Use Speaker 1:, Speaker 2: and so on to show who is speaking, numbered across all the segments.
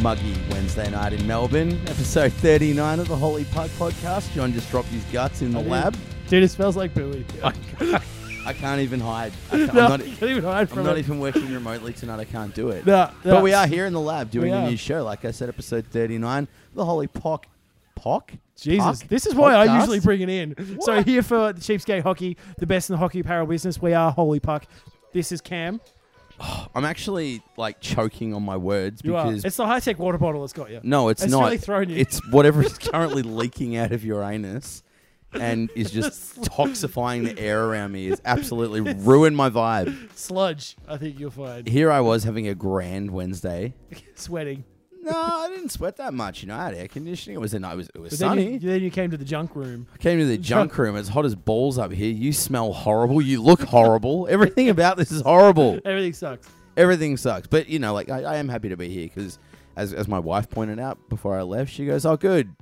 Speaker 1: muggy Wednesday night in Melbourne, episode 39 of the Holy Pug podcast. John just dropped his guts in the
Speaker 2: I did.
Speaker 1: lab.
Speaker 2: Dude, it smells like pooey.
Speaker 1: I can't even hide. I can't,
Speaker 2: no,
Speaker 1: I'm not,
Speaker 2: you can't even hide from
Speaker 1: I'm not
Speaker 2: it.
Speaker 1: even working remotely tonight. I can't do it.
Speaker 2: No, no.
Speaker 1: But we are here in the lab doing
Speaker 2: We
Speaker 1: a
Speaker 2: are.
Speaker 1: new show. Like I said, episode 39, the Holy Pock. Pock?
Speaker 2: Jesus,
Speaker 1: Puck?
Speaker 2: this is why I
Speaker 1: Podcast?
Speaker 2: usually bring it in. So
Speaker 1: What?
Speaker 2: here for Cheapskate Hockey, the best in the hockey apparel business. We are Holy Puck. This is Cam.
Speaker 1: I'm actually like choking on my words
Speaker 2: You are.
Speaker 1: because.
Speaker 2: It's the high tech water bottle that's got you.
Speaker 1: no, it's,
Speaker 2: it's
Speaker 1: not.
Speaker 2: really thrown you.
Speaker 1: It's whatever is currently leaking out of your anus and is just toxifying the air around me. It's absolutely ruined my vibe.
Speaker 2: Sludge. I think you'll find.
Speaker 1: here I was having a grand Wednesday.
Speaker 2: Sweating.
Speaker 1: No, I didn't sweat that much. You know, I had air conditioning. It was a night. It was, it was
Speaker 2: But then
Speaker 1: sunny.
Speaker 2: you, then you came to the junk room.
Speaker 1: I came to the junk room. It's hot as balls up here. You smell horrible. You look horrible. Everything about this is horrible.
Speaker 2: Everything sucks.
Speaker 1: Everything sucks. But you know, like I, I am happy to be here because, as as my wife pointed out before I left, she goes, "Oh, good.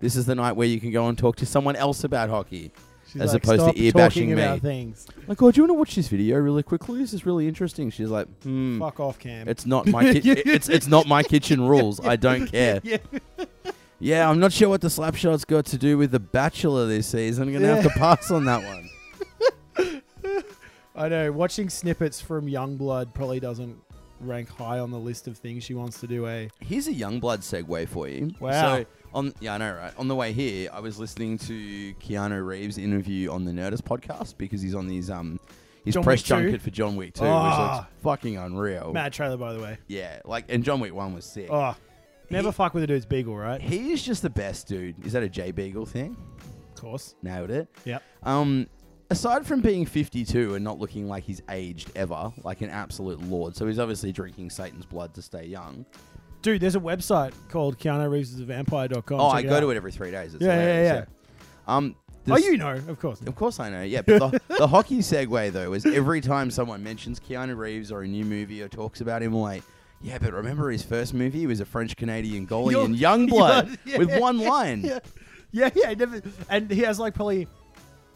Speaker 1: This is the night where you can go and talk to someone else about hockey."
Speaker 2: She's
Speaker 1: As
Speaker 2: like,
Speaker 1: opposed to
Speaker 2: "Stop
Speaker 1: ear
Speaker 2: talking
Speaker 1: bashing me."
Speaker 2: about things.
Speaker 1: I'm like, oh, do you want to watch this video really quickly? This is really interesting. She's like, "Hmm,
Speaker 2: Fuck off, Cam.
Speaker 1: it's not my ki- it- it's it's not my kitchen rules. I don't care."
Speaker 2: yeah.
Speaker 1: Yeah, I'm not sure what the slapshot's got to do with The Bachelor this season. I'm going to have to pass on that one.
Speaker 2: I know. Watching snippets from Youngblood probably doesn't rank high on the list of things she wants to do. eh? A
Speaker 1: Here's a Youngblood segue for you.
Speaker 2: Wow.
Speaker 1: So on yeah, I know, right? On the way here, I was listening to Keanu Reeves' interview on the Nerdist podcast because he's on these um his
Speaker 2: John
Speaker 1: press
Speaker 2: Wick 2?
Speaker 1: junket for John Wick 2, which looks
Speaker 2: Ah.
Speaker 1: fucking unreal.
Speaker 2: mad trailer, by the way.
Speaker 1: Yeah, like and John Wick 1 was sick.
Speaker 2: Oh, never fuck with a dude's beagle, right?
Speaker 1: He is just the best dude. Is that a J Beagle thing?
Speaker 2: Of course.
Speaker 1: Nailed it.
Speaker 2: Yep.
Speaker 1: Um, aside from being 52 and not looking like he's aged ever, like an absolute lord, so he's obviously drinking Satan's blood to stay young.
Speaker 2: Dude, there's a website called Keanu Reeves is a vampire.com.
Speaker 1: oh, I go to it every three days. It's
Speaker 2: Yeah, yeah,
Speaker 1: hilarious,
Speaker 2: yeah.
Speaker 1: Um,
Speaker 2: Oh,
Speaker 1: this-
Speaker 2: you know, of course.
Speaker 1: Of course I know, yeah. But the, the hockey segue, though, is every time someone mentions Keanu Reeves or a new movie or talks about him, like, yeah, but remember his first movie? He was a French Canadian goalie
Speaker 2: You're-
Speaker 1: in Youngblood
Speaker 2: Yeah,
Speaker 1: with
Speaker 2: yeah,
Speaker 1: one line.
Speaker 2: Yeah, yeah, yeah. Never, and he has like probably,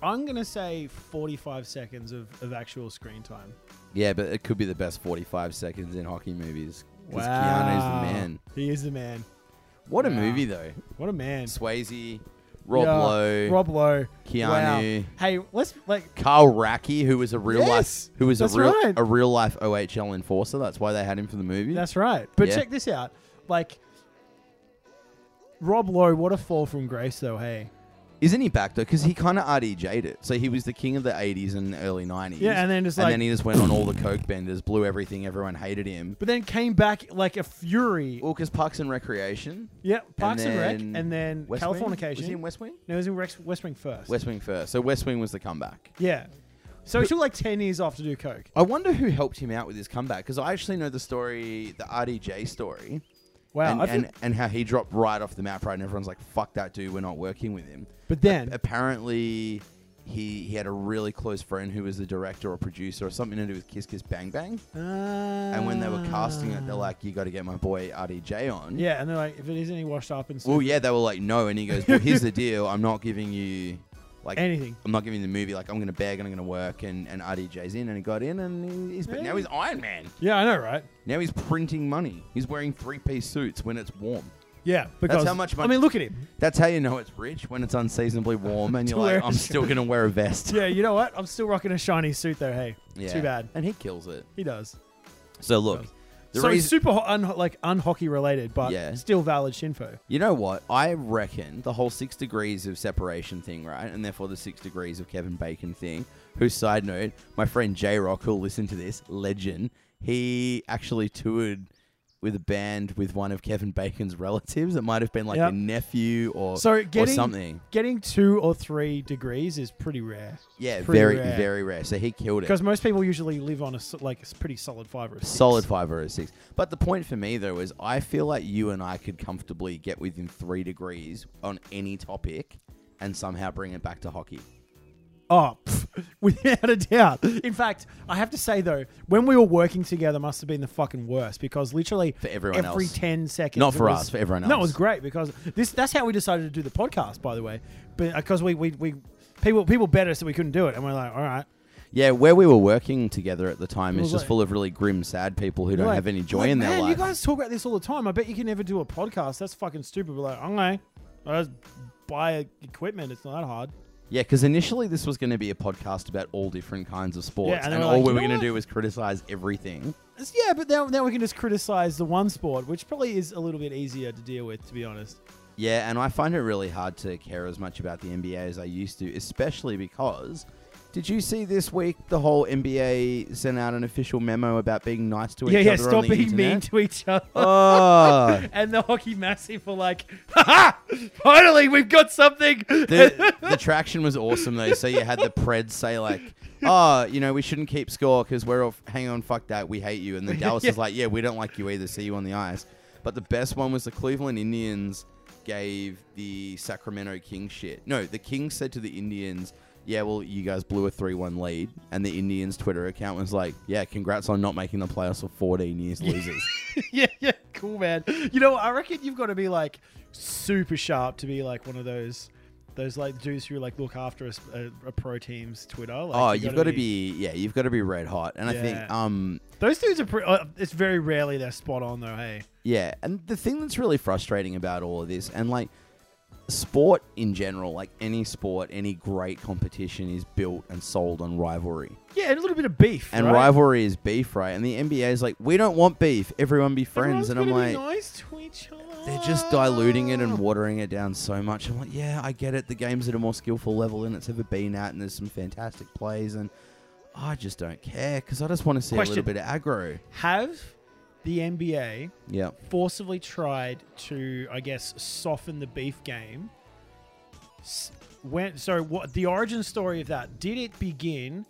Speaker 2: I'm gonna say 45 seconds of, of actual screen time.
Speaker 1: Yeah, but it could be the best 45 seconds in hockey movies. 'cause Keanu's the man.
Speaker 2: He is the man.
Speaker 1: What a
Speaker 2: Wow.
Speaker 1: movie, though.
Speaker 2: What a man.
Speaker 1: Swayze, Rob
Speaker 2: Yeah,
Speaker 1: Lowe,
Speaker 2: Rob Lowe.
Speaker 1: Keanu.
Speaker 2: Wow. Hey, let's like
Speaker 1: Carl Racky, who was a real
Speaker 2: Yes,
Speaker 1: life, who was a
Speaker 2: that's
Speaker 1: real,
Speaker 2: right.
Speaker 1: a real life OHL enforcer. That's why they had him for the movie.
Speaker 2: that's right. But
Speaker 1: Yeah.
Speaker 2: check this out. Like Rob Lowe, what a fall from grace though, hey.
Speaker 1: Isn't he back though? Because he kind of RDJ'd it. So he was the king of the '80s and early '90s.
Speaker 2: Yeah, and then just
Speaker 1: and
Speaker 2: like-
Speaker 1: then he just went on all the coke benders, blew everything. Everyone hated him.
Speaker 2: But then came back like a fury.
Speaker 1: Well, because Parks and Recreation.
Speaker 2: Yeah, Parks and,
Speaker 1: then
Speaker 2: Rec and then
Speaker 1: West Wing?
Speaker 2: Californication.
Speaker 1: Was he in West Wing?
Speaker 2: no, he was in Rex, West Wing first.
Speaker 1: West Wing first. So West Wing was the comeback.
Speaker 2: Yeah. So it took like 10 years off to do coke.
Speaker 1: I wonder who helped him out with his comeback because I actually know the story, the RDJ story.
Speaker 2: Wow.
Speaker 1: and,
Speaker 2: I feel-
Speaker 1: and, and how he dropped right off the map, right? And everyone's like, fuck that dude, we're not working with him.
Speaker 2: but then
Speaker 1: Apparently, he, he had a really close friend who was the director or producer or something to do with Kiss Kiss Bang Bang.
Speaker 2: uh,
Speaker 1: And when they were casting it, they're
Speaker 2: Ah.
Speaker 1: like, you got to get my boy RDJ on.
Speaker 2: Yeah, and they're like if it isn't he washed up and stuff.
Speaker 1: Well, yeah, they were like, no. And he goes, well, here's the deal. I'm not giving you, like,
Speaker 2: Anything.
Speaker 1: I'm not giving you the movie. Like, I'm going to beg and I'm going to work. And, and RDJ's in and he got in and he's, but now he's Iron Man.
Speaker 2: Yeah, I know, right?
Speaker 1: Now he's printing money. He's wearing three piece suits when it's warm.
Speaker 2: Yeah, because
Speaker 1: how much
Speaker 2: I
Speaker 1: money-
Speaker 2: mean, look at him.
Speaker 1: That's how you know it's rich when it's unseasonably warm and you're
Speaker 2: To wear
Speaker 1: like,
Speaker 2: a
Speaker 1: I'm still gonna wear a vest.
Speaker 2: Yeah, you know what? I'm still rocking a shiny suit though. Hey, too bad.
Speaker 1: And he kills it.
Speaker 2: He does.
Speaker 1: So look, the
Speaker 2: so it's
Speaker 1: reason
Speaker 2: super ho- un- like unhockey related, but
Speaker 1: Yeah.
Speaker 2: still valid shinfo.
Speaker 1: you know what I reckon the whole six degrees of separation thing, right, and therefore the six degrees of Kevin Bacon thing. Who side note, my friend J Rock, who'll listen to this, legend. He actually toured with a band with one of Kevin Bacon's relatives. It might have been like
Speaker 2: Yep.
Speaker 1: a nephew or
Speaker 2: So
Speaker 1: or
Speaker 2: getting
Speaker 1: something.
Speaker 2: getting two or three degrees is pretty rare
Speaker 1: Yeah,
Speaker 2: pretty
Speaker 1: very
Speaker 2: rare.
Speaker 1: very rare. So he killed it.
Speaker 2: because most people usually live on a s- like a pretty solid five or six.
Speaker 1: Solid five or a six. But the point for me though is I feel like you and I could comfortably get within three degrees on any topic and somehow bring it back to hockey.
Speaker 2: Oh, pff, without a doubt. In fact, I have to say though, when we were working together, must have been the fucking worst because literally
Speaker 1: For everyone
Speaker 2: every
Speaker 1: else.
Speaker 2: ten seconds.
Speaker 1: Not
Speaker 2: it
Speaker 1: for
Speaker 2: was-
Speaker 1: us, for everyone
Speaker 2: No, it was
Speaker 1: else.
Speaker 2: great because this that's how we decided to do the uh, podcast, by the way, but because we we we people people bet us that we couldn't do it, and we're like, all right.
Speaker 1: Yeah, where we were working together at the time
Speaker 2: It
Speaker 1: is
Speaker 2: was
Speaker 1: just
Speaker 2: like-
Speaker 1: full of really grim, sad people who don't
Speaker 2: Like-
Speaker 1: have any joy
Speaker 2: like,
Speaker 1: in their
Speaker 2: man,
Speaker 1: life.
Speaker 2: You guys talk about this all the time. I bet you can never do a podcast. That's fucking stupid. We're like, okay, I just buy equipment. It's not that hard.
Speaker 1: yeah, because initially this was going to be a podcast about all different kinds of sports,
Speaker 2: and
Speaker 1: and,
Speaker 2: they were
Speaker 1: all
Speaker 2: like,
Speaker 1: we
Speaker 2: "You
Speaker 1: were
Speaker 2: know
Speaker 1: going to
Speaker 2: what?"
Speaker 1: do was criticize everything.
Speaker 2: It's- yeah, but now, now we can just criticize the one sport, which probably is a little bit easier to deal with, to be honest.
Speaker 1: Yeah, and I find it really hard to care as much about the NBA as I used to, especially because. Did you see this week the whole NBA sent out an official memo about being nice to each
Speaker 2: Yeah,
Speaker 1: other?
Speaker 2: yeah.
Speaker 1: on
Speaker 2: Stop
Speaker 1: the
Speaker 2: being
Speaker 1: internet?
Speaker 2: mean to each other.
Speaker 1: Oh,
Speaker 2: and the hockey massive were like, ha ha! Finally, we've got something.
Speaker 1: the, the traction was awesome though. So you had the Preds say like, "Oh, you know, we shouldn't keep score because we're all hang on, fuck that, we hate you." And then Dallas is
Speaker 2: Yeah.
Speaker 1: like, "Yeah, we don't like you either. See you on the ice." But the best one was the Cleveland Indians gave the Sacramento Kings shit. No, the Kings said to the Indians. Yeah, well, you guys blew a 3 1 lead, and the Indians' Twitter account was like, Yeah, congrats on not making the playoffs for 14 years, losers.
Speaker 2: yeah, yeah, cool, man. You know, I reckon you've got to be like super sharp to be like one of those, those like dudes who like look after a, s- a- a pro team's Twitter. Like,
Speaker 1: oh, you've got to be, yeah, you've got to be red hot. And I think,
Speaker 2: Yeah.
Speaker 1: um,
Speaker 2: Those dudes are. Pre- uh, it's very rarely they're spot on though. Hey,
Speaker 1: Yeah, and the thing that's really frustrating about all of this, and like sport in general, like any sport, any great competition is built and sold on rivalry.
Speaker 2: yeah, and a little bit of beef
Speaker 1: And
Speaker 2: right?
Speaker 1: rivalry is beef, right? And the NBA is like, we don't want beef. Everyone be friends.
Speaker 2: Everyone's
Speaker 1: and I'm
Speaker 2: gotta be
Speaker 1: like,
Speaker 2: nice to each other.
Speaker 1: they're just diluting it and watering it down so much. I'm like, yeah, I get it. The game's at a more skillful level than it's ever been at, and there's some fantastic plays. And I just don't care because I just want to see a
Speaker 2: Question.
Speaker 1: little bit of aggro.
Speaker 2: have the NBA
Speaker 1: Yeah.
Speaker 2: forcibly tried to, I guess, soften the beef game. S- When so, what the origin story of that? Did it begin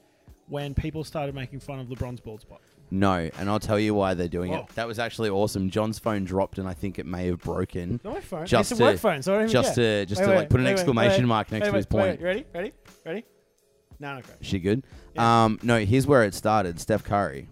Speaker 2: when people started making fun of LeBron's bald spot?
Speaker 1: No, and I'll tell you why they're doing
Speaker 2: Whoa.
Speaker 1: it. That was actually awesome. John's phone dropped, and I think it may have broken.
Speaker 2: No, my phone.
Speaker 1: Just
Speaker 2: it's a work
Speaker 1: to-
Speaker 2: phone, so I don't even
Speaker 1: just
Speaker 2: care.
Speaker 1: to- just to, like, put an exclamation mark next to his point.
Speaker 2: Ready? Ready? Ready? No, no, okay.
Speaker 1: She good?
Speaker 2: Yeah.
Speaker 1: Um, no, here's where it started. Steph Curry,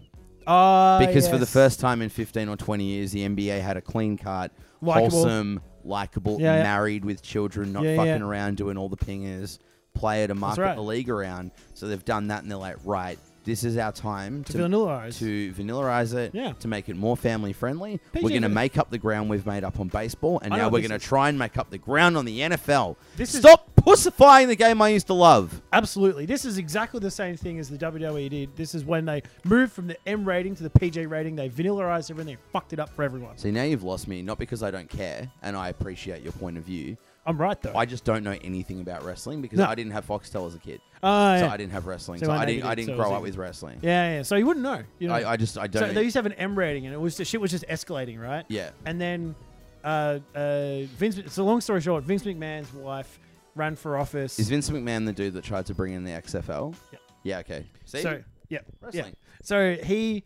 Speaker 2: Uh,
Speaker 1: because for the first time in 15 or 20 years, the NBA had a clean cut,
Speaker 2: Likeable.
Speaker 1: wholesome, likable,
Speaker 2: Yeah, yeah.
Speaker 1: married with children, not
Speaker 2: Yeah,
Speaker 1: fucking
Speaker 2: yeah.
Speaker 1: around doing all the pingers, player to market
Speaker 2: right.
Speaker 1: the league around. So they've done that, and they're like, right, this is our time to to vanillaize it,
Speaker 2: Yeah.
Speaker 1: to make it more family friendly.
Speaker 2: PG
Speaker 1: we're going to
Speaker 2: with it.
Speaker 1: make up the ground we've made up on baseball, and
Speaker 2: I know
Speaker 1: now
Speaker 2: what
Speaker 1: we're
Speaker 2: this
Speaker 1: going to
Speaker 2: is.
Speaker 1: try and make up the ground on the NFL.
Speaker 2: This is-
Speaker 1: Stop pussifying the game I used to love.
Speaker 2: Absolutely. This is exactly the same thing as the WWE did. This is when they moved from the M rating to the PJ rating. They vanillaized everything. They fucked it up for everyone.
Speaker 1: See, now you've lost me, not because I don't care, and I appreciate your point of view.
Speaker 2: I'm right, though.
Speaker 1: I just don't know anything about wrestling because
Speaker 2: No.
Speaker 1: I didn't have Foxtel as a kid,
Speaker 2: Ah,
Speaker 1: so
Speaker 2: yeah.
Speaker 1: I didn't have wrestling,
Speaker 2: So
Speaker 1: so,
Speaker 2: I know
Speaker 1: I
Speaker 2: you
Speaker 1: didn't, I
Speaker 2: did,
Speaker 1: didn't
Speaker 2: so it was
Speaker 1: grow up
Speaker 2: easy.
Speaker 1: with wrestling.
Speaker 2: yeah, yeah. So you wouldn't know. You know.
Speaker 1: I, I just, I
Speaker 2: so
Speaker 1: don't. e-
Speaker 2: they used to have an M rating, and it was the shit was just escalating, right?
Speaker 1: yeah,
Speaker 2: And then uh, uh, Vince. It's a long story short. Vince McMahon's wife ran for office.
Speaker 1: is Vince McMahon the dude that tried to bring in the XFL?
Speaker 2: Yeah.
Speaker 1: Yeah. Okay. See,
Speaker 2: so yeah, yeah.
Speaker 1: Wrestling.
Speaker 2: So he,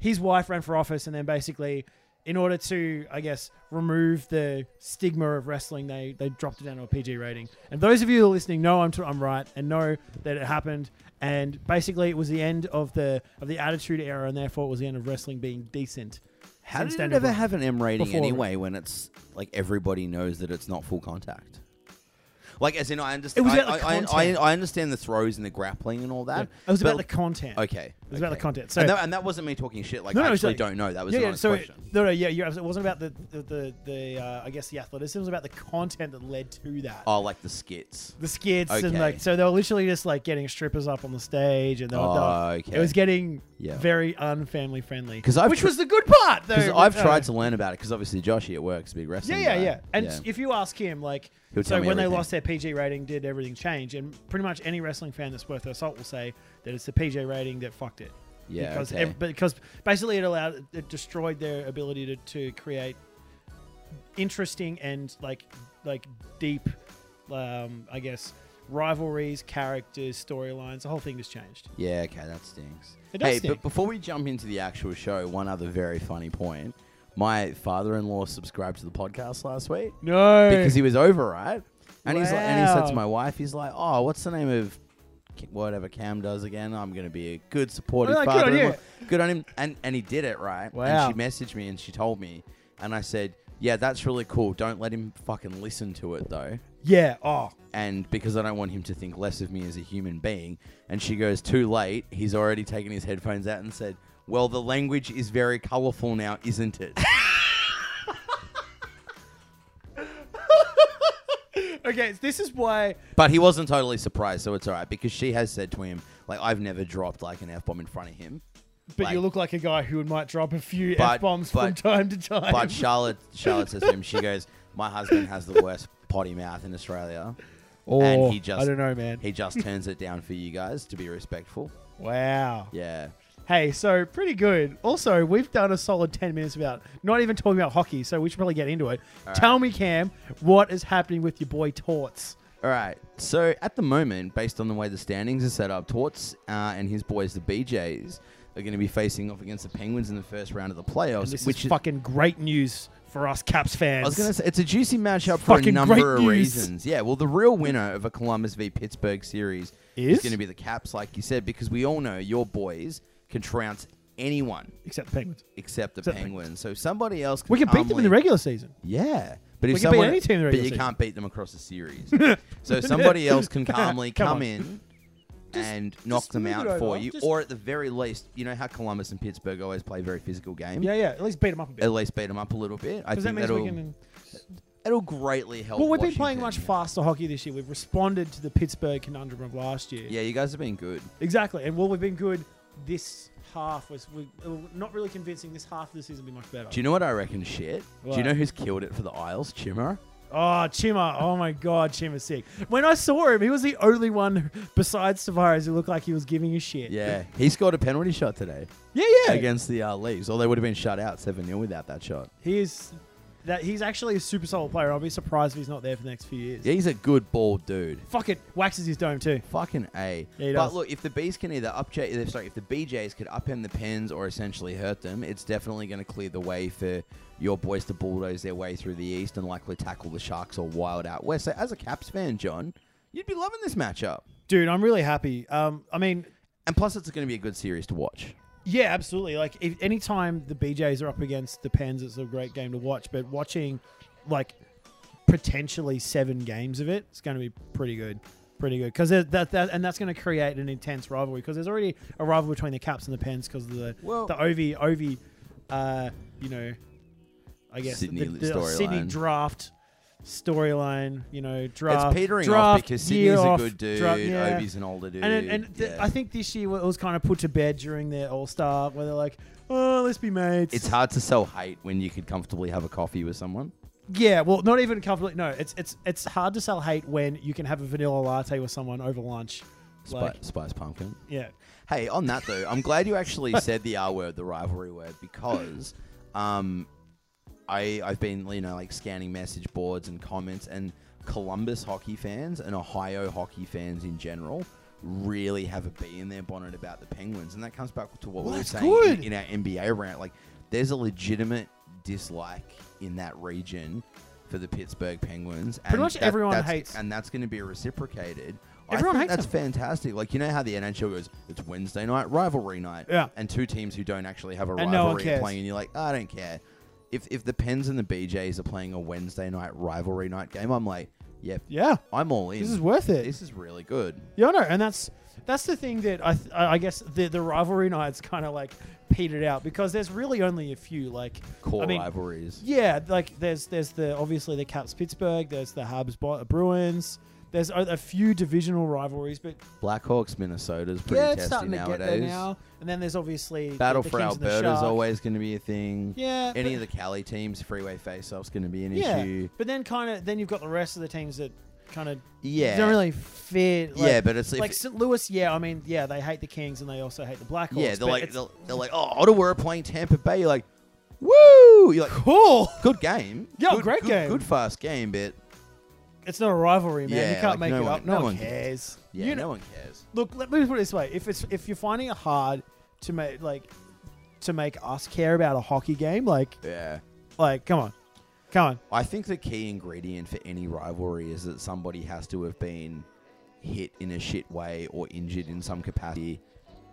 Speaker 2: his wife ran for office, and then basically, in order to, I guess, remove the stigma of wrestling, they they dropped it down to a PG rating. And those of you who are listening know I'm t- I'm right and know that it happened. And basically, it was the end of the of the Attitude Era, and therefore it was the end of wrestling being decent.
Speaker 1: How
Speaker 2: and
Speaker 1: did it
Speaker 2: standard
Speaker 1: ever
Speaker 2: of-
Speaker 1: have an M rating
Speaker 2: before-
Speaker 1: anyway when it's like everybody knows that it's not full contact? Like, as in, I
Speaker 2: It
Speaker 1: understand.
Speaker 2: was
Speaker 1: I,
Speaker 2: about the
Speaker 1: I, I,
Speaker 2: content.
Speaker 1: I understand the throws and the grappling and all that.
Speaker 2: It was about the
Speaker 1: but-
Speaker 2: content.
Speaker 1: okay.
Speaker 2: It was about
Speaker 1: okay.
Speaker 2: the content. So
Speaker 1: and, that, and that wasn't me talking shit. Like,
Speaker 2: No, no,
Speaker 1: I
Speaker 2: it's
Speaker 1: actually
Speaker 2: like-
Speaker 1: don't know. That was
Speaker 2: yeah,
Speaker 1: an
Speaker 2: yeah,
Speaker 1: honest
Speaker 2: so it,
Speaker 1: question.
Speaker 2: no, no, yeah, you're, abs- it wasn't about the the the, the uh, I guess the athleticism. It was about the content that led to that.
Speaker 1: oh, like the skits.
Speaker 2: the skits and
Speaker 1: Okay.
Speaker 2: like so they were literally just like getting strippers up on the stage and they were, they were-
Speaker 1: Oh, okay.
Speaker 2: it was getting
Speaker 1: Yeah.
Speaker 2: very unfamily friendly
Speaker 1: 'Cause I've
Speaker 2: which
Speaker 1: tr-
Speaker 2: was the good part though
Speaker 1: Because I've
Speaker 2: Uh,
Speaker 1: tried to learn about it. Because obviously, Joshy at work's a big wrestling.
Speaker 2: yeah yeah
Speaker 1: guy.
Speaker 2: yeah and if you ask him like
Speaker 1: He'll
Speaker 2: so
Speaker 1: tell me
Speaker 2: when they
Speaker 1: everything.
Speaker 2: lost their PG rating did everything change and pretty much any wrestling fan that's worth their salt will say that it's the PG rating that fucked it
Speaker 1: Yeah,
Speaker 2: because
Speaker 1: okay.
Speaker 2: ev- because basically it allowed it destroyed their ability to, to create interesting and like like deep um, I guess rivalries, characters, storylines. The whole thing just changed.
Speaker 1: Yeah, okay, that stings.
Speaker 2: It does
Speaker 1: hey,
Speaker 2: stink.
Speaker 1: but before we jump into the actual show, one other very funny point. My father-in-law subscribed to the podcast last week.
Speaker 2: No,
Speaker 1: because he was over, right? And he's like, and he said
Speaker 2: Wow.
Speaker 1: to my wife, he's like, "Oh, what's the name of K- whatever Cam does again? I'm going to be a good supportive
Speaker 2: Oh, good on
Speaker 1: father. Good on, him." And and he did it, right?
Speaker 2: Wow.
Speaker 1: And she messaged me and she told me, and I said, Yeah, that's really cool. Don't let him fucking listen to it though.
Speaker 2: Yeah. Oh,
Speaker 1: And because I don't want him to think less of me as a human being. And she goes, Too late. He's already taken his headphones out and said, Well, the language is very colourful now, isn't it?
Speaker 2: okay. This is why.
Speaker 1: but he wasn't totally surprised, so it's all right because she has said to him, like, I've never dropped like an F bomb in front of him.
Speaker 2: But
Speaker 1: Like-
Speaker 2: you look like a guy who might drop a few
Speaker 1: But-
Speaker 2: f bombs
Speaker 1: but-
Speaker 2: from time to time.
Speaker 1: But Charlotte, Charlotte says to him, she goes, "My husband has the worst potty mouth in Australia.
Speaker 2: or,
Speaker 1: and he just-
Speaker 2: Oh, I don't know, man.
Speaker 1: He just turns it down for you guys to be respectful."
Speaker 2: wow.
Speaker 1: Yeah,
Speaker 2: Hey, so pretty good. Also, we've done a solid 10 minutes about not even talking about hockey, so we should probably get into it.
Speaker 1: right.
Speaker 2: Tell me, Cam, what is happening with your boy Torts?
Speaker 1: All right. So at the moment, based on the way the standings are set up, Torts uh, and his boys, the BJs, are going to be facing off against the Penguins in the first round of the
Speaker 2: And
Speaker 1: playoffs,
Speaker 2: this
Speaker 1: which
Speaker 2: is fucking great news for us Caps fans.
Speaker 1: I was going to say it's a juicy matchup for a
Speaker 2: Fucking
Speaker 1: number
Speaker 2: great
Speaker 1: of
Speaker 2: news.
Speaker 1: reasons. Yeah, well, the real winner of a Columbus v Pittsburgh series
Speaker 2: Is?
Speaker 1: going to be the Caps, like you said, because we all know your boys can trounce anyone
Speaker 2: Except the Penguins.
Speaker 1: except the
Speaker 2: Except the
Speaker 1: Penguins. So somebody else can
Speaker 2: We can beat them in the
Speaker 1: regular.
Speaker 2: regular season.
Speaker 1: Yeah. But if
Speaker 2: We can beat
Speaker 1: someone,
Speaker 2: any team in the
Speaker 1: but
Speaker 2: regular
Speaker 1: you
Speaker 2: season.
Speaker 1: can't beat them across a series. so somebody else can calmly
Speaker 2: Come
Speaker 1: come,
Speaker 2: on.
Speaker 1: in and knock
Speaker 2: just
Speaker 1: them
Speaker 2: move
Speaker 1: out
Speaker 2: it
Speaker 1: for
Speaker 2: over.
Speaker 1: you,
Speaker 2: Just-
Speaker 1: or at the very least, you know how Columbus and Pittsburgh always play very physical games.
Speaker 2: Yeah, yeah. At least beat them up a bit.
Speaker 1: At least beat them up a little bit. I
Speaker 2: Because that
Speaker 1: think
Speaker 2: means
Speaker 1: that'll
Speaker 2: we can.
Speaker 1: that'll greatly help.
Speaker 2: Well, we've been playing much
Speaker 1: Washington.
Speaker 2: faster hockey this year. We've responded to the Pittsburgh conundrum of last year.
Speaker 1: Yeah, you guys have been good.
Speaker 2: Exactly. And while we've been good, this half was we, uh, not really convincing. This half of the season will be much better.
Speaker 1: Do you know what I reckon? Shit. Do you
Speaker 2: What?
Speaker 1: know who's killed it for the Isles? Chimmer.
Speaker 2: Oh, Chima. Oh, my God. Chima's sick. When I saw him, he was the only one besides Tavares who looked like he was giving a shit.
Speaker 1: Yeah, he scored a penalty shot today
Speaker 2: Yeah, yeah.
Speaker 1: against the uh, Leafs, or they would have been shut out seven 0 without that shot.
Speaker 2: He is. That he's actually a super solid player. I'll be surprised if he's not there for the next few years.
Speaker 1: Yeah, he's a good ball dude.
Speaker 2: Fuck it, waxes his dome too.
Speaker 1: Fucking a.
Speaker 2: Yeah, he
Speaker 1: but
Speaker 2: does.
Speaker 1: look, if the bees can either up, if, sorry, if the BJs could upend the pens or essentially hurt them, it's definitely going to clear the way for your boys to bulldoze their way through the East and likely tackle the Sharks or Wild out West. So, as a Caps fan, John, you'd be loving this matchup,
Speaker 2: Dude, I'm really happy. Um, I mean,
Speaker 1: and plus, it's going to be a good series to watch.
Speaker 2: Yeah, absolutely. Like if anytime the BJs are up against the Pens, it's a great game to watch. But watching like potentially seven games of it, it's going to be pretty good, pretty good. Because that, that and that's going to create an intense rivalry. Because there's already a rivalry between the Caps and the Pens because of the
Speaker 1: Well-
Speaker 2: the Ovi Ovi, uh, you know, I guess
Speaker 1: Sydney
Speaker 2: the, the
Speaker 1: storyline.
Speaker 2: Sydney draft storyline. You know, draft
Speaker 1: it's petering off
Speaker 2: draft,
Speaker 1: because
Speaker 2: year
Speaker 1: Sydney's a
Speaker 2: off,
Speaker 1: good dude,
Speaker 2: draft- yeah.
Speaker 1: Obi's an older dude,
Speaker 2: And, it, and th-
Speaker 1: yeah.
Speaker 2: I think this year it was kind of put to bed during their All Star, where they're like, "Oh, let's be mates."
Speaker 1: it's hard to sell hate when you could comfortably have a coffee with someone.
Speaker 2: yeah, well, not even comfortably. No, it's it's it's hard to sell hate when you can have a vanilla latte with someone over lunch.
Speaker 1: Spi-
Speaker 2: Like,
Speaker 1: spice pumpkin.
Speaker 2: yeah,
Speaker 1: Hey, on that though, I'm glad you actually said the R word, the rivalry word, because um, I I've been you know like scanning message boards and comments, and Columbus hockey fans and Ohio hockey fans in general really have a bee in their bonnet about the Penguins, and that comes back to what
Speaker 2: Well,
Speaker 1: we were
Speaker 2: that's
Speaker 1: saying in-
Speaker 2: good.
Speaker 1: in our NBA rant. Like, there's a legitimate dislike in that region for the Pittsburgh Penguins. and
Speaker 2: much
Speaker 1: that-
Speaker 2: everyone
Speaker 1: that's-
Speaker 2: hates-
Speaker 1: and that's going to be reciprocated.
Speaker 2: Everyone
Speaker 1: I think
Speaker 2: hates
Speaker 1: that's
Speaker 2: them.
Speaker 1: fantastic. Like you know how the NHL goes, it's Wednesday night rivalry night,
Speaker 2: Yeah.
Speaker 1: and two teams who don't actually have a
Speaker 2: And no one
Speaker 1: rivalry are
Speaker 2: cares.
Speaker 1: playing, and you're like, "Ah, I don't care. If if the Pens and the BJs are playing a Wednesday night rivalry night game, I'm like, yep,
Speaker 2: yeah.
Speaker 1: I'm all in.
Speaker 2: This is worth it.
Speaker 1: This is really good.
Speaker 2: Yeah, no, and that's that's the thing that I th- I I guess the the rivalry nights kind of like petered out because there's really only a few like
Speaker 1: Core
Speaker 2: I mean,
Speaker 1: rivalries.
Speaker 2: Yeah, like there's there's the obviously the Caps Pittsburgh, there's the Habs Bo- Bruins. There's a, a few divisional rivalries, but
Speaker 1: Blackhawks, Minnesota's pretty
Speaker 2: yeah, it's
Speaker 1: testy
Speaker 2: starting to
Speaker 1: nowadays.
Speaker 2: get there now. And then there's obviously the-
Speaker 1: Battle
Speaker 2: the
Speaker 1: for
Speaker 2: Kings and the
Speaker 1: Alberta's
Speaker 2: Sharks.
Speaker 1: always going to be a thing.
Speaker 2: Yeah,
Speaker 1: Any
Speaker 2: but-
Speaker 1: of the Cali teams, freeway face-off's going to be an
Speaker 2: yeah.
Speaker 1: issue.
Speaker 2: But then kind of then you've got the rest of the teams that kind of
Speaker 1: Yeah.
Speaker 2: don't really fit. Like,
Speaker 1: yeah, but it's if-
Speaker 2: like St. Louis, yeah, I mean, yeah, they hate the Kings and they also hate the Blackhawks.
Speaker 1: Yeah, they're
Speaker 2: but
Speaker 1: like
Speaker 2: it's-
Speaker 1: they're, they're like, oh, Ottawa are playing Tampa Bay. You're like, woo! You're like,
Speaker 2: cool.
Speaker 1: good game.
Speaker 2: Yeah,
Speaker 1: good,
Speaker 2: great
Speaker 1: good-
Speaker 2: game.
Speaker 1: Good fast game, but
Speaker 2: It's not a rivalry, man.
Speaker 1: Yeah,
Speaker 2: you
Speaker 1: like,
Speaker 2: can't make
Speaker 1: no
Speaker 2: it
Speaker 1: one-
Speaker 2: up. No,
Speaker 1: no
Speaker 2: one,
Speaker 1: one
Speaker 2: cares.
Speaker 1: yeah,
Speaker 2: you
Speaker 1: no one cares.
Speaker 2: look let me put it this way if it's if you're finding it hard to make like to make us care about a hockey game like
Speaker 1: Yeah.
Speaker 2: like come on come on
Speaker 1: I think the key ingredient for any rivalry is that somebody has to have been hit in a shit way or injured in some capacity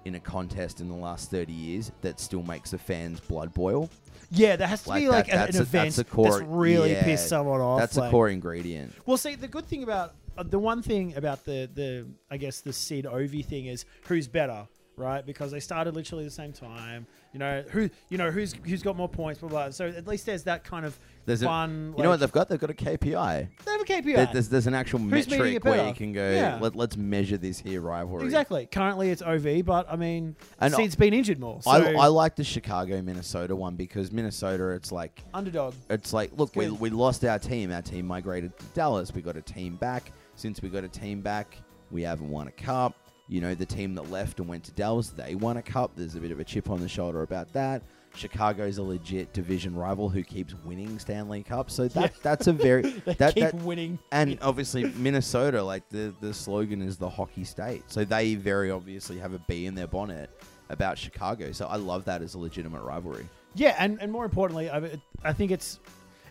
Speaker 1: in a contest in the last 30 years that still makes the fans blood boil.
Speaker 2: Yeah, there has to
Speaker 1: Like
Speaker 2: be
Speaker 1: that-
Speaker 2: like a-
Speaker 1: that's
Speaker 2: an
Speaker 1: a- that's
Speaker 2: event
Speaker 1: a core-
Speaker 2: really
Speaker 1: yeah,
Speaker 2: pissed someone off.
Speaker 1: That's
Speaker 2: like-
Speaker 1: a core ingredient.
Speaker 2: Well, see, the good thing about uh, the one thing about the the I guess the Sid Ovi thing is who's better, right? Because they started literally the same time. You know who you know who's who's got more points, blah blah. blah. So at least there's that kind of
Speaker 1: There's a-
Speaker 2: fun.
Speaker 1: You know what they've got? They've got a KPI.
Speaker 2: they have a KPI.
Speaker 1: There- There's, there's an actual
Speaker 2: Who's meeting
Speaker 1: metric
Speaker 2: it
Speaker 1: where
Speaker 2: better?
Speaker 1: you can go,
Speaker 2: Yeah.
Speaker 1: Let, let's measure this here rivalry.
Speaker 2: Exactly. Currently, it's Ov, but I mean,
Speaker 1: And I-
Speaker 2: Sid's been injured more. So
Speaker 1: I, I like the Chicago Minnesota one because Minnesota, it's like
Speaker 2: underdog.
Speaker 1: it's like look we,
Speaker 2: good.
Speaker 1: we lost our team our team migrated to dallas we got a team back since we got a team back we haven't won a cup you know the team that left and went to dallas they won a cup there's a bit of a chip on the shoulder about that chicago's a legit division rival who keeps winning stanley cup so that that's a very
Speaker 2: They
Speaker 1: that,
Speaker 2: keep
Speaker 1: that
Speaker 2: winning.
Speaker 1: and obviously minnesota like the the slogan is the hockey state so they very obviously have a bee in their bonnet about chicago so i love that as a legitimate rivalry
Speaker 2: Yeah, and, and more importantly, I, I think it's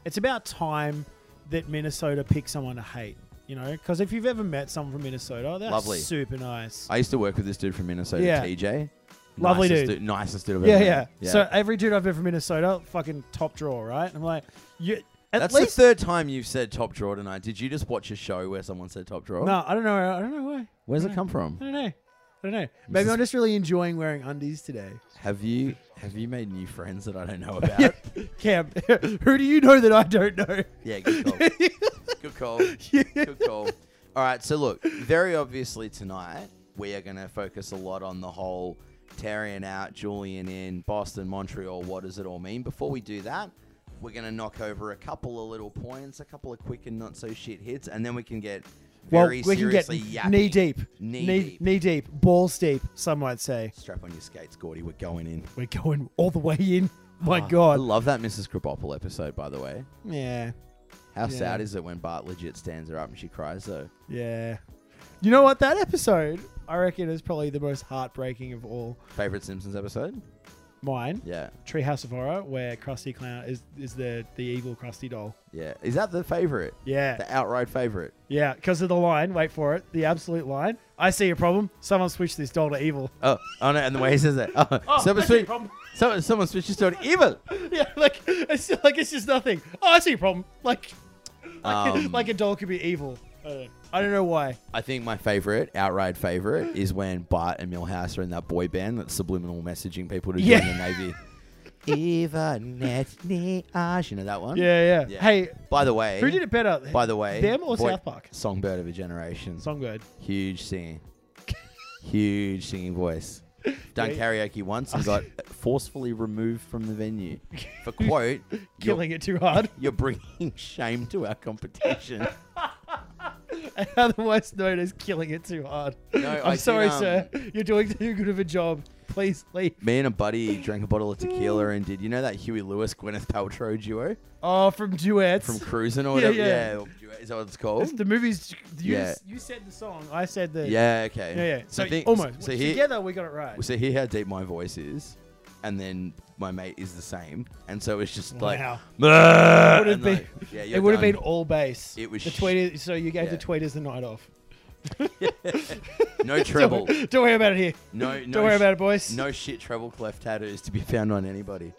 Speaker 2: it's about time that Minnesota pick someone to hate. You know, because if you've ever met someone from Minnesota, they're
Speaker 1: Lovely.
Speaker 2: super nice.
Speaker 1: I used to work with this dude from Minnesota,
Speaker 2: Yeah.
Speaker 1: TJ.
Speaker 2: Lovely
Speaker 1: nicest
Speaker 2: dude.
Speaker 1: Nicest dude I've
Speaker 2: yeah,
Speaker 1: ever
Speaker 2: yeah,
Speaker 1: met.
Speaker 2: So every dude I've been from Minnesota, fucking top drawer, right? And I'm like, you at
Speaker 1: That's
Speaker 2: least.
Speaker 1: the third time you've said top drawer tonight. Did you just watch a show where someone said top drawer?
Speaker 2: no, Mm. I don't know. I don't know why.
Speaker 1: Where's
Speaker 2: I
Speaker 1: it
Speaker 2: don't
Speaker 1: come from?
Speaker 2: know. I don't know. I don't know. Maybe
Speaker 1: is-
Speaker 2: I'm just really enjoying wearing undies today.
Speaker 1: Have you have you made new friends that I don't know about?
Speaker 2: Cam, who do you know that I don't know?
Speaker 1: yeah, good call. good call. Good call. All right, so look, very obviously tonight we are going to focus a lot on the whole Tarian out, Julian in, Boston, Montreal. What does it all mean? Before we do that, we're going to knock over a couple of little points, a couple of quick and not so shit hits, and then we can get
Speaker 2: Well,
Speaker 1: very
Speaker 2: we can get
Speaker 1: seriously yappy.
Speaker 2: knee deep,
Speaker 1: Knee deep.
Speaker 2: knee deep, balls deep. Some might say.
Speaker 1: Strap on your skates, Gordy. We're going in.
Speaker 2: We're going all the way in. My
Speaker 1: Oh, I
Speaker 2: God.
Speaker 1: love that Mrs. Krabappel episode, by the way.
Speaker 2: Yeah.
Speaker 1: How
Speaker 2: Yeah.
Speaker 1: sad is it when Bart legit stands her up and she cries, though?
Speaker 2: Yeah. You know what? That episode, I reckon, is probably the most heartbreaking of all.
Speaker 1: Favorite Simpsons episode?
Speaker 2: Mine,
Speaker 1: Yeah.
Speaker 2: Treehouse of Horror, where Krusty Clown is, is the, the evil Krusty doll.
Speaker 1: Yeah. Is that the favorite?
Speaker 2: Yeah.
Speaker 1: The outright favorite.
Speaker 2: Yeah. Because of the line. Wait for it. The absolute line. I see a problem. Someone switch this doll to evil.
Speaker 1: Oh, oh no, and the way he says that. Oh, someone,
Speaker 2: I see a
Speaker 1: switch,
Speaker 2: problem.
Speaker 1: someone, someone switches to an evil.
Speaker 2: yeah. Like it's, like, it's just nothing. Oh, I see a problem. Like, like,
Speaker 1: Um,
Speaker 2: like a doll could be evil. I don't know. I don't know why.
Speaker 1: I think my favorite, outright favorite, is when Bart and Milhouse are in that boy band that's subliminal messaging people to
Speaker 2: Yeah.
Speaker 1: join the Navy. Eva net ne ash. You know that one?
Speaker 2: Yeah, yeah.
Speaker 1: Yeah.
Speaker 2: Hey,
Speaker 1: By the way,
Speaker 2: who did it better?
Speaker 1: by the way,
Speaker 2: them or
Speaker 1: boy-
Speaker 2: South Park?
Speaker 1: Songbird of a generation.
Speaker 2: Songbird.
Speaker 1: Huge singing. Huge singing voice. Done
Speaker 2: Yeah.
Speaker 1: karaoke once and got forcefully removed from the venue. For quote, "Your
Speaker 2: Killing it too hard.
Speaker 1: You're bringing shame to our competition.
Speaker 2: Otherwise known as killing it too hard. I'm
Speaker 1: I
Speaker 2: sorry,
Speaker 1: did, um,
Speaker 2: sir. You're doing too good of a job. Please leave.
Speaker 1: Me and a buddy drank a bottle of tequila and did you know that Huey Lewis Gwyneth Paltrow duo
Speaker 2: Oh, from duets.
Speaker 1: from Cruising or whatever?
Speaker 2: yeah.
Speaker 1: yeah. duo- is that what it's called?
Speaker 2: It's the movies. You,
Speaker 1: Yeah.
Speaker 2: you said the song. I said the.
Speaker 1: yeah. Okay.
Speaker 2: Yeah, yeah. So,
Speaker 1: think-
Speaker 2: almost.
Speaker 1: So here,
Speaker 2: Together we got it right.
Speaker 1: so here, how deep my voice is, and then my mate is the same, and so it's just like.
Speaker 2: Wow.
Speaker 1: "Bah!"
Speaker 2: Would have
Speaker 1: and
Speaker 2: been-
Speaker 1: like, yeah, you're
Speaker 2: It would have
Speaker 1: done.
Speaker 2: been all bass.
Speaker 1: It was
Speaker 2: the
Speaker 1: sh-
Speaker 2: tweeters. So you gave the
Speaker 1: yeah.
Speaker 2: tweeters the night off.
Speaker 1: no treble,
Speaker 2: Don't, don't worry about it here.
Speaker 1: no, no,
Speaker 2: don't worry
Speaker 1: sh-
Speaker 2: about it, boys.
Speaker 1: no shit treble clef tattoos to be found on anybody.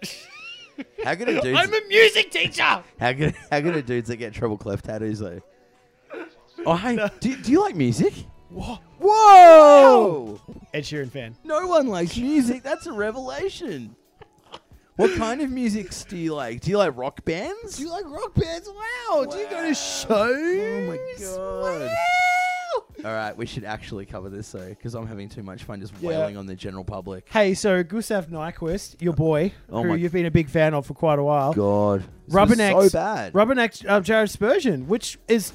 Speaker 1: How could a dude?
Speaker 2: I'm a music teacher.
Speaker 1: How good, how good are dudes that get treble clef tattoos though? Oh, hey, do, do you like music?
Speaker 2: Whoa.
Speaker 1: Whoa!
Speaker 2: Ed Sheeran fan.
Speaker 1: No one likes music. That's a revelation. What kind of music do you like? Do you like rock bands? Do you like rock bands? Wow! Do you go to shows? Oh my god! All right, we should actually cover this though, because I'm having too much fun just
Speaker 2: Yeah.
Speaker 1: wailing on the general public.
Speaker 2: Hey, so Gustav Nyquist, your boy,
Speaker 1: Oh
Speaker 2: who
Speaker 1: my-
Speaker 2: you've been a big fan of for quite a while,
Speaker 1: God, This was so
Speaker 2: Rubbernecks,
Speaker 1: bad.
Speaker 2: Rubbernecks, uh, Jared Spurgeon, which is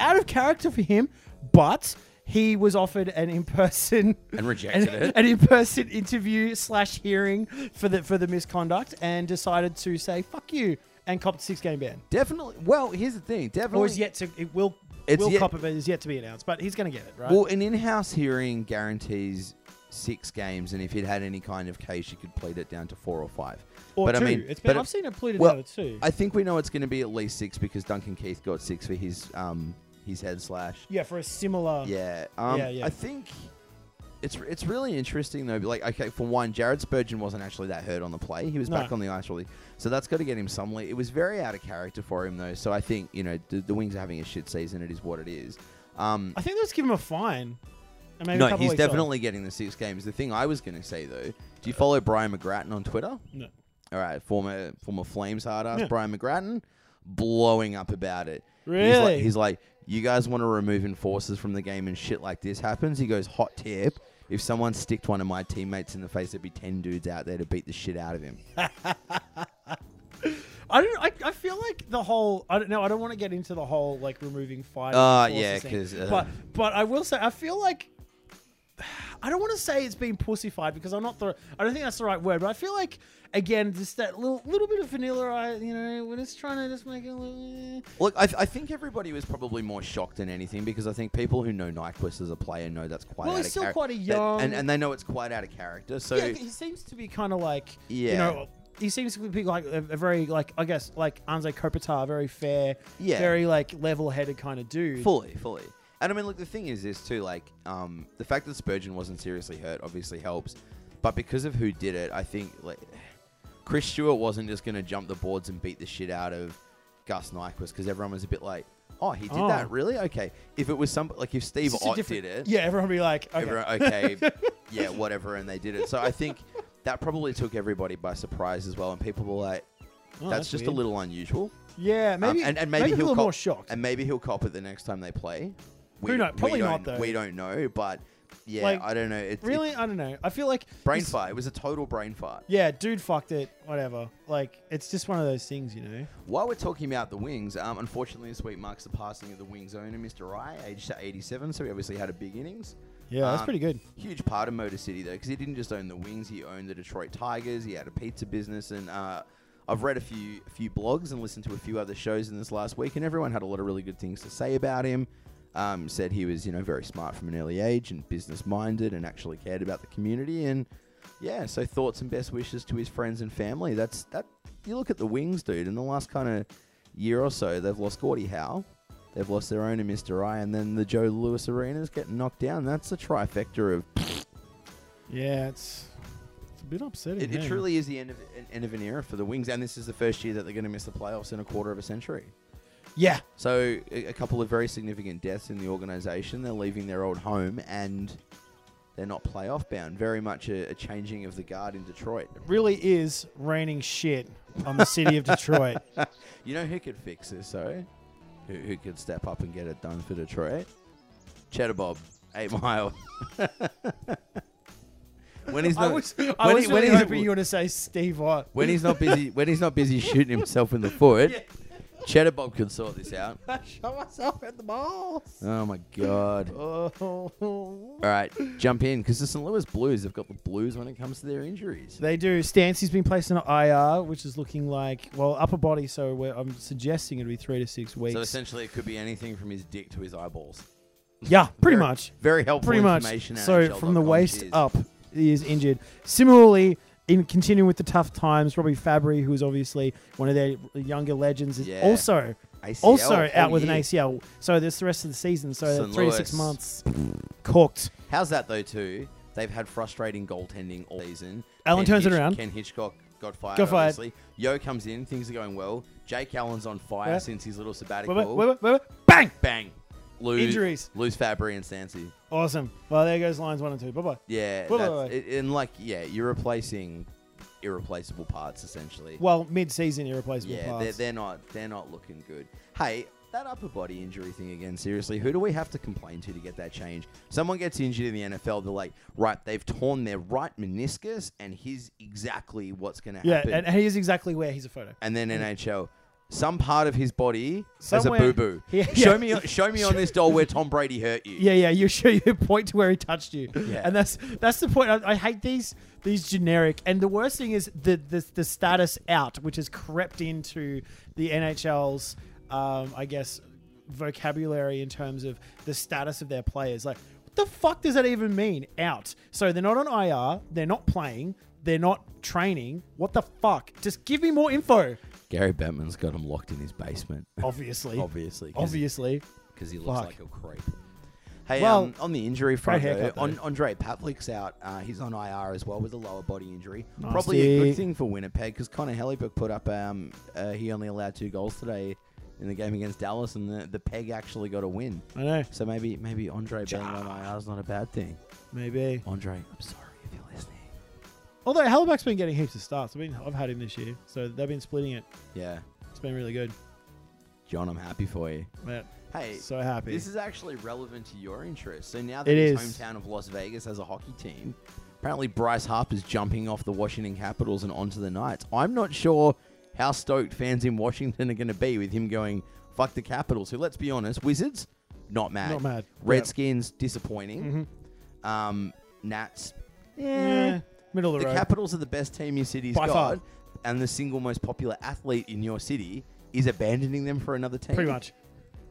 Speaker 2: out of character for him, but he was offered an in-person
Speaker 1: and rejected
Speaker 2: an,
Speaker 1: it.
Speaker 2: an in-person interview slash hearing for the for the misconduct, and decided to say fuck you and copped a six-game ban.
Speaker 1: Definitely. Well, here's the thing. Definitely.
Speaker 2: Or is yet to it will
Speaker 1: It's
Speaker 2: will
Speaker 1: yet-
Speaker 2: cop it, but is yet to be announced. But he's going to get it right.
Speaker 1: Well, an in-house hearing guarantees six games, and if it had any kind of case, you could plead it down to four or five.
Speaker 2: or
Speaker 1: but
Speaker 2: two.
Speaker 1: I mean,
Speaker 2: it's
Speaker 1: but
Speaker 2: been, I've
Speaker 1: it-
Speaker 2: seen it pleaded
Speaker 1: well,
Speaker 2: down to two.
Speaker 1: I think we know it's going to be at least six because Duncan Keith got six for his um his head slash.
Speaker 2: yeah, for a similar.
Speaker 1: Yeah. Um,
Speaker 2: Yeah, yeah.
Speaker 1: I think It's it's really interesting though. Like okay, for one, Jared Spurgeon wasn't actually that hurt on the play. He was
Speaker 2: No.
Speaker 1: back on the ice really, so that's got to get him some. Le- it was very out of character for him though. So I think you know the, the Wings are having a shit season. It is what it is. Um,
Speaker 2: I think let's give him a fine. And maybe a
Speaker 1: no,
Speaker 2: couple
Speaker 1: he's
Speaker 2: weeks off.
Speaker 1: definitely getting the six games. The thing I was going to say though, do you follow Brian McGrattan on Twitter?
Speaker 2: No.
Speaker 1: All right, former former Flames hard ass
Speaker 2: Yeah.
Speaker 1: Brian McGrattan blowing up about it. He's like,
Speaker 2: Really?
Speaker 1: he's like, you guys want to remove enforcers from the game and shit like this happens. He goes, hot tip. If someone sticked one of my teammates in the face, there'd be ten dudes out there to beat the shit out of him.
Speaker 2: I don't. I, I feel like the whole. I don't know. I don't want to get into the whole like removing fire.
Speaker 1: Uh,
Speaker 2: forces
Speaker 1: yeah,
Speaker 2: thing.
Speaker 1: 'cause, uh,
Speaker 2: but but I will say I feel like I don't want to say it's been pussified because I'm not the. I don't think that's the right word. But I feel like again, just that little little bit of vanilla. I you know, we're just trying to just make it. A little, eh.
Speaker 1: Look, I, th- I think everybody was probably more shocked than anything because I think people who know Nyquist as a player know that's quite
Speaker 2: Well,
Speaker 1: out
Speaker 2: he's
Speaker 1: of
Speaker 2: still
Speaker 1: charac-
Speaker 2: quite a
Speaker 1: that-
Speaker 2: young-
Speaker 1: and, and they know it's quite out of character. So
Speaker 2: yeah, he seems to be kind of like you
Speaker 1: Yeah.
Speaker 2: know he seems to be like a, a very like I guess like Anze Kopitar, very fair,
Speaker 1: Yeah.
Speaker 2: very like level-headed kind of dude.
Speaker 1: Fully, fully. And I mean, look, the thing is this too. Like, um, the fact that Spurgeon wasn't seriously hurt obviously helps, but because of who did it, I think like Chris Stewart wasn't just gonna jump the boards and beat the shit out of Gus Nyquist because everyone was a bit like, "Oh, he did
Speaker 2: Oh.
Speaker 1: that, really? Okay." If it was some like if Steve
Speaker 2: It's just a
Speaker 1: Ott
Speaker 2: different-
Speaker 1: did it,
Speaker 2: Yeah, everyone would be like, okay.
Speaker 1: everyone, okay, yeah, whatever, and they did it. So I think that probably took everybody by surprise as well, and people were like,
Speaker 2: Oh,
Speaker 1: "That's, just
Speaker 2: weird.
Speaker 1: a little unusual."
Speaker 2: Yeah,
Speaker 1: Um,
Speaker 2: maybe
Speaker 1: and, and maybe,
Speaker 2: maybe
Speaker 1: he'll
Speaker 2: a little
Speaker 1: cop,
Speaker 2: more shocked.
Speaker 1: And maybe he'll cop it the next time they play. We,
Speaker 2: Who knows?
Speaker 1: we
Speaker 2: Probably not,
Speaker 1: don't-
Speaker 2: though.
Speaker 1: We don't know, but yeah,
Speaker 2: Like,
Speaker 1: I don't know. It's it's
Speaker 2: really, I don't know. I feel like
Speaker 1: brain
Speaker 2: this-
Speaker 1: fart. It was a total brain fart.
Speaker 2: Yeah, dude fucked it. Whatever. Like it's just one of those things, you know.
Speaker 1: While we're talking about the Wings, um, unfortunately this week marks the passing of the Wings owner, Mr. I, aged to 87. So he obviously had a big innings.
Speaker 2: Yeah, that's
Speaker 1: Um,
Speaker 2: pretty good.
Speaker 1: Huge part of Motor City though, because he didn't just own the Wings; he owned the Detroit Tigers. He had a pizza business, and uh, I've read a few a few blogs and listened to a few other shows in this last week, and everyone had a lot of really good things to say about him. Um, said he was, you know, very smart from an early age and business minded, and actually cared about the community. And yeah, so thoughts and best wishes to his friends and family. That's that. You look at the Wings, dude. In the last kind of year or so, they've lost Gordie Howe. They've lost their owner, Mr. I, and then the Joe Lewis Arenas getting knocked down. That's a trifecta of
Speaker 2: Yeah, it's it's a bit upsetting.
Speaker 1: It, it
Speaker 2: hey?
Speaker 1: truly is the end of an end of an era for the Wings, and this is the first year that they're going to miss the playoffs in a quarter of a century.
Speaker 2: Yeah,
Speaker 1: So, a, a couple of very significant deaths in the organization. They're leaving their old home, and they're not playoff bound. Very much a, a changing of the guard in Detroit.
Speaker 2: really is raining shit on the city of Detroit.
Speaker 1: You know who could fix this, though? Who, who could step up and get it done for Detroit? Cheddar Bob, Eight Mile. when he's
Speaker 2: I
Speaker 1: not,
Speaker 2: was,
Speaker 1: when,
Speaker 2: I was
Speaker 1: he- when
Speaker 2: really
Speaker 1: he's-
Speaker 2: hoping you were going to say Steve Ott.
Speaker 1: when he's not busy when he's not busy shooting himself in the foot,
Speaker 2: Yeah.
Speaker 1: Cheddar Bob can sort this out.
Speaker 2: I shot myself at the balls.
Speaker 1: Oh my god! All
Speaker 2: Oh.
Speaker 1: right, jump in because the St. Louis Blues have got the blues when it comes to their injuries.
Speaker 2: They do. Stancey's been placed on IR, which is looking like well upper body. So we're, I'm suggesting it'll be three to six weeks.
Speaker 1: So essentially, it could be anything from his dick to his eyeballs.
Speaker 2: yeah, pretty
Speaker 1: Very-
Speaker 2: much.
Speaker 1: Very helpful
Speaker 2: Pretty much.
Speaker 1: information.
Speaker 2: So from the
Speaker 1: NHL.com.
Speaker 2: waist
Speaker 1: Cheers.
Speaker 2: up, he is injured. Similarly, in continuing with the tough times, Robbie Fabry, who is obviously one of their younger legends, is
Speaker 1: Yeah.
Speaker 2: also
Speaker 1: ACL,
Speaker 2: also out
Speaker 1: full
Speaker 2: with an
Speaker 1: year.
Speaker 2: ACL. So there's the rest of the season. So
Speaker 1: St.
Speaker 2: three to six
Speaker 1: Louis.
Speaker 2: months cooked.
Speaker 1: How's that though? Too they've had frustrating goaltending all season.
Speaker 2: Allen turns it
Speaker 1: Hitch-
Speaker 2: around.
Speaker 1: Ken Hitchcock got fired.
Speaker 2: Got fired.
Speaker 1: Obviously. Yo comes in. Things are going well. Jake Allen's on fire
Speaker 2: Yeah.
Speaker 1: since his little
Speaker 2: Wait,
Speaker 1: sabbatical.
Speaker 2: wait, wait, wait, wait. Bang!
Speaker 1: Bang. Lose,
Speaker 2: Injuries.
Speaker 1: Lose Fabry and Sansi.
Speaker 2: Awesome. Well, there goes lines one and two. Bye bye.
Speaker 1: Yeah,
Speaker 2: Well,
Speaker 1: that's,
Speaker 2: uh,
Speaker 1: it, and like yeah, you're replacing irreplaceable parts essentially.
Speaker 2: Well, mid-season irreplaceable
Speaker 1: yeah,
Speaker 2: parts.
Speaker 1: they're, they're not they're not looking good. Hey, that upper body injury thing again. Seriously, who do we have to complain to to get that change? Someone gets injured in the NFL, they're like, right, they've torn their right meniscus, and here's exactly what's going to
Speaker 2: yeah,
Speaker 1: happen.
Speaker 2: and, and he is exactly where he's a photo.
Speaker 1: and then NHL. Some part of his body
Speaker 2: Somewhere-
Speaker 1: has a boo boo.
Speaker 2: Yeah, yeah.
Speaker 1: Show me, show me on this doll where Tom Brady hurt you.
Speaker 2: Yeah, yeah. You show you point to where he touched you,
Speaker 1: Yeah.
Speaker 2: and that's that's the point. I, I hate these these generic. And the worst thing is the the, the status out, which has crept into the NHL's, um, I guess, vocabulary in terms of the status of their players. Like, what the fuck does that even mean? Out. So they're not on IR. They're not playing. They're not training. What the fuck? Just give me more info.
Speaker 1: Gary Bettman's got him locked in his basement,
Speaker 2: Obviously,
Speaker 1: obviously. 'cause he-
Speaker 2: obviously.
Speaker 1: because he looks
Speaker 2: Fuck.
Speaker 1: like a creep. Hey,
Speaker 2: Well,
Speaker 1: um, on the injury front,
Speaker 2: great
Speaker 1: though,
Speaker 2: haircut,
Speaker 1: on,
Speaker 2: though.
Speaker 1: Andre Pavlik's out. Uh, he's on IR as well with a lower body injury. Probably a
Speaker 2: Nasty.
Speaker 1: good thing for Winnipeg because Connor Hellebuck put up. Um, uh, he only allowed two goals today in the game against Dallas, and the, the Peg actually got a win.
Speaker 2: I know.
Speaker 1: So maybe maybe Andre being on IR is not a bad thing.
Speaker 2: Maybe.
Speaker 1: Andre, I'm sorry if you're listening.
Speaker 2: Although Hellebuck's been getting heaps of starts. I mean, I've had him this year, so they've been splitting it.
Speaker 1: Yeah,
Speaker 2: It's been really good.
Speaker 1: John, I'm happy for you.
Speaker 2: Yeah,
Speaker 1: Hey,
Speaker 2: so happy.
Speaker 1: This is actually relevant to your interest. So now that
Speaker 2: It
Speaker 1: his
Speaker 2: is.
Speaker 1: hometown of Las Vegas has a hockey team, apparently Bryce Harper's jumping off the Washington Capitals and onto the Knights. I'm not sure how stoked fans in Washington are going to be with him going, fuck the Capitals, who, let's be honest, Wizards, not mad.
Speaker 2: Not mad. Mm-hmm.
Speaker 1: Redskins, disappointing. Um, Nats,
Speaker 2: Yeah, middle of the,
Speaker 1: the
Speaker 2: road.
Speaker 1: Capitals are the best team your city's
Speaker 2: By
Speaker 1: got,
Speaker 2: far.
Speaker 1: and the single most popular athlete in your city is abandoning them for another team
Speaker 2: Pretty much.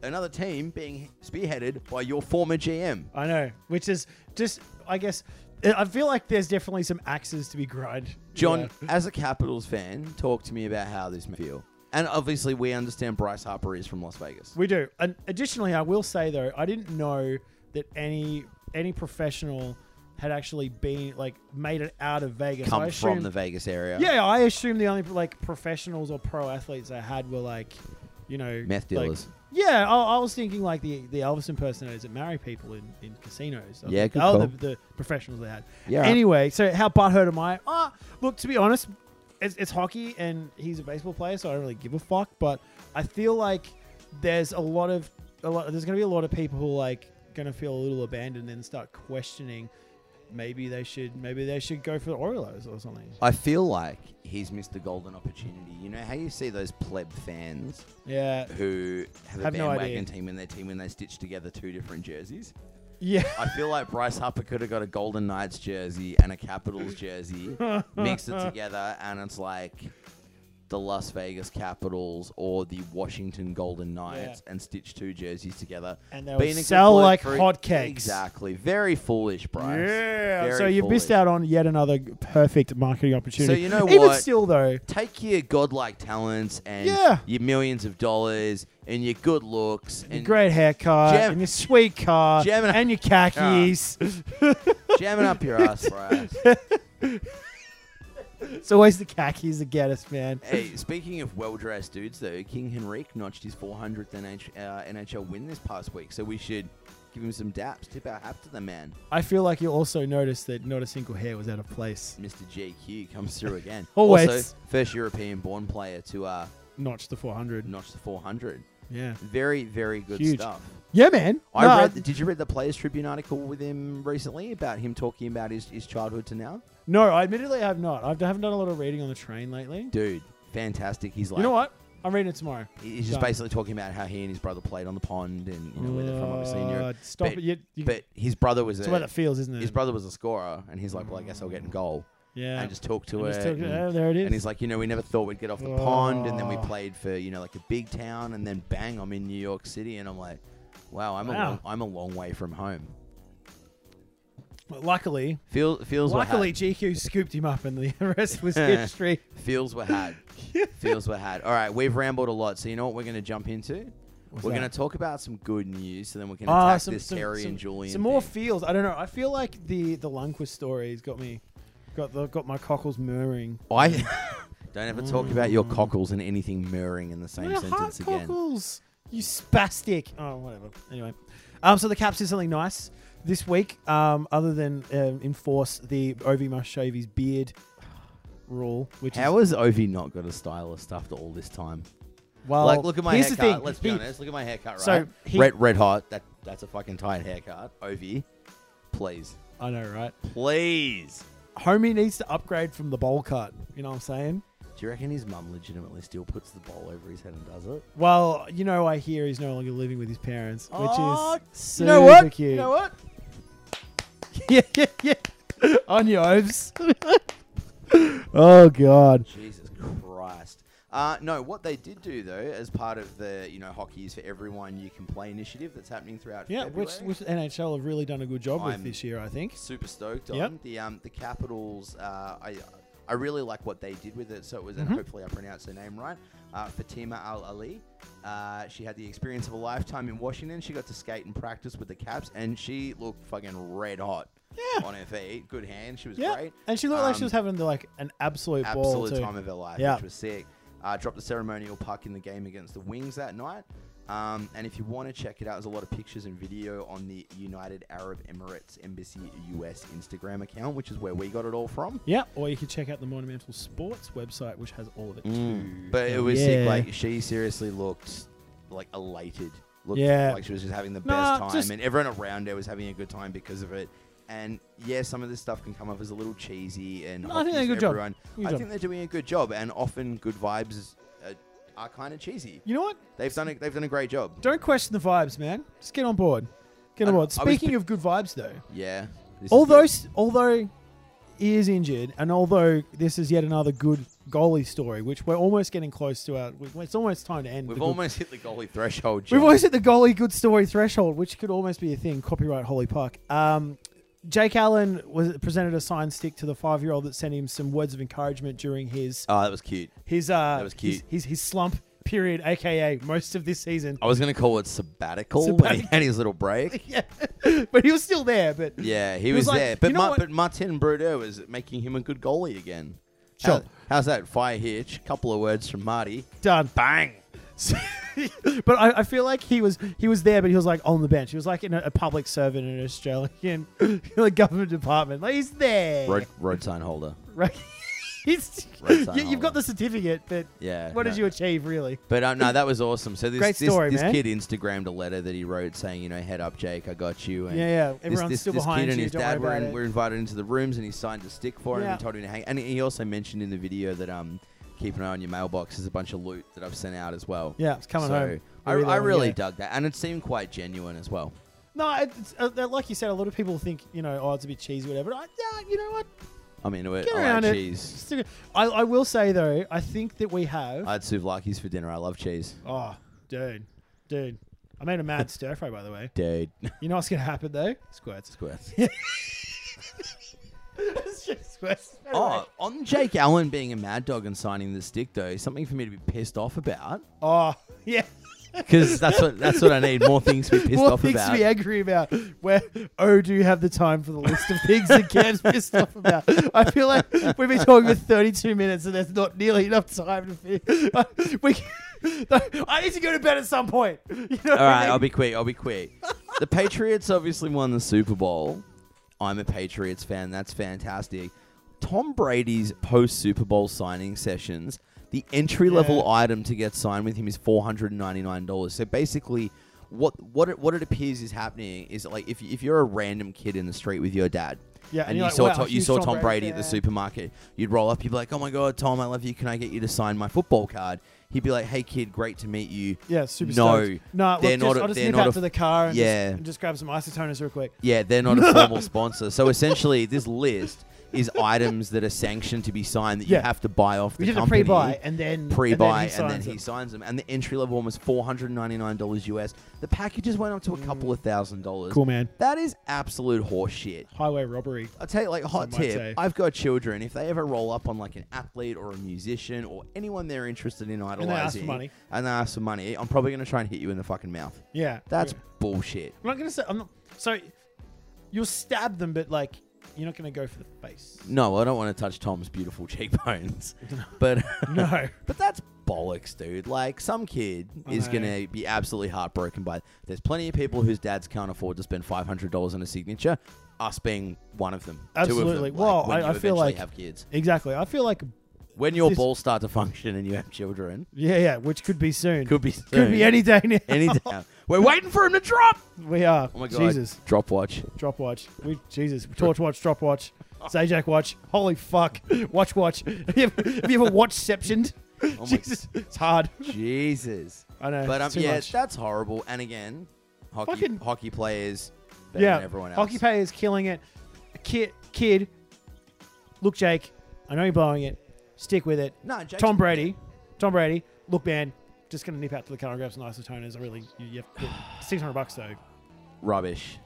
Speaker 1: another team being spearheaded by your former GM.
Speaker 2: I know, which is just, I guess, I I feel like there's definitely some axes to be grind.
Speaker 1: John,
Speaker 2: Yeah.
Speaker 1: as a Capitals fan, talk to me about how this may feel. And obviously, we understand Bryce Harper is from Las Vegas.
Speaker 2: We do. And additionally, I will say though, I didn't know that any any professional had actually been like made it out of Vegas. I
Speaker 1: Come from
Speaker 2: assumed-
Speaker 1: the Vegas area.
Speaker 2: Yeah, I assume the only like professionals or pro athletes I had were like, you know,
Speaker 1: Meth
Speaker 2: like-
Speaker 1: dealers.
Speaker 2: yeah, I, I was thinking like the the Elvis impersonators that marry people in, in casinos. I
Speaker 1: Yeah,
Speaker 2: think
Speaker 1: good
Speaker 2: they were
Speaker 1: call.
Speaker 2: the, the professionals they had.
Speaker 1: Yeah.
Speaker 2: Anyway, so how butthurt am I? Ah, look, to be honest, it's, it's hockey and he's a baseball player, so I don't really give a fuck. But I feel like there's a lot of a lot. There's gonna be a lot of people who are, like gonna feel a little abandoned and start questioning. Maybe they should. Maybe they should go for the Oilers or something.
Speaker 1: I feel like he's missed the golden opportunity. You know how you see those pleb fans
Speaker 2: Yeah.
Speaker 1: who have,
Speaker 2: Have
Speaker 1: a
Speaker 2: no
Speaker 1: bandwagon
Speaker 2: idea.
Speaker 1: team in their team and they stitch together two different jerseys?
Speaker 2: Yeah.
Speaker 1: I feel like Bryce Harper could have got a Golden Knights jersey and a Capitals jersey, mixed it together, and it's like the Las Vegas Capitals or the Washington Golden Knights and stitched two jerseys together.
Speaker 2: And they
Speaker 1: Being
Speaker 2: would
Speaker 1: a
Speaker 2: sell
Speaker 1: complete
Speaker 2: like
Speaker 1: freak-
Speaker 2: hotcakes.
Speaker 1: Exactly. Very foolish, Bryce.
Speaker 2: Yeah.
Speaker 1: Very
Speaker 2: So you have missed
Speaker 1: foolish.
Speaker 2: out on yet another g- perfect marketing opportunity.
Speaker 1: So you know
Speaker 2: Even
Speaker 1: what?
Speaker 2: still, though,
Speaker 1: Take your godlike talents and
Speaker 2: Yeah.
Speaker 1: your millions of dollars and your good looks
Speaker 2: your
Speaker 1: and
Speaker 2: great haircut
Speaker 1: Gem-
Speaker 2: and your sweet car
Speaker 1: Gemini-
Speaker 2: and your khakis.
Speaker 1: jamming up your ass, Bryce.
Speaker 2: it's always the khakis that get us, man.
Speaker 1: Hey, speaking of well-dressed dudes, though, King Henrique notched his 400th NH- uh, NHL win this past week, so we should give him some daps. Tip our hat to the man,
Speaker 2: I feel like you'll also notice that not a single hair was out of place.
Speaker 1: Mr. JQ comes through again.
Speaker 2: Always.
Speaker 1: also, first European-born player to uh,
Speaker 2: Notch the 400.
Speaker 1: notch the 400.
Speaker 2: Yeah.
Speaker 1: Very, very good
Speaker 2: Huge.
Speaker 1: stuff.
Speaker 2: Yeah, man.
Speaker 1: I
Speaker 2: Nah,
Speaker 1: read. The, did you read the Players Tribune article with him recently about him talking about his, his childhood to now?
Speaker 2: no, I admittedly have not. I haven't done a lot of reading on the train lately.
Speaker 1: Dude, fantastic. He's like,
Speaker 2: you know what? I'm reading it tomorrow.
Speaker 1: he- He's just
Speaker 2: Done.
Speaker 1: basically talking about how he and his brother played on the pond and you know where they're from, obviously in
Speaker 2: Uh,
Speaker 1: Europe.
Speaker 2: Stop
Speaker 1: But-
Speaker 2: it. You, you,
Speaker 1: But his brother was
Speaker 2: it's
Speaker 1: a,
Speaker 2: what it feels, isn't it?
Speaker 1: his brother was a scorer, and he's like, "Well, I guess I'll get in goal."
Speaker 2: yeah.
Speaker 1: And just talk to
Speaker 2: And
Speaker 1: it.
Speaker 2: just took-
Speaker 1: and,
Speaker 2: oh, there it is.
Speaker 1: and he's like, "You know, we never thought we'd get off the pond, and then we
Speaker 2: Oh.
Speaker 1: played for you know like a big town, and then bang, I'm in New York City, and I'm like, wow, I'm
Speaker 2: Wow.
Speaker 1: a long, I'm a long way from home."
Speaker 2: Well, luckily,
Speaker 1: Feel, feels
Speaker 2: luckily
Speaker 1: were had.
Speaker 2: GQ scooped him up, and the rest was history.
Speaker 1: feels were had. feels were had. All right, we've rambled a lot, so you know what we're going to jump into. we're
Speaker 2: that?
Speaker 1: going to talk about some good news, so then we can
Speaker 2: Ah,
Speaker 1: attack this Terry
Speaker 2: some,
Speaker 1: and Julian.
Speaker 2: Some more
Speaker 1: thing.
Speaker 2: feels. I don't know. I feel like the the Lundquist story's got me, got the, got my cockles murmuring.
Speaker 1: I don't ever talk about your cockles and anything murring in the same
Speaker 2: My
Speaker 1: sentence
Speaker 2: heart
Speaker 1: again.
Speaker 2: Mm. cockles. You spastic. Oh, whatever. Anyway, um, so the Caps did something nice this week. Um, other than um, enforce the Ovi must shave his beard rule, which
Speaker 1: How
Speaker 2: is
Speaker 1: has Ovi not got a stylist after all this time?
Speaker 2: well,
Speaker 1: like, look at my
Speaker 2: here's
Speaker 1: haircut.
Speaker 2: The thing.
Speaker 1: Let's be
Speaker 2: He-
Speaker 1: honest. Look at my haircut, right?
Speaker 2: So, he-
Speaker 1: red, red hot. That that's a fucking tight haircut. Ovi, please,
Speaker 2: I know, right?
Speaker 1: please.
Speaker 2: Homie needs to upgrade from the bowl cut. You know what I'm saying?
Speaker 1: Do you reckon his mum legitimately still puts the bowl over his head and does it?
Speaker 2: Well, you know, I hear he's no longer living with his parents, which
Speaker 1: Oh,
Speaker 2: is super
Speaker 1: you know what?
Speaker 2: cute.
Speaker 1: You know what?
Speaker 2: yeah, yeah, yeah. On your oves. oh God.
Speaker 1: Jesus Christ. Uh, no, what they did do though, as part of the you know hockey is for everyone you can play initiative that's happening throughout
Speaker 2: Yeah, which
Speaker 1: February.
Speaker 2: which NHL have really done a good job with
Speaker 1: I'm-
Speaker 2: this year, I think.
Speaker 1: super stoked on
Speaker 2: Yep.
Speaker 1: the um the Capitals. Uh, I I really like what they did with it. So it was,
Speaker 2: Mm-hmm.
Speaker 1: and hopefully I pronounced her name right, uh, Fatima Al Ali. Uh, she had the experience of a lifetime in Washington. She got to skate and practice with the Caps, and she looked fucking red hot
Speaker 2: Yeah.
Speaker 1: on her feet. Good hand. She was
Speaker 2: Yeah,
Speaker 1: great.
Speaker 2: and she looked like she
Speaker 1: Um,
Speaker 2: was having like an absolute ball
Speaker 1: absolute
Speaker 2: too.
Speaker 1: time of her life,
Speaker 2: Yeah.
Speaker 1: which was sick. Uh, dropped the ceremonial puck in the game against the Wings that night. Um, and if you want to check it out, there's a lot of pictures and video on the United Arab Emirates Embassy US Instagram account, which is where we got it all from.
Speaker 2: Yeah, or you could check out the Monumental Sports website, which has all of it too.
Speaker 1: Mm. But it was sick.
Speaker 2: Yeah.
Speaker 1: Like she seriously looked like elated. Looked
Speaker 2: Yeah.
Speaker 1: like she was just having the
Speaker 2: Nah,
Speaker 1: best time,
Speaker 2: just-
Speaker 1: and everyone around her was having a good time because of it. And yeah, some of this stuff can come off as a little cheesy, and
Speaker 2: No, I think
Speaker 1: obvious
Speaker 2: they're
Speaker 1: to
Speaker 2: good job.
Speaker 1: everyone.
Speaker 2: Good
Speaker 1: I
Speaker 2: job.
Speaker 1: think they're doing a good job, and often good vibes is- uh, are kind of cheesy.
Speaker 2: You know what?
Speaker 1: They've done a, they've done a great job.
Speaker 2: Don't question the vibes, man. Just get on board. Get on
Speaker 1: I-
Speaker 2: board.
Speaker 1: I was
Speaker 2: Speaking
Speaker 1: pre-
Speaker 2: of good vibes, though,
Speaker 1: Yeah. This is
Speaker 2: although
Speaker 1: good.
Speaker 2: s- although he is injured, and although this is yet another good goalie story, which we're almost getting close to our, we- it's almost time to end. the
Speaker 1: we've
Speaker 2: good-
Speaker 1: almost hit the goalie threshold.
Speaker 2: we've
Speaker 1: John.
Speaker 2: almost hit the goalie good story threshold, which could almost be a thing. Copyright Holly Park. Um, Jake Allen was presented a signed stick to the five-year-old that sent him some words of encouragement during his
Speaker 1: Oh, that was cute.
Speaker 2: his uh
Speaker 1: That was cute.
Speaker 2: His, his his slump period, aka most of this season.
Speaker 1: I was gonna call it sabbatical, when he
Speaker 2: Sabbatical.
Speaker 1: had his little break.
Speaker 2: yeah, but he was still there. But
Speaker 1: Yeah, he,
Speaker 2: He was
Speaker 1: was,
Speaker 2: like,
Speaker 1: there. But
Speaker 2: "You know
Speaker 1: Ma-
Speaker 2: what?"
Speaker 1: but Martin Brodeur was making him a good goalie again.
Speaker 2: Sure.
Speaker 1: How- how's that fire hitch? Couple of words from Marty.
Speaker 2: done.
Speaker 1: Bang.
Speaker 2: but I, I feel like he was he was there, but he was like on the bench. He was like in a, a public servant in an Australian like government department. Like he's there,
Speaker 1: Road, road sign holder.
Speaker 2: Right. He's,
Speaker 1: Right
Speaker 2: you,
Speaker 1: side
Speaker 2: you've got
Speaker 1: holder.
Speaker 2: the certificate, but
Speaker 1: Yeah.
Speaker 2: what did
Speaker 1: no.
Speaker 2: you achieve really?
Speaker 1: But um, no, that was awesome. So this
Speaker 2: Great
Speaker 1: this,
Speaker 2: story,
Speaker 1: this
Speaker 2: man.
Speaker 1: kid Instagrammed a letter that he wrote saying, you know, head up, Jake, I got you. And
Speaker 2: Yeah, yeah.
Speaker 1: this-
Speaker 2: Everyone's
Speaker 1: this,
Speaker 2: still
Speaker 1: this
Speaker 2: behind
Speaker 1: kid and
Speaker 2: you.
Speaker 1: his
Speaker 2: Don't
Speaker 1: dad
Speaker 2: worry
Speaker 1: were,
Speaker 2: about
Speaker 1: in,
Speaker 2: it.
Speaker 1: were invited into the rooms, and he signed a stick for him
Speaker 2: Yeah.
Speaker 1: and told him to hang. And he also mentioned in the video that um, keep an eye on your mailbox. There's a bunch of loot that I've sent out as well.
Speaker 2: Yeah, it's coming
Speaker 1: so
Speaker 2: home.
Speaker 1: I,
Speaker 2: Really
Speaker 1: I
Speaker 2: though,
Speaker 1: really
Speaker 2: yeah.
Speaker 1: dug that, and it seemed quite genuine as well.
Speaker 2: No, it's, uh, like you said, a lot of people think you know, oh, it's a bit cheesy, whatever. But I, yeah, you know what?
Speaker 1: I'm into it.
Speaker 2: Get
Speaker 1: I
Speaker 2: around
Speaker 1: like
Speaker 2: it.
Speaker 1: cheese.
Speaker 2: Still good. I, I will say though, I think that we have.
Speaker 1: I had souvlaki's for dinner. I love cheese.
Speaker 2: oh, dude, dude, I made a mad stir fry by the way.
Speaker 1: Dude.
Speaker 2: You know what's gonna happen though? Squirts.
Speaker 1: Squirts.
Speaker 2: It's just squirts.
Speaker 1: oh, on Jake Allen being a mad dog and signing the stick, though, something for me to be pissed off about.
Speaker 2: oh, yeah.
Speaker 1: Because that's what that's what I need. More things to be pissed
Speaker 2: More
Speaker 1: off
Speaker 2: things
Speaker 1: about.
Speaker 2: to be angry about. Where oh, do you have the time for the list of things that Cam's pissed off about? I feel like we've been talking for thirty-two minutes, and there's not nearly enough time to finish. we. I need to go to bed at some point. You know what
Speaker 1: All
Speaker 2: I
Speaker 1: right,
Speaker 2: mean?
Speaker 1: I'll be quick. I'll be quick. The Patriots obviously won the Super Bowl. I'm a Patriots fan. That's fantastic. Tom Brady's post Super Bowl signing sessions, the entry level
Speaker 2: Yeah.
Speaker 1: item to get signed with him is $499. So basically, what what it, what it appears is happening is like if, you- if you're a random kid in the street with your dad,
Speaker 2: Yeah, and
Speaker 1: and you
Speaker 2: you're like,
Speaker 1: saw
Speaker 2: wow,
Speaker 1: Tom, you
Speaker 2: huge
Speaker 1: saw
Speaker 2: Tom
Speaker 1: Tom
Speaker 2: Brady
Speaker 1: Brady at the
Speaker 2: fan.
Speaker 1: supermarket, you'd roll up, you'd be like, "Oh my god, Tom, I love you. Can I get you to sign my football card?" He'd be like, "Hey kid, great to meet you.
Speaker 2: Yeah, super
Speaker 1: No,
Speaker 2: stoked. No, look,
Speaker 1: they're
Speaker 2: just,
Speaker 1: not a-
Speaker 2: I'll just
Speaker 1: they're
Speaker 2: nip
Speaker 1: not
Speaker 2: out
Speaker 1: a-
Speaker 2: to the car and,
Speaker 1: Yeah.
Speaker 2: just, and just grab some isotoners real quick.
Speaker 1: Yeah, they're not a formal sponsor. So essentially, this list is items that are sanctioned to be signed that
Speaker 2: Yeah.
Speaker 1: you have to buy off
Speaker 2: We
Speaker 1: the
Speaker 2: did a
Speaker 1: company.
Speaker 2: pre-buy and then
Speaker 1: Pre-buy, and then,
Speaker 2: signs
Speaker 1: he
Speaker 2: it.
Speaker 1: signs them, and the entry level one was four hundred ninety nine dollars US. The packages went up to a couple of thousand dollars.
Speaker 2: Cool, man.
Speaker 1: That is absolute horseshit.
Speaker 2: highway robbery.
Speaker 1: I tell you, like hot
Speaker 2: Some might
Speaker 1: tip.
Speaker 2: say.
Speaker 1: I've got children. If they ever roll up on like an athlete or a musician or anyone they're interested in idolizing,
Speaker 2: they ask for money.
Speaker 1: and they ask for money, I'm probably gonna try and hit you in the fucking mouth.
Speaker 2: Yeah,
Speaker 1: That's
Speaker 2: Yeah.
Speaker 1: bullshit.
Speaker 2: I'm not gonna say. I'm not. So you'll stab them, but like you're not gonna go for the face.
Speaker 1: No, I don't want to touch Tom's beautiful cheekbones, but
Speaker 2: No.
Speaker 1: But that's bollocks, dude. Like, some kid
Speaker 2: I
Speaker 1: is
Speaker 2: know.
Speaker 1: going to be absolutely heartbroken by There's plenty of people whose dads can't afford to spend $500 on a signature, us being one of them. Two of
Speaker 2: Absolutely.
Speaker 1: them,
Speaker 2: Well,
Speaker 1: when
Speaker 2: I-
Speaker 1: you
Speaker 2: I feel
Speaker 1: eventually
Speaker 2: like-
Speaker 1: have kids.
Speaker 2: Exactly. I feel like
Speaker 1: When your
Speaker 2: this-
Speaker 1: balls start to function and you have children,
Speaker 2: yeah, yeah, which could be soon.
Speaker 1: could be
Speaker 2: Could
Speaker 1: soon.
Speaker 2: be any day now.
Speaker 1: Any day. We're waiting for him to drop.
Speaker 2: we are.
Speaker 1: Oh my god!
Speaker 2: Jesus.
Speaker 1: Drop watch.
Speaker 2: Drop watch. We Jesus. Torch watch. Drop watch. Zajac watch. Holy fuck. Watch watch. Have you ever, have you ever watchceptioned?
Speaker 1: Oh my
Speaker 2: Jesus. It's hard.
Speaker 1: Jesus.
Speaker 2: I know.
Speaker 1: But um,
Speaker 2: it's too
Speaker 1: yeah,
Speaker 2: much.
Speaker 1: that's horrible. And again, hockey
Speaker 2: Fucking-
Speaker 1: hockey players better
Speaker 2: yeah.
Speaker 1: than everyone else.
Speaker 2: Hockey pay is killing it. Kid, kid. Look, Jake. I know you're blowing it. Stick with it.
Speaker 1: no, Jake's-
Speaker 2: Tom Brady. Tom Brady. Look, man, just gonna nip out to the car and grab some isotoners. I really, you, you have six hundred bucks though.
Speaker 1: Rubbish.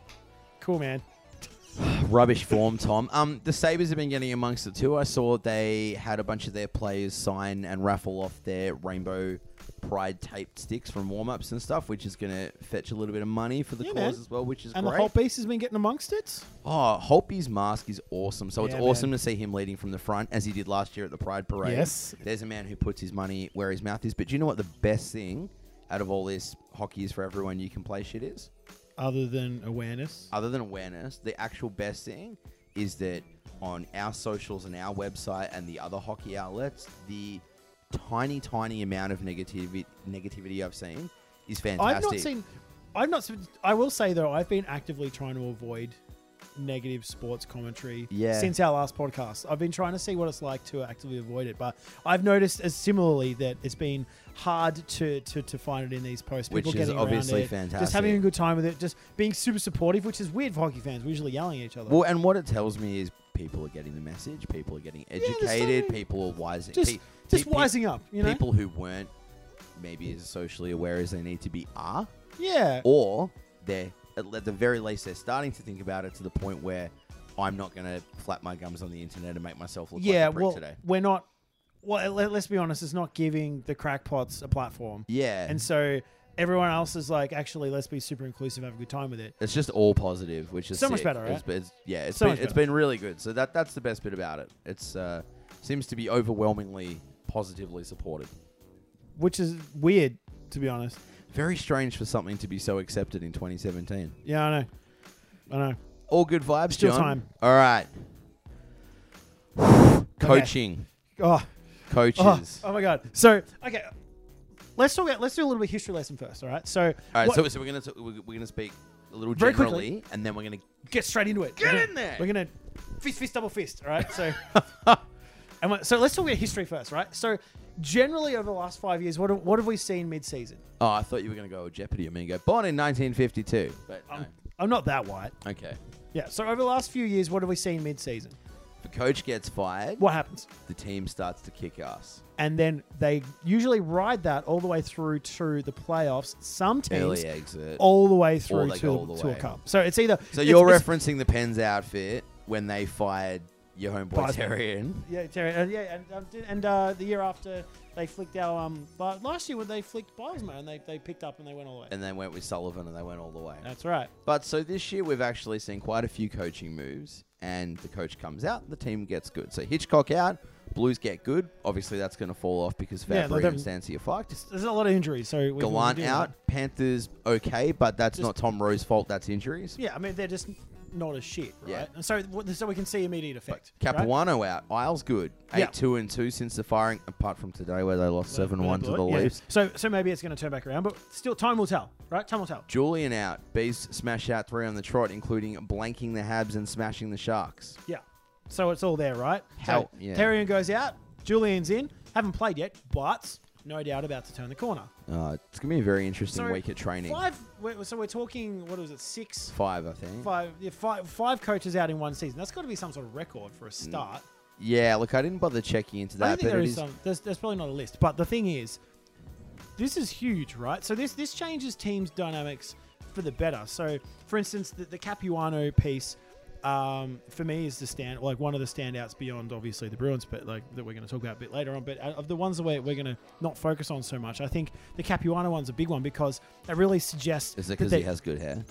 Speaker 2: Cool, man.
Speaker 1: Rubbish form, Tom. Um, the Sabres have been getting amongst it too. I saw they had a bunch of their players sign and raffle off their rainbow pride taped sticks from warm ups and stuff, which is going to fetch a little bit of money for the
Speaker 2: Yeah,
Speaker 1: cause
Speaker 2: man.
Speaker 1: as well, which is
Speaker 2: And
Speaker 1: great.
Speaker 2: the whole piece has been getting amongst it.
Speaker 1: oh, Holpe's mask is awesome. So
Speaker 2: Yeah,
Speaker 1: it's awesome to see him leading from the front as he did last year at the Pride Parade.
Speaker 2: Yes.
Speaker 1: There's a man who puts his money where his mouth is. But do you know what the best thing out of all this hockey is for everyone you can play shit is?
Speaker 2: Other than awareness.
Speaker 1: other than awareness, the actual best thing is that on our socials and our website and the other hockey outlets, the tiny, tiny amount of negativity negativity I've seen is fantastic.
Speaker 2: I've not seen. I've not. seen- I will say though, I've been actively trying to avoid negative sports commentary
Speaker 1: Yeah.
Speaker 2: since our last podcast. I've been trying to see what it's like to actively avoid it, but I've noticed as similarly that it's been hard to to, to find it in these posts.
Speaker 1: Which
Speaker 2: People
Speaker 1: is
Speaker 2: getting around
Speaker 1: obviously
Speaker 2: it, Just
Speaker 1: fantastic.
Speaker 2: having a good time with it, just being super supportive, which is weird for hockey fans. We're usually yelling at each other.
Speaker 1: Well, and what it tells me is people are getting the message, people are getting
Speaker 2: there's
Speaker 1: educated,
Speaker 2: something-
Speaker 1: people are wising.
Speaker 2: just
Speaker 1: pe-
Speaker 2: just
Speaker 1: pe- pe-
Speaker 2: wising up, you know.
Speaker 1: People who weren't maybe as socially aware as they need to be are.
Speaker 2: yeah.
Speaker 1: or they're at at the very least they're starting to think about it to the point where I'm not going to flap my gums on the internet and make myself look
Speaker 2: yeah.
Speaker 1: like a prick
Speaker 2: well,
Speaker 1: today.
Speaker 2: we're not. Well, let, let's be honest. It's not giving the crackpots a platform.
Speaker 1: Yeah,
Speaker 2: And so everyone else is like, actually, let's be super inclusive, have a good time with it.
Speaker 1: it's just all positive, which is
Speaker 2: So much
Speaker 1: sick.
Speaker 2: better,
Speaker 1: It's-
Speaker 2: right?
Speaker 1: it's- yeah, it's
Speaker 2: So
Speaker 1: been,
Speaker 2: much
Speaker 1: it's
Speaker 2: better.
Speaker 1: been really good. So that that's the best bit about it. It's uh, seems to be overwhelmingly positively supported.
Speaker 2: Which is weird, to be honest.
Speaker 1: Very strange for something to be so accepted in 2017.
Speaker 2: Yeah, I know. I know.
Speaker 1: All good vibes,
Speaker 2: Still
Speaker 1: John.
Speaker 2: time.
Speaker 1: All right. Coaching,
Speaker 2: Oh, oh,
Speaker 1: coaches.
Speaker 2: oh my god. So okay. Let's talk about let's do a little bit of history lesson first, all right? So,
Speaker 1: All right,
Speaker 2: what-
Speaker 1: so, so we're gonna t- we're, we're gonna speak a little
Speaker 2: Very
Speaker 1: generally, and then we're gonna
Speaker 2: get straight into it.
Speaker 1: Get
Speaker 2: We're gonna-
Speaker 1: in there.
Speaker 2: We're gonna fist, fist, double fist. All right. So, and we're- so let's talk about history first, right? So, generally over the last five years, what have, what have we seen mid-season?
Speaker 1: Oh, I thought you were going to go with Jeopardy. I mean, go born in 1952. But
Speaker 2: Um.
Speaker 1: no.
Speaker 2: I'm not that white.
Speaker 1: okay.
Speaker 2: Yeah. So over the last few years, what have we seen mid-season?
Speaker 1: If a coach gets fired,
Speaker 2: What happens?
Speaker 1: the team starts to kick ass.
Speaker 2: and then they usually ride that all the way through to the playoffs. Some teams
Speaker 1: Early exit.
Speaker 2: all the way
Speaker 1: Or
Speaker 2: through
Speaker 1: they
Speaker 2: to,
Speaker 1: go all the
Speaker 2: to a
Speaker 1: way.
Speaker 2: cup. So it's either
Speaker 1: so
Speaker 2: it's-
Speaker 1: you're
Speaker 2: it's-
Speaker 1: referencing the Pens outfit when they fired your homeboy
Speaker 2: Bye.
Speaker 1: Terrian.
Speaker 2: yeah, Terry, uh, yeah, and, um, did- and uh, the year after they flicked our um la- last year when they flicked Bosma and they, they picked up and they went all the way.
Speaker 1: And they went with Sullivan and they went all the way.
Speaker 2: That's right.
Speaker 1: But so this year we've actually seen quite a few coaching moves, and the coach comes out, the team gets good. So Hitchcock out, Blues get good. Obviously that's going to fall off because
Speaker 2: Yeah,
Speaker 1: Fabry
Speaker 2: they've-
Speaker 1: and Stancy are fucked.
Speaker 2: There's a lot of injuries, so we- we
Speaker 1: Gallant
Speaker 2: do that.
Speaker 1: out, Panthers okay, but that's
Speaker 2: Just-
Speaker 1: not Tom Rowe's fault. That's injuries.
Speaker 2: Yeah, I mean they're just not as shit, right?
Speaker 1: Yeah.
Speaker 2: And so what- so we can see immediate effect. right?
Speaker 1: Capuano out. Isles good. Eight
Speaker 2: Yeah.
Speaker 1: two and two since the firing, apart from today where they lost
Speaker 2: Where
Speaker 1: seven
Speaker 2: they
Speaker 1: one to
Speaker 2: blew
Speaker 1: the
Speaker 2: it, yeah.
Speaker 1: Leafs.
Speaker 2: So so maybe it's going to turn back around, but still time will tell, right? Time will tell.
Speaker 1: Julian out. Beast smash out three on the trot, including blanking the Habs and smashing the Sharks.
Speaker 2: Yeah. So it's all there, right?
Speaker 1: How-
Speaker 2: So
Speaker 1: yeah.
Speaker 2: Terrian goes out, Julian's in. Haven't played yet, but no doubt about to turn the corner.
Speaker 1: Uh, it's gonna be a very interesting
Speaker 2: So
Speaker 1: week at training.
Speaker 2: Five. we're- So we're talking. What was it? Six.
Speaker 1: Five, I think.
Speaker 2: Five, yeah, five, five coaches out in one season. That's got to be some sort of record
Speaker 1: Mm.
Speaker 2: for a start.
Speaker 1: Yeah, look, I didn't bother checking into
Speaker 2: I
Speaker 1: that,
Speaker 2: don't think
Speaker 1: but
Speaker 2: there
Speaker 1: it
Speaker 2: is,
Speaker 1: is.
Speaker 2: some. There's, there's probably not a list. But the thing is, this is huge, right? So this this changes teams' dynamics for the better. So, for instance, the, the Capuano piece um, for me is the stand like one of the standouts beyond obviously the Bruins, but like that we're going to talk about a bit later on. But out of the ones that we're, we're going to not focus on so much, I think the Capuano one's a big one because it really suggests.
Speaker 1: Is it
Speaker 2: that
Speaker 1: because
Speaker 2: they-
Speaker 1: he has good hair?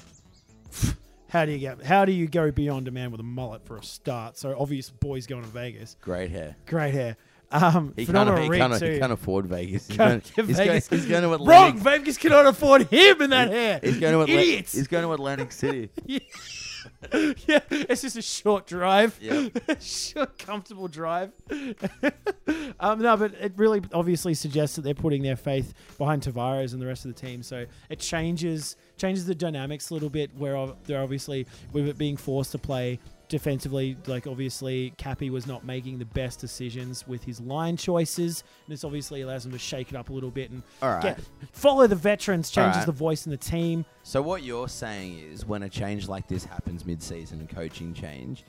Speaker 2: How do you get? How do you go beyond a man with a mullet for a start? So obvious, boys going to Vegas.
Speaker 1: Great hair.
Speaker 2: Great hair. Um,
Speaker 1: He can't,
Speaker 2: phenomenal
Speaker 1: he,
Speaker 2: rig
Speaker 1: can't,
Speaker 2: too.
Speaker 1: he can't afford Vegas. He's
Speaker 2: Can't
Speaker 1: going-
Speaker 2: get
Speaker 1: he's going-
Speaker 2: Vegas.
Speaker 1: he's going to
Speaker 2: Wrong.
Speaker 1: Atlantic.
Speaker 2: Vegas cannot afford him in that hair.
Speaker 1: He's going to
Speaker 2: You
Speaker 1: Atla-
Speaker 2: idiots.
Speaker 1: He's going to Atlantic City.
Speaker 2: yeah, it's just a short drive.
Speaker 1: Yep.
Speaker 2: short, comfortable drive. um, no, but it really obviously suggests that they're putting their faith behind Tavares and the rest of the team. So it changes changes the dynamics a little bit. Where ob- they're obviously with it being forced to play defensively, like obviously Cappy was not making the best decisions with his line choices, and this obviously allows them to shake it up a little bit and
Speaker 1: All right.
Speaker 2: get- follow the veterans. Changes
Speaker 1: right.
Speaker 2: the voice in the team.
Speaker 1: So what you're saying is when a change like this happens mid-season, a coaching change,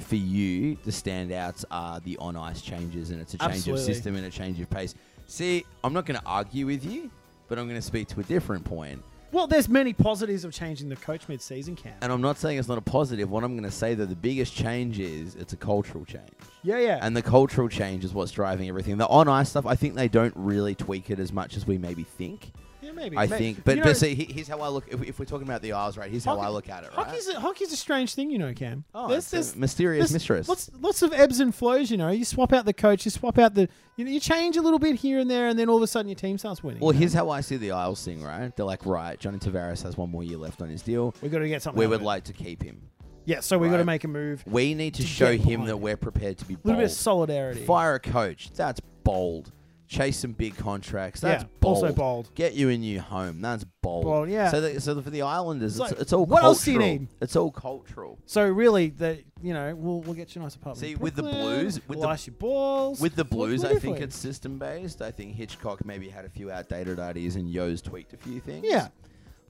Speaker 1: for you the standouts are the on-ice changes and it's a change
Speaker 2: Absolutely.
Speaker 1: of system and a change of pace. See, I'm not going to argue with you, but I'm going to speak to a different point.
Speaker 2: Well, there's many positives of changing the coach mid-season camp.
Speaker 1: And I'm not saying it's not a positive. What I'm going to say though, the biggest change is it's a cultural change.
Speaker 2: Yeah, yeah.
Speaker 1: And the cultural change is what's driving everything. The on ice stuff, I think they don't really tweak it as much as we maybe think.
Speaker 2: yeah, maybe.
Speaker 1: I
Speaker 2: May-
Speaker 1: think, but,
Speaker 2: you know,
Speaker 1: but see, he- here's how I look. If, if we're talking about the R's, right? Here's how
Speaker 2: Hockey-
Speaker 1: I look at it, right?
Speaker 2: Hockey's a, hockey's a strange thing, you know, Cam.
Speaker 1: Oh,
Speaker 2: There's-
Speaker 1: it's a
Speaker 2: there's-
Speaker 1: mysterious
Speaker 2: there's
Speaker 1: mistress.
Speaker 2: Lots, lots of ebbs and flows, you know. You swap out the coach, you swap out the, you know, you change a little bit here and there, and then all of a sudden your team starts winning.
Speaker 1: Well,
Speaker 2: you know?
Speaker 1: here's how I see the Isles thing, right? They're like, right, Johnny Tavares has one more year left on his deal.
Speaker 2: we got to get something.
Speaker 1: We
Speaker 2: out of
Speaker 1: would
Speaker 2: it.
Speaker 1: like to keep him.
Speaker 2: yeah. So we got to
Speaker 1: right.
Speaker 2: make a move. A
Speaker 1: We need to,
Speaker 2: To
Speaker 1: show
Speaker 2: get
Speaker 1: him
Speaker 2: behind
Speaker 1: that
Speaker 2: it.
Speaker 1: we're prepared to be bold.
Speaker 2: little bit of solidarity.
Speaker 1: Fire a coach. That's bold. Chase some big contracts.
Speaker 2: Yeah,
Speaker 1: That's bold.
Speaker 2: also bold.
Speaker 1: Get you a new home. That's bold.
Speaker 2: Bold, yeah.
Speaker 1: So, the, so the, for the Islanders,
Speaker 2: It's
Speaker 1: it's,
Speaker 2: like,
Speaker 1: it's all
Speaker 2: what
Speaker 1: cultural.
Speaker 2: else do you need?
Speaker 1: It's all cultural.
Speaker 2: So really, the you know, we'll we'll get you a nice apartment.
Speaker 1: See,
Speaker 2: in
Speaker 1: with the
Speaker 2: Brooklyn,
Speaker 1: Blues- with
Speaker 2: we'll
Speaker 1: the-
Speaker 2: ice your balls.
Speaker 1: With the
Speaker 2: Look
Speaker 1: Blues, I think
Speaker 2: beautifully.
Speaker 1: it's system based. I think Hitchcock maybe had a few outdated ideas and Yo's tweaked a few things.
Speaker 2: Yeah.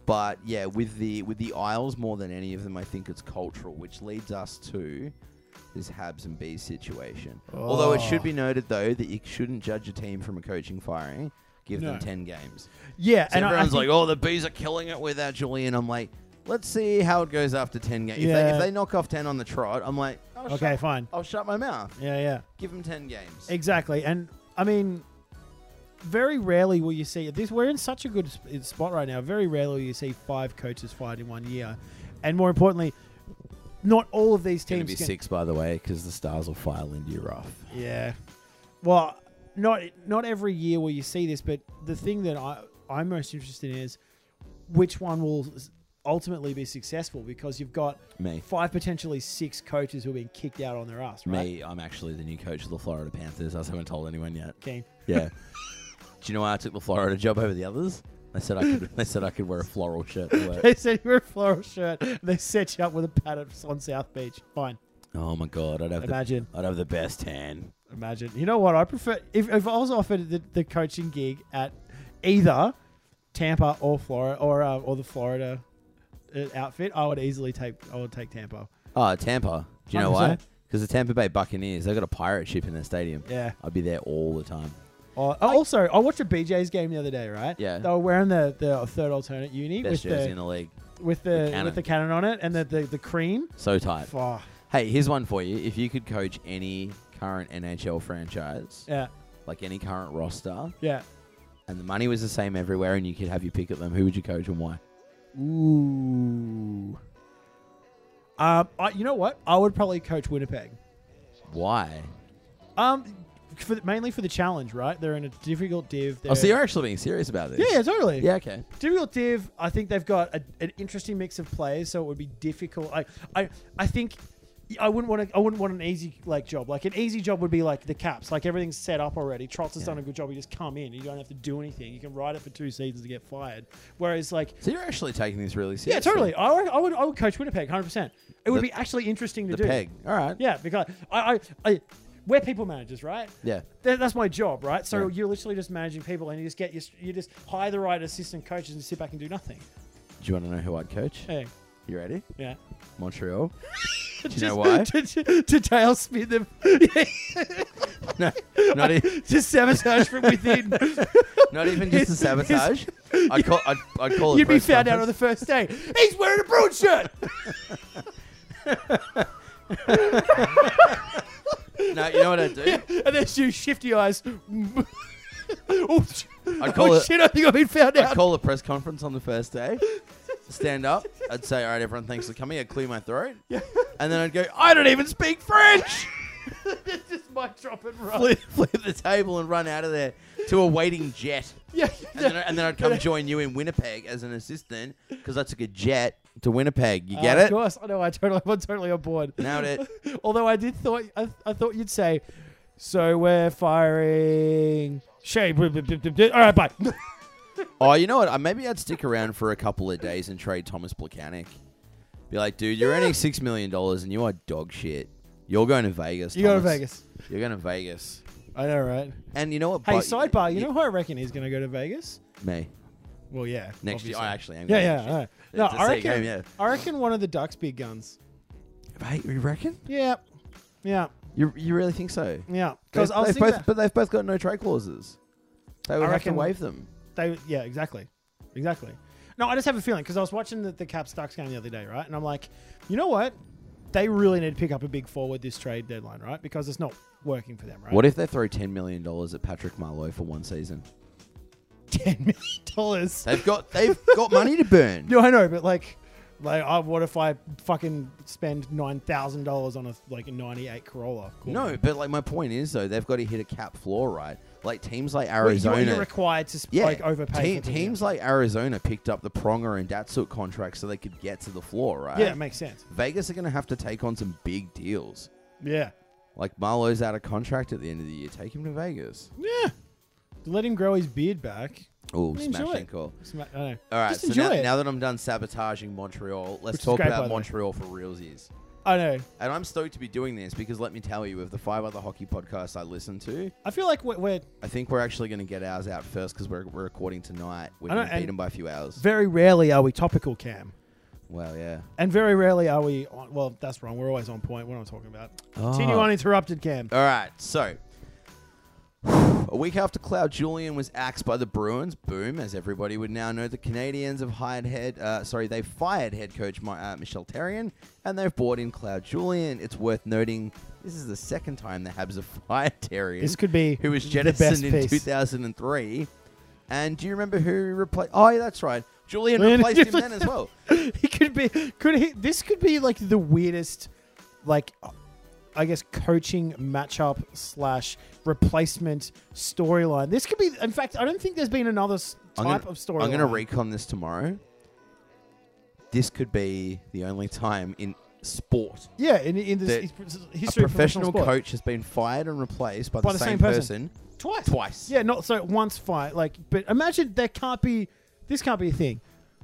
Speaker 1: But yeah, with the with the Isles more than any of them, I think it's cultural, which leads us to this Habs and Bees situation. Although it
Speaker 2: Oh.
Speaker 1: should be noted though that you shouldn't judge a team from a coaching firing. Give
Speaker 2: No.
Speaker 1: them ten games.
Speaker 2: yeah,
Speaker 1: So
Speaker 2: and I- I
Speaker 1: everyone's
Speaker 2: think-
Speaker 1: like, "Oh, the bees are killing it without Julian." I'm like, "Let's see how it goes after ten games. If,
Speaker 2: Yeah.
Speaker 1: they, if they knock off ten on the trot, I'm like, I'll
Speaker 2: okay,
Speaker 1: shut,
Speaker 2: fine,
Speaker 1: I'll shut my mouth.
Speaker 2: yeah, yeah,
Speaker 1: Give them ten games.
Speaker 2: exactly. And I mean, very rarely will you see this. We're in such a good sp- spot right now. Very rarely will you see five coaches fired in one year, and more importantly, not all of these
Speaker 1: It's
Speaker 2: teams. can-
Speaker 1: by the way, because the Stars will fire Lindy Ruff.
Speaker 2: Yeah. Well, not not every year will you see this, but the thing that I I'm most interested in is which one will s- ultimately be successful because you've got
Speaker 1: Me.
Speaker 2: five potentially six coaches who have been kicked out on their ass, right?
Speaker 1: Me, I'm actually the new coach of the Florida Panthers. I just haven't told anyone yet.
Speaker 2: Keen.
Speaker 1: Yeah. Do you know why I took the Florida job over the others? They said I could. They said I could wear a floral shirt. To work.
Speaker 2: They said you wear a floral shirt. and They set you up with a pad at- on South Beach. Fine.
Speaker 1: oh my god, I'd have
Speaker 2: Imagine.
Speaker 1: the I'd have the best tan.
Speaker 2: Imagine. You know what? I prefer if, if I was offered the, the coaching gig at either Tampa or Florida or uh, or the Florida uh, outfit, I would easily take I would take Tampa.
Speaker 1: Oh, Tampa. Do you know why?
Speaker 2: 100%.
Speaker 1: Because the Tampa Bay Buccaneers, they've got a pirate ship in their stadium.
Speaker 2: Yeah.
Speaker 1: I'd be there all the time.
Speaker 2: Or, oh, also, I watched a BJ's game the other day, right?
Speaker 1: Yeah.
Speaker 2: They were wearing the, the third alternate uni
Speaker 1: Best
Speaker 2: with
Speaker 1: jersey
Speaker 2: the,
Speaker 1: in the league.
Speaker 2: with the,
Speaker 1: cannon.
Speaker 2: with the cannon on it and the, the, the cream.
Speaker 1: So tight.
Speaker 2: Fuck.
Speaker 1: Hey, here's one for you. If you could coach any current NHL franchise,
Speaker 2: Yeah.
Speaker 1: like any current roster,
Speaker 2: Yeah.
Speaker 1: and the money was the same everywhere, and you could have your pick at them, who would you coach and why?
Speaker 2: Ooh. Um, I, you know what? I would probably coach Winnipeg.
Speaker 1: Why?
Speaker 2: Um, for the, mainly for the challenge, right? They're in a difficult div.
Speaker 1: Oh, so
Speaker 2: They're-
Speaker 1: you're actually being serious about this?
Speaker 2: yeah, yeah, totally.
Speaker 1: Yeah. Okay.
Speaker 2: Difficult div. I think they've got a, an interesting mix of players, so it would be difficult. I, I, I think. I wouldn't want to. I wouldn't want an easy like job. Like an easy job would be like the caps. Like everything's set up already. Trotz has
Speaker 1: Yeah.
Speaker 2: done a good job. You just come in. You don't have to do anything. You can ride it for two seasons to get fired. Whereas like
Speaker 1: So you're actually taking this really seriously.
Speaker 2: yeah, totally. I would, I would. I would coach Winnipeg 100. percent It would
Speaker 1: The-
Speaker 2: be actually interesting to
Speaker 1: The
Speaker 2: do.
Speaker 1: peg. All right.
Speaker 2: Yeah, because I, I, I we're people managers, right?
Speaker 1: Yeah.
Speaker 2: That, that's my job, right? So
Speaker 1: Yeah.
Speaker 2: you're literally just managing people, and you just get your, you just hire the right assistant coaches and sit back and do nothing.
Speaker 1: Do you want to know who I'd coach?
Speaker 2: Hey,
Speaker 1: You ready?
Speaker 2: yeah.
Speaker 1: Montreal. Do you
Speaker 2: Just-
Speaker 1: know why?
Speaker 2: to, to, to tailspin them, Yeah,
Speaker 1: no, not, e-
Speaker 2: to sabotage from within.
Speaker 1: not even just the sabotage. I'd call. I'd, I'd call it.
Speaker 2: You'd be
Speaker 1: press
Speaker 2: found out on the
Speaker 1: conference.
Speaker 2: first day. He's wearing a brood shirt.
Speaker 1: No, you know what I'd do?
Speaker 2: and then you shift your eyes. oh, sh-
Speaker 1: I'd call
Speaker 2: oh,
Speaker 1: it-
Speaker 2: shit, I think I've been found
Speaker 1: I'd
Speaker 2: out.
Speaker 1: call a press conference on the first day. Stand up. I'd say, "All right, everyone, thanks for coming." I'd clear my throat,
Speaker 2: Yeah.
Speaker 1: and then I'd go, "I don't even speak French."
Speaker 2: just mic drop and run.
Speaker 1: flip, flip the table and run out of there to a waiting jet.
Speaker 2: Yeah,
Speaker 1: And then, I- and then I'd come join you in Winnipeg as an assistant because I took a jet to Winnipeg. You get
Speaker 2: Uh, Of
Speaker 1: it?
Speaker 2: course, I know. I totally, I'm totally on board.
Speaker 1: Nailed it.
Speaker 2: Although I did thought, I, I thought you'd say, so we're firing Shay. All right, bye.
Speaker 1: Oh, you know what? Uh, Maybe I'd stick around for a couple of days and trade Thomas Blacanic. Be like, dude, you're earning six million dollars and you are dog shit. You're going to Vegas.
Speaker 2: You go to
Speaker 1: Thomas.
Speaker 2: Vegas.
Speaker 1: You're going to Vegas.
Speaker 2: I know, right?
Speaker 1: And you know what?
Speaker 2: Hey,
Speaker 1: But-
Speaker 2: sidebar. You
Speaker 1: y-
Speaker 2: know who I reckon is going to go to Vegas?
Speaker 1: me
Speaker 2: Well, yeah.
Speaker 1: next year. I actually
Speaker 2: obviously.
Speaker 1: am.
Speaker 2: Yeah,
Speaker 1: going
Speaker 2: yeah. all right.
Speaker 1: It's
Speaker 2: No,
Speaker 1: the
Speaker 2: I
Speaker 1: same
Speaker 2: reckon.
Speaker 1: game, yeah.
Speaker 2: I reckon one of the Ducks' big guns.
Speaker 1: Mate, you reckon?
Speaker 2: Yeah, yeah,
Speaker 1: You you really think so?
Speaker 2: yeah. Because Mm. I was
Speaker 1: they've
Speaker 2: thinking
Speaker 1: both,
Speaker 2: about-
Speaker 1: but they've both got no trade clauses. They would have
Speaker 2: reckon-
Speaker 1: to waive them.
Speaker 2: they, yeah, exactly, exactly. No, I just have a feeling because I was watching the, the Caps Ducks game the other day, right? And I'm like, you know what? They really need to pick up a big forward this trade deadline, right? Because it's not working for them, right?
Speaker 1: What if they throw ten million dollars at Patrick Marlowe for one season?
Speaker 2: ten million dollars?
Speaker 1: They've got they've got money to burn.
Speaker 2: No, I know, but like, like, I, what if I fucking spend nine thousand dollars on a like a '98 Corolla? Cool.
Speaker 1: No, but like my point is though, they've got to hit a cap floor, right? Like teams like
Speaker 2: Wait, you-
Speaker 1: Arizona,
Speaker 2: You're required to sp-
Speaker 1: yeah,
Speaker 2: like overpay.
Speaker 1: te-
Speaker 2: for things,
Speaker 1: teams like Arizona picked up the Pronger and Datsuk contracts so they could get to the floor, right?
Speaker 2: yeah. yeah, it makes sense.
Speaker 1: Vegas are going to have to take on some big deals.
Speaker 2: Yeah,
Speaker 1: Like Marlowe's out of contract at the end of the year. Take him to Vegas.
Speaker 2: yeah. Let him grow his beard back.
Speaker 1: Oh,
Speaker 2: Enjoy
Speaker 1: smash
Speaker 2: it.
Speaker 1: and call.
Speaker 2: Sma- I know.
Speaker 1: All right,
Speaker 2: Just
Speaker 1: so
Speaker 2: enjoy
Speaker 1: now,
Speaker 2: it.
Speaker 1: now that I'm done sabotaging Montreal, let's
Speaker 2: Which is
Speaker 1: talk
Speaker 2: great, by the
Speaker 1: about
Speaker 2: way.
Speaker 1: Montreal for realsies.
Speaker 2: I know.
Speaker 1: And I'm stoked to be doing this because let me tell you, of the five other hockey podcasts I listen to,
Speaker 2: I feel like we're, we're
Speaker 1: I think we're actually going to get ours out first because we're, we're recording tonight. We've
Speaker 2: I know,
Speaker 1: been
Speaker 2: and-
Speaker 1: beaten by a few hours.
Speaker 2: very rarely are we topical, Cam,
Speaker 1: Well, yeah.
Speaker 2: and very rarely are we. On, well, that's wrong. We're always on point. We're not talking about. Continue
Speaker 1: Oh.
Speaker 2: uninterrupted, Cam.
Speaker 1: All right, so a week after Cloud Julian was axed by the Bruins, boom, as everybody would now know, the Canadians have hired head, uh, sorry, they fired head coach Mi- uh, Michel Terrien, and they've brought in Cloud Julian. It's worth noting this is the second time the Habs have fired Terrien,
Speaker 2: This could be
Speaker 1: who was
Speaker 2: the
Speaker 1: jettisoned
Speaker 2: best
Speaker 1: in
Speaker 2: piece.
Speaker 1: 2003. And do you remember who replaced? Oh, yeah, that's right, Julian
Speaker 2: Julian-
Speaker 1: replaced him then as well.
Speaker 2: he could be. Could he? This could be like the weirdest, like, I guess coaching matchup slash replacement storyline. This could be. In fact, I don't think there's been another s-
Speaker 1: I'm
Speaker 2: type
Speaker 1: gonna-
Speaker 2: of storyline.
Speaker 1: I'm going to recon this tomorrow. This could be the only time in sport
Speaker 2: Yeah, in in this
Speaker 1: that
Speaker 2: his-
Speaker 1: a
Speaker 2: history of
Speaker 1: professional
Speaker 2: sport.
Speaker 1: coach has been fired and replaced by, the, same, person,
Speaker 2: twice.
Speaker 1: twice.
Speaker 2: Yeah, not so once fight. Like, but imagine there can't be. This can't be a thing.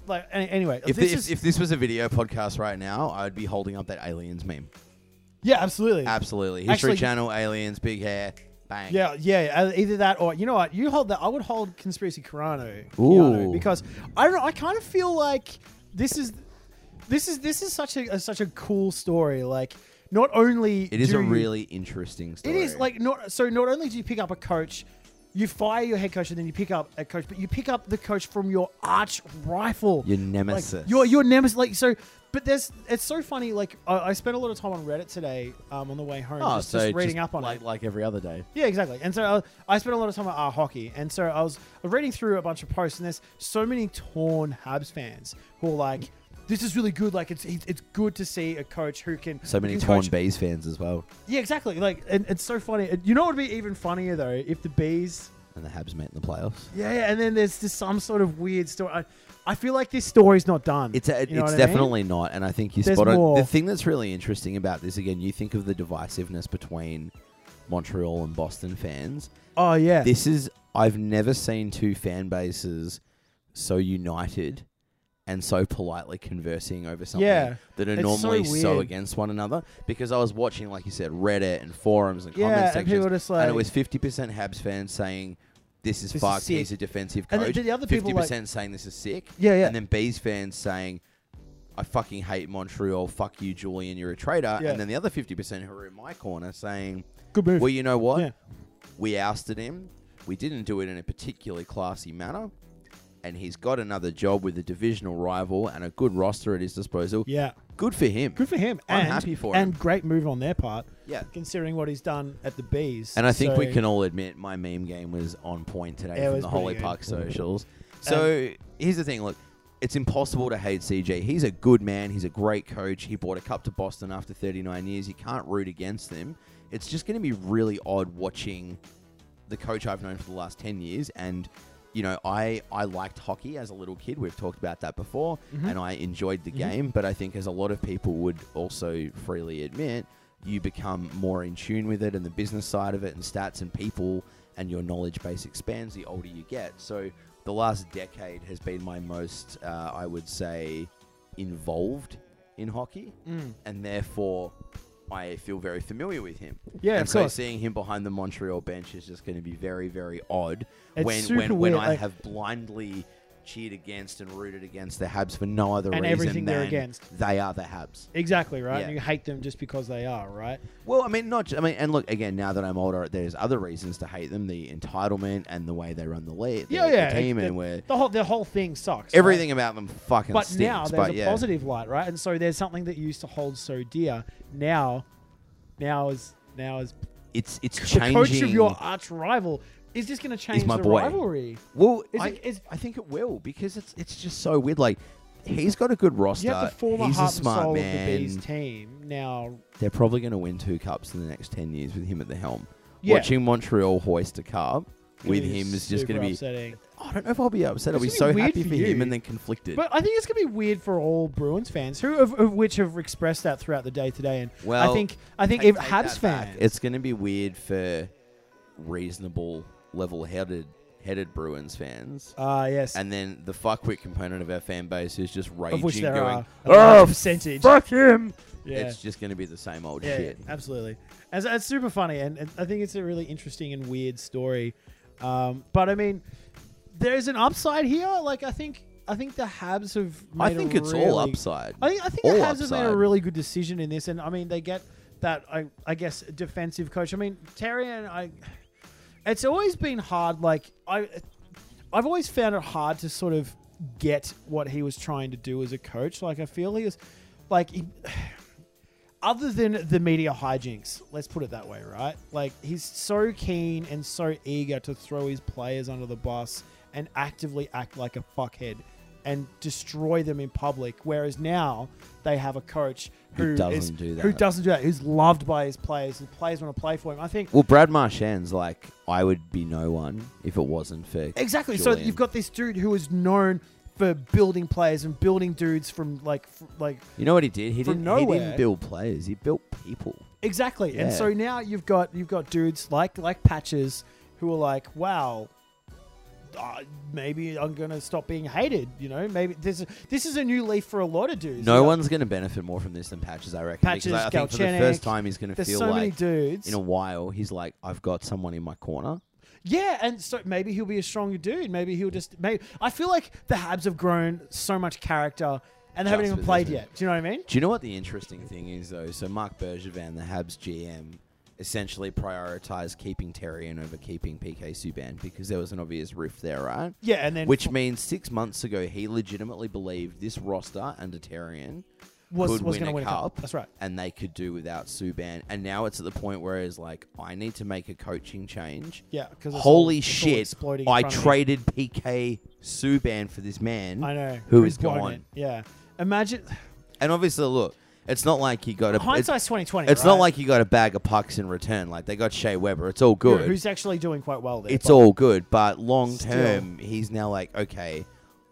Speaker 2: Like a- anyway,
Speaker 1: If this,
Speaker 2: this is
Speaker 1: if this was a video podcast right now, I'd be holding up that aliens meme.
Speaker 2: yeah, absolutely.
Speaker 1: Ah, Absolutely, History
Speaker 2: Actually-
Speaker 1: Channel, aliens, big hair, bang.
Speaker 2: Yeah, yeah. uh, Either that or you know what? You hold that. I would hold conspiracy Carano,
Speaker 1: Ooh.
Speaker 2: Keanu, because I don't. know, I kind of feel like this is this is this is such a, a such a cool story. Like, not only
Speaker 1: it is
Speaker 2: do
Speaker 1: a
Speaker 2: you-
Speaker 1: really interesting story.
Speaker 2: it is like not so. Not only do you pick up a coach. You fire your head coach and then you pick up a coach, but you pick up the coach from your arch rival.
Speaker 1: your
Speaker 2: Like,
Speaker 1: nemesis.
Speaker 2: your your nemesis, like so. But there's, it's so funny. Like I, I spent a lot of time on Reddit today um, on the way home,
Speaker 1: oh,
Speaker 2: just,
Speaker 1: so
Speaker 2: just
Speaker 1: just
Speaker 2: reading up on
Speaker 1: like,
Speaker 2: it.
Speaker 1: like every other day.
Speaker 2: Yeah, exactly. And so I, I spent a lot of time on our hockey, and so I was reading through a bunch of posts, and there's so many torn Habs fans who are like, "This is really good. Like it's it's it's good to see a coach who can
Speaker 1: So many
Speaker 2: who can
Speaker 1: torn
Speaker 2: coach-
Speaker 1: bees fans as well,
Speaker 2: Yeah, exactly. Like and, it's so funny. And You know what would be even funnier though if the bees.
Speaker 1: and the Habs met in the playoffs.
Speaker 2: Yeah, yeah, and then there's just some sort of weird story. I, I feel like this story's not done.
Speaker 1: It's a,
Speaker 2: Um, You know
Speaker 1: it's
Speaker 2: what I mean?
Speaker 1: definitely not, and I think you
Speaker 2: There's
Speaker 1: spot on. The
Speaker 2: more.
Speaker 1: thing that's really interesting about this again, you think of the divisiveness between Montreal and Boston fans.
Speaker 2: Oh yeah.
Speaker 1: This is I've never seen two fan bases so united and so politely conversing over something
Speaker 2: Yeah.
Speaker 1: that are
Speaker 2: It's so
Speaker 1: normally so,
Speaker 2: weird.
Speaker 1: against one another. Because I was watching, like you said, Reddit and forums and
Speaker 2: Yeah,
Speaker 1: comment
Speaker 2: and
Speaker 1: sections,
Speaker 2: people just like-
Speaker 1: it was fifty percent Habs fans saying. This is
Speaker 2: This is
Speaker 1: fucked.
Speaker 2: sick."
Speaker 1: He's a defensive
Speaker 2: And
Speaker 1: coach.
Speaker 2: then the other people, like-
Speaker 1: 50% saying this is sick.
Speaker 2: Yeah, yeah.
Speaker 1: And then Bees fans saying, I fucking hate Montreal. Fuck you, Julian. You're a traitor.
Speaker 2: Yeah.
Speaker 1: And then the other 50% who are in my corner saying,
Speaker 2: Good move.
Speaker 1: Well, you know what?
Speaker 2: Yeah.
Speaker 1: We ousted him. We didn't do it in a particularly classy manner. And he's got another job with a divisional rival and a good roster at his disposal.
Speaker 2: yeah.
Speaker 1: Good for him.
Speaker 2: Good for him.
Speaker 1: I'm
Speaker 2: and,
Speaker 1: happy for
Speaker 2: And great move on their part.
Speaker 1: Yeah.
Speaker 2: Considering what he's done at the bees.
Speaker 1: And I think we
Speaker 2: So-
Speaker 1: can all admit my meme game was on point today
Speaker 2: Yeah, it
Speaker 1: from
Speaker 2: was
Speaker 1: the Holy
Speaker 2: pretty good. Um,
Speaker 1: Park socials. So here's the thing, look, it's impossible to hate CJ. He's a good man. He's a great coach. He brought a cup to Boston after 39 years. You can't root against them. It's just going to be really odd watching the coach I've known for the last 10 years and you know, I, I liked hockey as a little kid. We've talked about that before,
Speaker 2: Mm-hmm.
Speaker 1: and I enjoyed the game. But I think, as a lot of people would also freely admit, you become more in tune with it and the business side of it, and stats and people, and your knowledge base expands the older you get. So, the last decade has been my most, uh, I would say, involved in hockey,
Speaker 2: Mm.
Speaker 1: and therefore. I feel very familiar with him.
Speaker 2: Yeah,
Speaker 1: and
Speaker 2: of
Speaker 1: so
Speaker 2: course.
Speaker 1: seeing him behind the Montreal bench is just going to be very, very odd
Speaker 2: It's
Speaker 1: when
Speaker 2: super
Speaker 1: when when
Speaker 2: weird,
Speaker 1: I
Speaker 2: like-
Speaker 1: have blindly cheered against and rooted against the Habs for no other
Speaker 2: And
Speaker 1: reason
Speaker 2: everything they're
Speaker 1: than
Speaker 2: against.
Speaker 1: they are the Habs.
Speaker 2: Exactly right.
Speaker 1: Yeah.
Speaker 2: And you hate them just because they are right.
Speaker 1: Well, I mean, not. ju- I mean, and look again. Now that I'm older, there's other reasons to hate them: the entitlement and the way they run the lead, the,
Speaker 2: yeah, yeah.
Speaker 1: the team,
Speaker 2: the,
Speaker 1: and where
Speaker 2: the whole the whole thing sucks. right?
Speaker 1: everything about them fucking
Speaker 2: But
Speaker 1: stinks.
Speaker 2: now there's
Speaker 1: but
Speaker 2: a
Speaker 1: yeah,
Speaker 2: positive light, right? And so there's something that you used to hold so dear. Now, now is now is
Speaker 1: it's it's
Speaker 2: the
Speaker 1: changing.
Speaker 2: coach of your arch rival. Is this going to change
Speaker 1: my
Speaker 2: the
Speaker 1: boy.
Speaker 2: rivalry?
Speaker 1: Well,
Speaker 2: Is
Speaker 1: I,
Speaker 2: it- is-
Speaker 1: I think it will because it's it's just so weird. Like he's got a good roster.
Speaker 2: You have the former
Speaker 1: he's
Speaker 2: heart
Speaker 1: a
Speaker 2: and
Speaker 1: smart
Speaker 2: soul
Speaker 1: man.
Speaker 2: of the bees team now.
Speaker 1: They're probably going to win two cups in the next ten years with him at the helm.
Speaker 2: Yeah.
Speaker 1: Watching Montreal hoist a cup with
Speaker 2: is
Speaker 1: him is just
Speaker 2: super
Speaker 1: going to be.
Speaker 2: upsetting.
Speaker 1: I don't know if I'll be upset. I'll be
Speaker 2: It's
Speaker 1: so
Speaker 2: gonna be weird
Speaker 1: happy
Speaker 2: for
Speaker 1: for him
Speaker 2: you.
Speaker 1: and then conflicted.
Speaker 2: But I think it's going to be weird for all Bruins fans, who of, of which have expressed that throughout the day today. And
Speaker 1: Well,
Speaker 2: I think I think
Speaker 1: Take-
Speaker 2: if
Speaker 1: take
Speaker 2: Habs
Speaker 1: that back.
Speaker 2: fans,
Speaker 1: It's going to be weird for reasonable, level-headed, headed Bruins fans,
Speaker 2: ah yes,
Speaker 1: and then the fuckwit component of our fan base who's just raging,
Speaker 2: of which there
Speaker 1: going,
Speaker 2: are a large
Speaker 1: "Oh,
Speaker 2: percentage.
Speaker 1: fuck him!"
Speaker 2: Yeah.
Speaker 1: It's just going to be the same old
Speaker 2: yeah,
Speaker 1: shit.
Speaker 2: absolutely. It's, it's super funny, and, and I think it's a really interesting and weird story. Um, but I mean, there's an upside here. Like I think I think the Habs have. Made
Speaker 1: I think
Speaker 2: a
Speaker 1: it's
Speaker 2: really,
Speaker 1: all upside.
Speaker 2: I think, I think
Speaker 1: All
Speaker 2: the Habs have made
Speaker 1: upside.
Speaker 2: a really good decision in this, and I mean they get that I I guess defensive coach. I mean Terry and I, it's always been hard. Like I, I've always found it hard to sort of get what he was trying to do as a coach. Like I feel he was, like he, other than the media hijinks, let's put it that way, right? Like he's so keen and so eager to throw his players under the bus and actively act like a fuckhead and destroy them in public. Whereas now they have a coach
Speaker 1: Who
Speaker 2: who,
Speaker 1: doesn't
Speaker 2: is-
Speaker 1: do
Speaker 2: who
Speaker 1: that.
Speaker 2: doesn't do that, who's loved by his players, and players want to play for him. I think
Speaker 1: Well, Brad Marchand's like I would be no one if it wasn't for
Speaker 2: Exactly. So
Speaker 1: Julian.
Speaker 2: you've got this dude who is known for building players and building dudes from like f- like
Speaker 1: You know what he did? He
Speaker 2: From
Speaker 1: didn't. He didn't
Speaker 2: nowhere.
Speaker 1: build players. He built people.
Speaker 2: exactly. And
Speaker 1: Yeah.
Speaker 2: so now you've got you've got dudes like like Patches who are like, wow, uh, maybe I'm gonna stop being hated. You know, maybe this this is a new leaf for a lot of dudes.
Speaker 1: No
Speaker 2: Like,
Speaker 1: one's going to benefit more from this than Patches, I reckon. because
Speaker 2: Patches,
Speaker 1: I, I think for the
Speaker 2: Galchenyuk,
Speaker 1: first time he's going to
Speaker 2: There's
Speaker 1: feel
Speaker 2: so many
Speaker 1: like
Speaker 2: dudes.
Speaker 1: in a while he's like, I've got someone in my corner.
Speaker 2: Yeah, and so maybe he'll be a stronger dude. Maybe he'll just maybe I feel like the Habs have grown so much character and they haven't
Speaker 1: Just
Speaker 2: even
Speaker 1: with
Speaker 2: played
Speaker 1: this,
Speaker 2: yet. Do you know what I mean?
Speaker 1: Do you know what the interesting thing is though? So Mark Bergevin, the Habs GM, essentially prioritized keeping Terrian over keeping PK Subban because there was an obvious rift there, right?
Speaker 2: Yeah, and then
Speaker 1: Which means six months ago he legitimately believed this roster under Terrian
Speaker 2: was,
Speaker 1: could
Speaker 2: was
Speaker 1: win,
Speaker 2: going
Speaker 1: a,
Speaker 2: to win
Speaker 1: cup,
Speaker 2: a cup. That's right.
Speaker 1: And they could do without Subban. And now it's at the point where it's like, I need to make a coaching change.
Speaker 2: Yeah, because
Speaker 1: Holy
Speaker 2: all, It's all
Speaker 1: shit!
Speaker 2: exploding in
Speaker 1: I
Speaker 2: front of me.
Speaker 1: traded PK Subban for this man.
Speaker 2: I know
Speaker 1: who
Speaker 2: It
Speaker 1: is
Speaker 2: was blown
Speaker 1: gone.
Speaker 2: it. Yeah, imagine
Speaker 1: And obviously, look, it's not like he got a. it's-
Speaker 2: hindsight's twenty twenty.
Speaker 1: It's not like you got a bag of pucks in return. Like they got Shea Weber. It's all good.
Speaker 2: Who's actually doing quite well there?
Speaker 1: it's
Speaker 2: but
Speaker 1: all good. But long
Speaker 2: Still.
Speaker 1: term, he's now like, okay,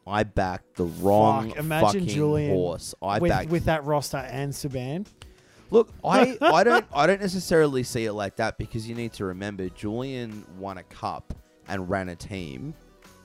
Speaker 1: I backed the wrong
Speaker 2: Fuck, imagine
Speaker 1: fucking
Speaker 2: Julian
Speaker 1: horse. I
Speaker 2: with,
Speaker 1: backed.
Speaker 2: with that roster and Saban.
Speaker 1: Look, I, I don't I don't necessarily see it like that because you need to remember Julian won a cup and ran a team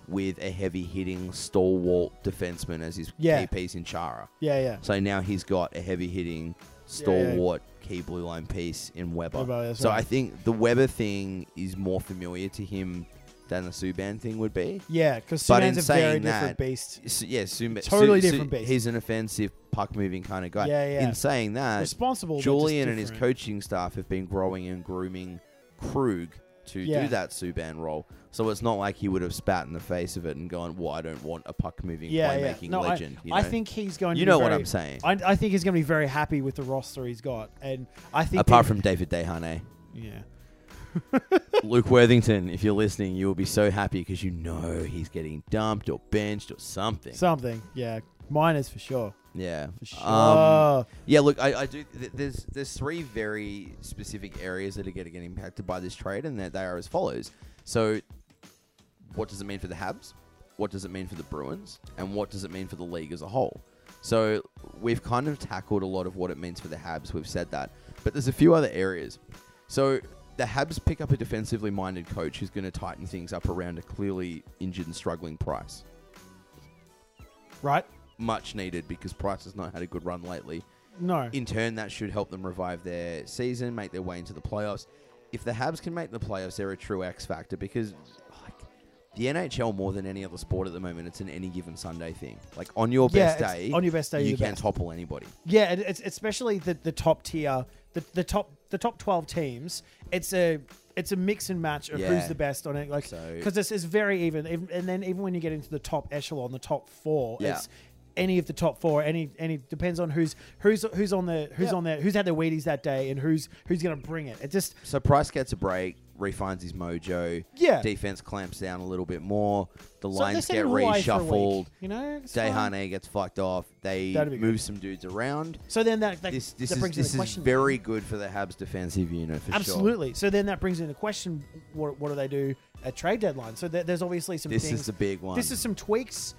Speaker 1: with a heavy hitting stalwart defenseman as his
Speaker 2: Yeah.
Speaker 1: key piece in Chara.
Speaker 2: Yeah, yeah.
Speaker 1: So now he's got a heavy hitting stalwart key blue line piece in Weber.
Speaker 2: Weber, that's
Speaker 1: so
Speaker 2: right.
Speaker 1: I think the Weber thing is more familiar to him than the Subban thing would be.
Speaker 2: Yeah, because
Speaker 1: But in
Speaker 2: Saban's a very
Speaker 1: saying that-
Speaker 2: different beast.
Speaker 1: S- yeah, Subban
Speaker 2: Totally
Speaker 1: Su-
Speaker 2: different beast.
Speaker 1: He's an offensive puck moving kind of guy.
Speaker 2: Yeah, yeah.
Speaker 1: In saying that,
Speaker 2: Responsible. but just
Speaker 1: Julian and his
Speaker 2: different.
Speaker 1: coaching staff have been growing and grooming Krug to
Speaker 2: Yeah.
Speaker 1: do that Subban role. So it's not like he would have spat in the face of it and gone, "Well, I don't want a puck moving
Speaker 2: Yeah, yeah.
Speaker 1: playmaking
Speaker 2: No, I,
Speaker 1: legend." you
Speaker 2: I
Speaker 1: know?
Speaker 2: think he's going. to
Speaker 1: you
Speaker 2: be
Speaker 1: know what
Speaker 2: very-
Speaker 1: I'm saying.
Speaker 2: I, I think he's going to be very happy with the roster he's got, and I think
Speaker 1: Apart
Speaker 2: that-
Speaker 1: from David Dehane,
Speaker 2: yeah,
Speaker 1: Luke Worthington, if you're listening, you will be so happy because you know he's getting dumped or benched or something.
Speaker 2: something. Yeah, miners for sure.
Speaker 1: yeah,
Speaker 2: For sure.
Speaker 1: Um, Yeah, look, I, I do. Th- there's there's three very specific areas that are going to get impacted by this trade, and that they are as follows. So, what does it mean for the Habs? What does it mean for the Bruins? And what does it mean for the league as a whole? So, we've kind of tackled a lot of what it means for the Habs. We've said that, but there's a few other areas. So, the Habs pick up a defensively minded coach who's going to tighten things up around a clearly injured and struggling Price
Speaker 2: right?
Speaker 1: much needed because Price has not had a good run lately.
Speaker 2: No.
Speaker 1: In turn, that should help them revive their season, make their way into the playoffs. If the Habs can make the playoffs, they're a true X factor because like, The NHL more than any other sport at the moment, it's an any given Sunday thing. Like on your
Speaker 2: Yeah,
Speaker 1: best
Speaker 2: it's-
Speaker 1: day,
Speaker 2: on your best day,
Speaker 1: you
Speaker 2: you're the
Speaker 1: can
Speaker 2: best.
Speaker 1: topple anybody.
Speaker 2: Yeah, and it's especially the, the top tier, the, the top the top twelve teams. It's a it's a mix and match of
Speaker 1: Yeah.
Speaker 2: who's the best on it, like
Speaker 1: So-
Speaker 2: because this is very even. Even- And then even when you get into the top echelon, the top four,
Speaker 1: Yeah.
Speaker 2: it's any of the top four. Any any depends on who's who's who's on the who's
Speaker 1: Yeah.
Speaker 2: on there, who's had their Wheaties that day, and who's who's gonna bring it. It just
Speaker 1: So Price gets a break, refines his mojo.
Speaker 2: Yeah.
Speaker 1: Defense clamps down a little bit more. The
Speaker 2: so
Speaker 1: lines
Speaker 2: let's say
Speaker 1: get
Speaker 2: Hawaii for a week,
Speaker 1: reshuffled.
Speaker 2: you know, it's fine.
Speaker 1: Dehane gets fucked off. They
Speaker 2: That'd be
Speaker 1: move some dudes around.
Speaker 2: So then that, that
Speaker 1: This this
Speaker 2: that
Speaker 1: is
Speaker 2: brings in the
Speaker 1: this is
Speaker 2: question.
Speaker 1: very good for the Habs defensive unit for sure.
Speaker 2: Absolutely. So then that brings in the question: what, what do they do at trade deadline? So there- there's obviously some.
Speaker 1: This
Speaker 2: things,
Speaker 1: is the big one.
Speaker 2: This is some tweaks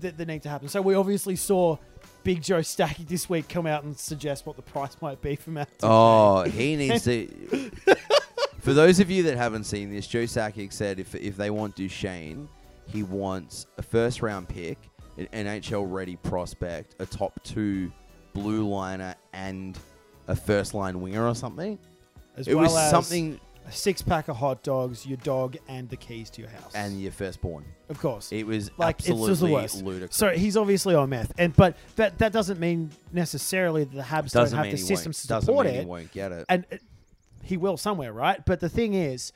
Speaker 2: that, that need to happen. So we obviously saw Big Joe Stacky this week come out and suggest what the price might be for Matt.
Speaker 1: Oh, he needs to. For those of you that haven't seen this, Joe Sakic said if, if they want Duchesne, he wants a first round pick, an NHL ready prospect, a top two blue liner, and a first line winger or something.
Speaker 2: as
Speaker 1: it
Speaker 2: well
Speaker 1: was
Speaker 2: as
Speaker 1: something,
Speaker 2: a six pack of hot dogs, your dog, and the keys to your house.
Speaker 1: and your firstborn.
Speaker 2: of course,
Speaker 1: It was
Speaker 2: like it's just the
Speaker 1: absolutely
Speaker 2: worst.
Speaker 1: ludicrous.
Speaker 2: So he's obviously on meth, and but that that doesn't mean necessarily that the Habs
Speaker 1: doesn't
Speaker 2: don't
Speaker 1: mean
Speaker 2: have the
Speaker 1: he
Speaker 2: systems to
Speaker 1: won't, doesn't
Speaker 2: support
Speaker 1: mean
Speaker 2: it.
Speaker 1: He won't get it.
Speaker 2: and it- he will somewhere, right? But the thing is,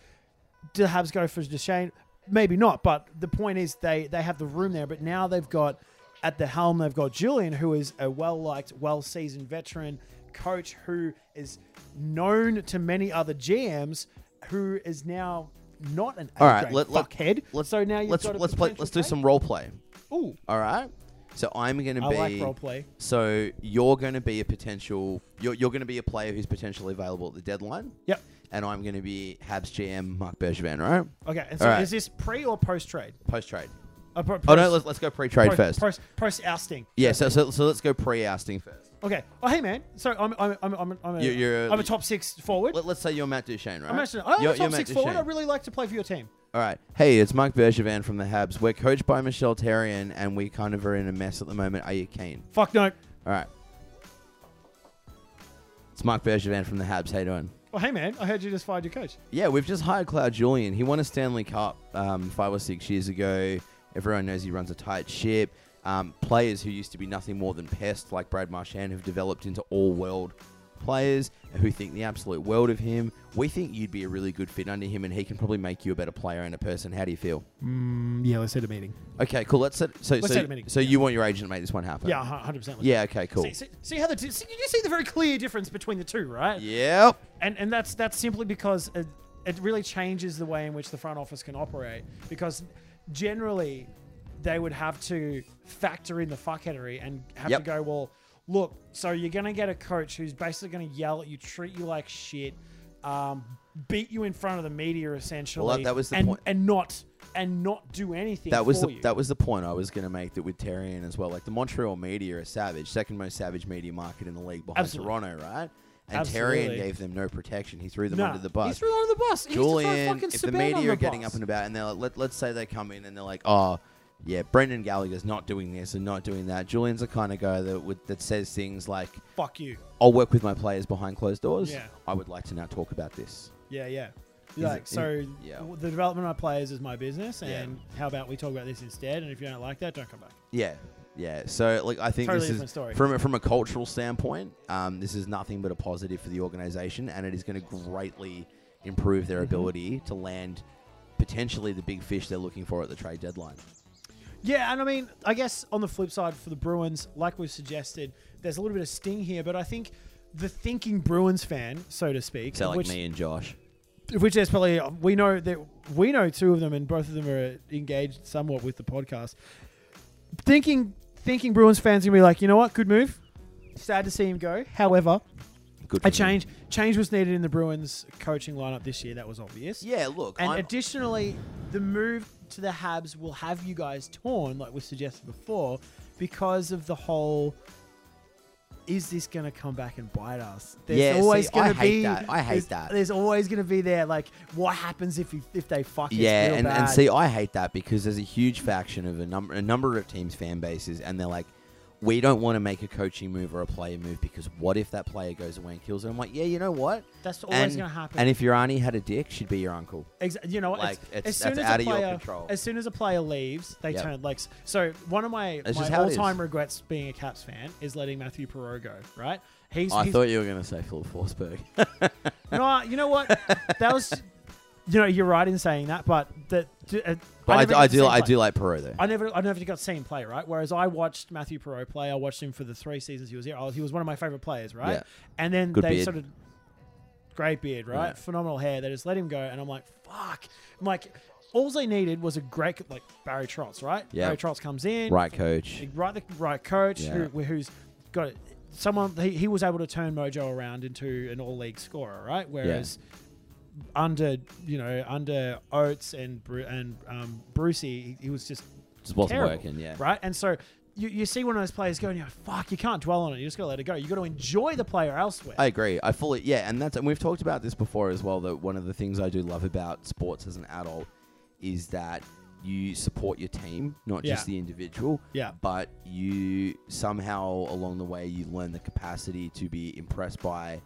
Speaker 2: do the Habs go for Duchesne? Maybe not. But the point is, they they have the room there. But now they've got at the helm, they've got Julian, who is a well liked, well seasoned veteran coach who is known to many other GMs, who is now not an
Speaker 1: All
Speaker 2: A
Speaker 1: right,
Speaker 2: grade
Speaker 1: let, let,
Speaker 2: fuckhead.
Speaker 1: Let's
Speaker 2: so now you've
Speaker 1: let's
Speaker 2: got a
Speaker 1: let's play.
Speaker 2: potential
Speaker 1: Let's do
Speaker 2: trade.
Speaker 1: some role play.
Speaker 2: Ooh,
Speaker 1: All right. So I'm going to
Speaker 2: I
Speaker 1: be.
Speaker 2: like role play.
Speaker 1: So you're going to be a potential. You're, you're going to be a player who's potentially available at the deadline.
Speaker 2: Yep.
Speaker 1: And I'm going to be Habs GM Mark Bergevin, right?
Speaker 2: Okay. And so
Speaker 1: All right.
Speaker 2: is this pre or post trade?
Speaker 1: Post trade.
Speaker 2: Uh, pro-
Speaker 1: Oh no,
Speaker 2: post-
Speaker 1: let's, let's go pre-trade
Speaker 2: post-
Speaker 1: first.
Speaker 2: Post, post ousting.
Speaker 1: yeah. So, so so let's go pre-ousting first.
Speaker 2: Okay. Oh, hey, man. So I'm I'm I'm I'm, I'm, a,
Speaker 1: You- you're a-
Speaker 2: I'm a top six forward.
Speaker 1: Let, let's say you're Matt Duchene, right?
Speaker 2: I'm actually I'm
Speaker 1: You're-
Speaker 2: a
Speaker 1: you're
Speaker 2: top
Speaker 1: Matt
Speaker 2: six forward. I
Speaker 1: Duchene.
Speaker 2: really like to play for your team.
Speaker 1: All right. Hey, it's Mark Bergevin from the Habs. We're coached by Michelle Terrian, and we kind of are in a mess at the moment. Are you keen?
Speaker 2: Fuck no.
Speaker 1: All right. It's Mark Bergevin from the Habs. How you doing?
Speaker 2: Well, Oh, hey, man. I heard you just fired your coach.
Speaker 1: Yeah, we've just hired Cloud Julian. He won a Stanley Cup um, five or six years ago. Everyone knows he runs a tight ship. Um, players who used to be nothing more than pests, like Brad Marchand, have developed into all-world players who think the absolute world of him. We think you'd be a really good fit under him, and he can probably make you a better player and a person. How do you feel?
Speaker 2: Mm, yeah, let's set a meeting.
Speaker 1: Okay, cool. Let's set, so
Speaker 2: Let's
Speaker 1: so,
Speaker 2: set a meeting.
Speaker 1: so you want your agent to make this one happen?
Speaker 2: Yeah, hundred percent.
Speaker 1: Yeah. Okay. Cool.
Speaker 2: See, see, see how the two, see, you see the very clear difference between the two, right?
Speaker 1: Yep.
Speaker 2: And and that's that's simply because it, it really changes the way in which the front office can operate. Because generally, they would have to factor in the fuckheadery and have
Speaker 1: Yep.
Speaker 2: to go, well, look, so you're gonna get a coach who's basically gonna yell at you, treat you like shit, um, beat you in front of the media essentially.
Speaker 1: that was the
Speaker 2: and,
Speaker 1: point.
Speaker 2: and not and not do anything.
Speaker 1: That was
Speaker 2: for
Speaker 1: the
Speaker 2: you.
Speaker 1: that was the point I was going to make that with Terrian as well. Like the Montreal media are savage, second most savage media market in the league behind
Speaker 2: Absolutely.
Speaker 1: Toronto, right? And
Speaker 2: Absolutely.
Speaker 1: Terrian gave them no protection. He threw them
Speaker 2: Nah,
Speaker 1: under the bus.
Speaker 2: He threw them under the bus. He used to throw
Speaker 1: Julian,
Speaker 2: fucking
Speaker 1: if the
Speaker 2: Saban
Speaker 1: media
Speaker 2: under
Speaker 1: are getting
Speaker 2: bus.
Speaker 1: up and about and they're like, let, let's say they come in and they're like, oh, yeah, Brendan Gallagher's not doing this and not doing that. Julian's the kind of guy that would, that says things like,
Speaker 2: fuck you.
Speaker 1: I'll work with my players behind closed doors.
Speaker 2: Yeah.
Speaker 1: I would like to now talk about this.
Speaker 2: Yeah, yeah.
Speaker 1: Is
Speaker 2: like
Speaker 1: it-
Speaker 2: so,
Speaker 1: yeah.
Speaker 2: w- the development of my players is my business,
Speaker 1: Yeah.
Speaker 2: and how about we talk about this instead? And if you don't like that, don't come back.
Speaker 1: Yeah, yeah. So like, I think
Speaker 2: Totally
Speaker 1: this
Speaker 2: different
Speaker 1: is
Speaker 2: story.
Speaker 1: from a- from a cultural standpoint, um, this is nothing but a positive for the organization, and it is going to greatly improve their
Speaker 2: Mm-hmm.
Speaker 1: ability to land potentially the big fish they're looking for at the trade deadline.
Speaker 2: Yeah, and I mean, I guess on the flip side for the Bruins, like we've suggested, there's a little bit of sting here, but I think the thinking Bruins fan, so to speak,
Speaker 1: So
Speaker 2: of
Speaker 1: like
Speaker 2: which,
Speaker 1: me and Josh.
Speaker 2: of which there's probably we know that we know two of them, and both of them are engaged somewhat with the podcast. Thinking, thinking Bruins fans gonna be like, you know what, good move. Sad to see him go. However,
Speaker 1: Good.
Speaker 2: A
Speaker 1: for them.
Speaker 2: change change was needed in the Bruins coaching lineup this year. That was obvious.
Speaker 1: Yeah. Look.
Speaker 2: And
Speaker 1: I'm-
Speaker 2: additionally, the move to the Habs will have you guys torn, like was suggested before, because of the whole. Is this going to come back and bite us? There's
Speaker 1: Yeah, see,
Speaker 2: always
Speaker 1: I
Speaker 2: going to
Speaker 1: hate
Speaker 2: be.
Speaker 1: that. I hate
Speaker 2: there's-
Speaker 1: that.
Speaker 2: There's always going to be there. Like, what happens if you, if they fuck? us
Speaker 1: yeah,
Speaker 2: real
Speaker 1: and, and
Speaker 2: bad?
Speaker 1: see, I hate that because there's a huge faction of a number a number of teams' fan bases, and they're like, we don't want to make a coaching move or a player move because what if that player goes away and kills it? I'm like, yeah, you know what?
Speaker 2: That's always
Speaker 1: And-
Speaker 2: going to happen.
Speaker 1: And if your auntie had a dick, she'd be your uncle.
Speaker 2: Ex- you know,
Speaker 1: Like,
Speaker 2: it's,
Speaker 1: it's-
Speaker 2: as soon
Speaker 1: that's
Speaker 2: as
Speaker 1: out
Speaker 2: a
Speaker 1: of your
Speaker 2: player,
Speaker 1: control.
Speaker 2: As soon as a player leaves, they
Speaker 1: Yep.
Speaker 2: turn like s- so. One of my,
Speaker 1: That's
Speaker 2: my
Speaker 1: just how it
Speaker 2: all-time
Speaker 1: is.
Speaker 2: regrets being a Caps fan is letting Matthew Perot go. Right? He's,
Speaker 1: I
Speaker 2: he's
Speaker 1: thought you were going to say Phil Forsberg.
Speaker 2: no, you know what? That was, you know, you're right in saying that, but that. Uh,
Speaker 1: but
Speaker 2: never
Speaker 1: I, I
Speaker 2: got to
Speaker 1: do,
Speaker 2: see
Speaker 1: I
Speaker 2: him play.
Speaker 1: do like Perot though.
Speaker 2: I never, I never got to see him play, right? Whereas I watched Matthew Perot play. I watched him for the three seasons he was here. I was, he was one of my favorite players, right?
Speaker 1: Yeah.
Speaker 2: And then
Speaker 1: Good
Speaker 2: they
Speaker 1: beard.
Speaker 2: sort of great beard, right?
Speaker 1: Yeah.
Speaker 2: Phenomenal hair. They just let him go, and I'm like, fuck. I'm like, all they needed was a great like Barry Trotz, right?
Speaker 1: Yeah.
Speaker 2: Barry Trotz comes in,
Speaker 1: right, coach.
Speaker 2: right the right coach
Speaker 1: Yeah.
Speaker 2: who, who's got it. someone he, he was able to turn Mojo around into an all league scorer, right? Whereas under you know under Oates and Bru- and um, Brucey, he, he was just
Speaker 1: Just wasn't
Speaker 2: terrible,
Speaker 1: working. Yeah.
Speaker 2: right. And so you, you see one of those players go and you're like, fuck, you can't dwell on it. You just gotta let it go. You got to enjoy the player elsewhere.
Speaker 1: I agree. I fully yeah, and that's and we've talked about this before as well. That one of the things I do love about sports as an adult is that you support your team, not just
Speaker 2: Yeah.
Speaker 1: the individual.
Speaker 2: Yeah.
Speaker 1: But you somehow along the way you learn the capacity to be impressed by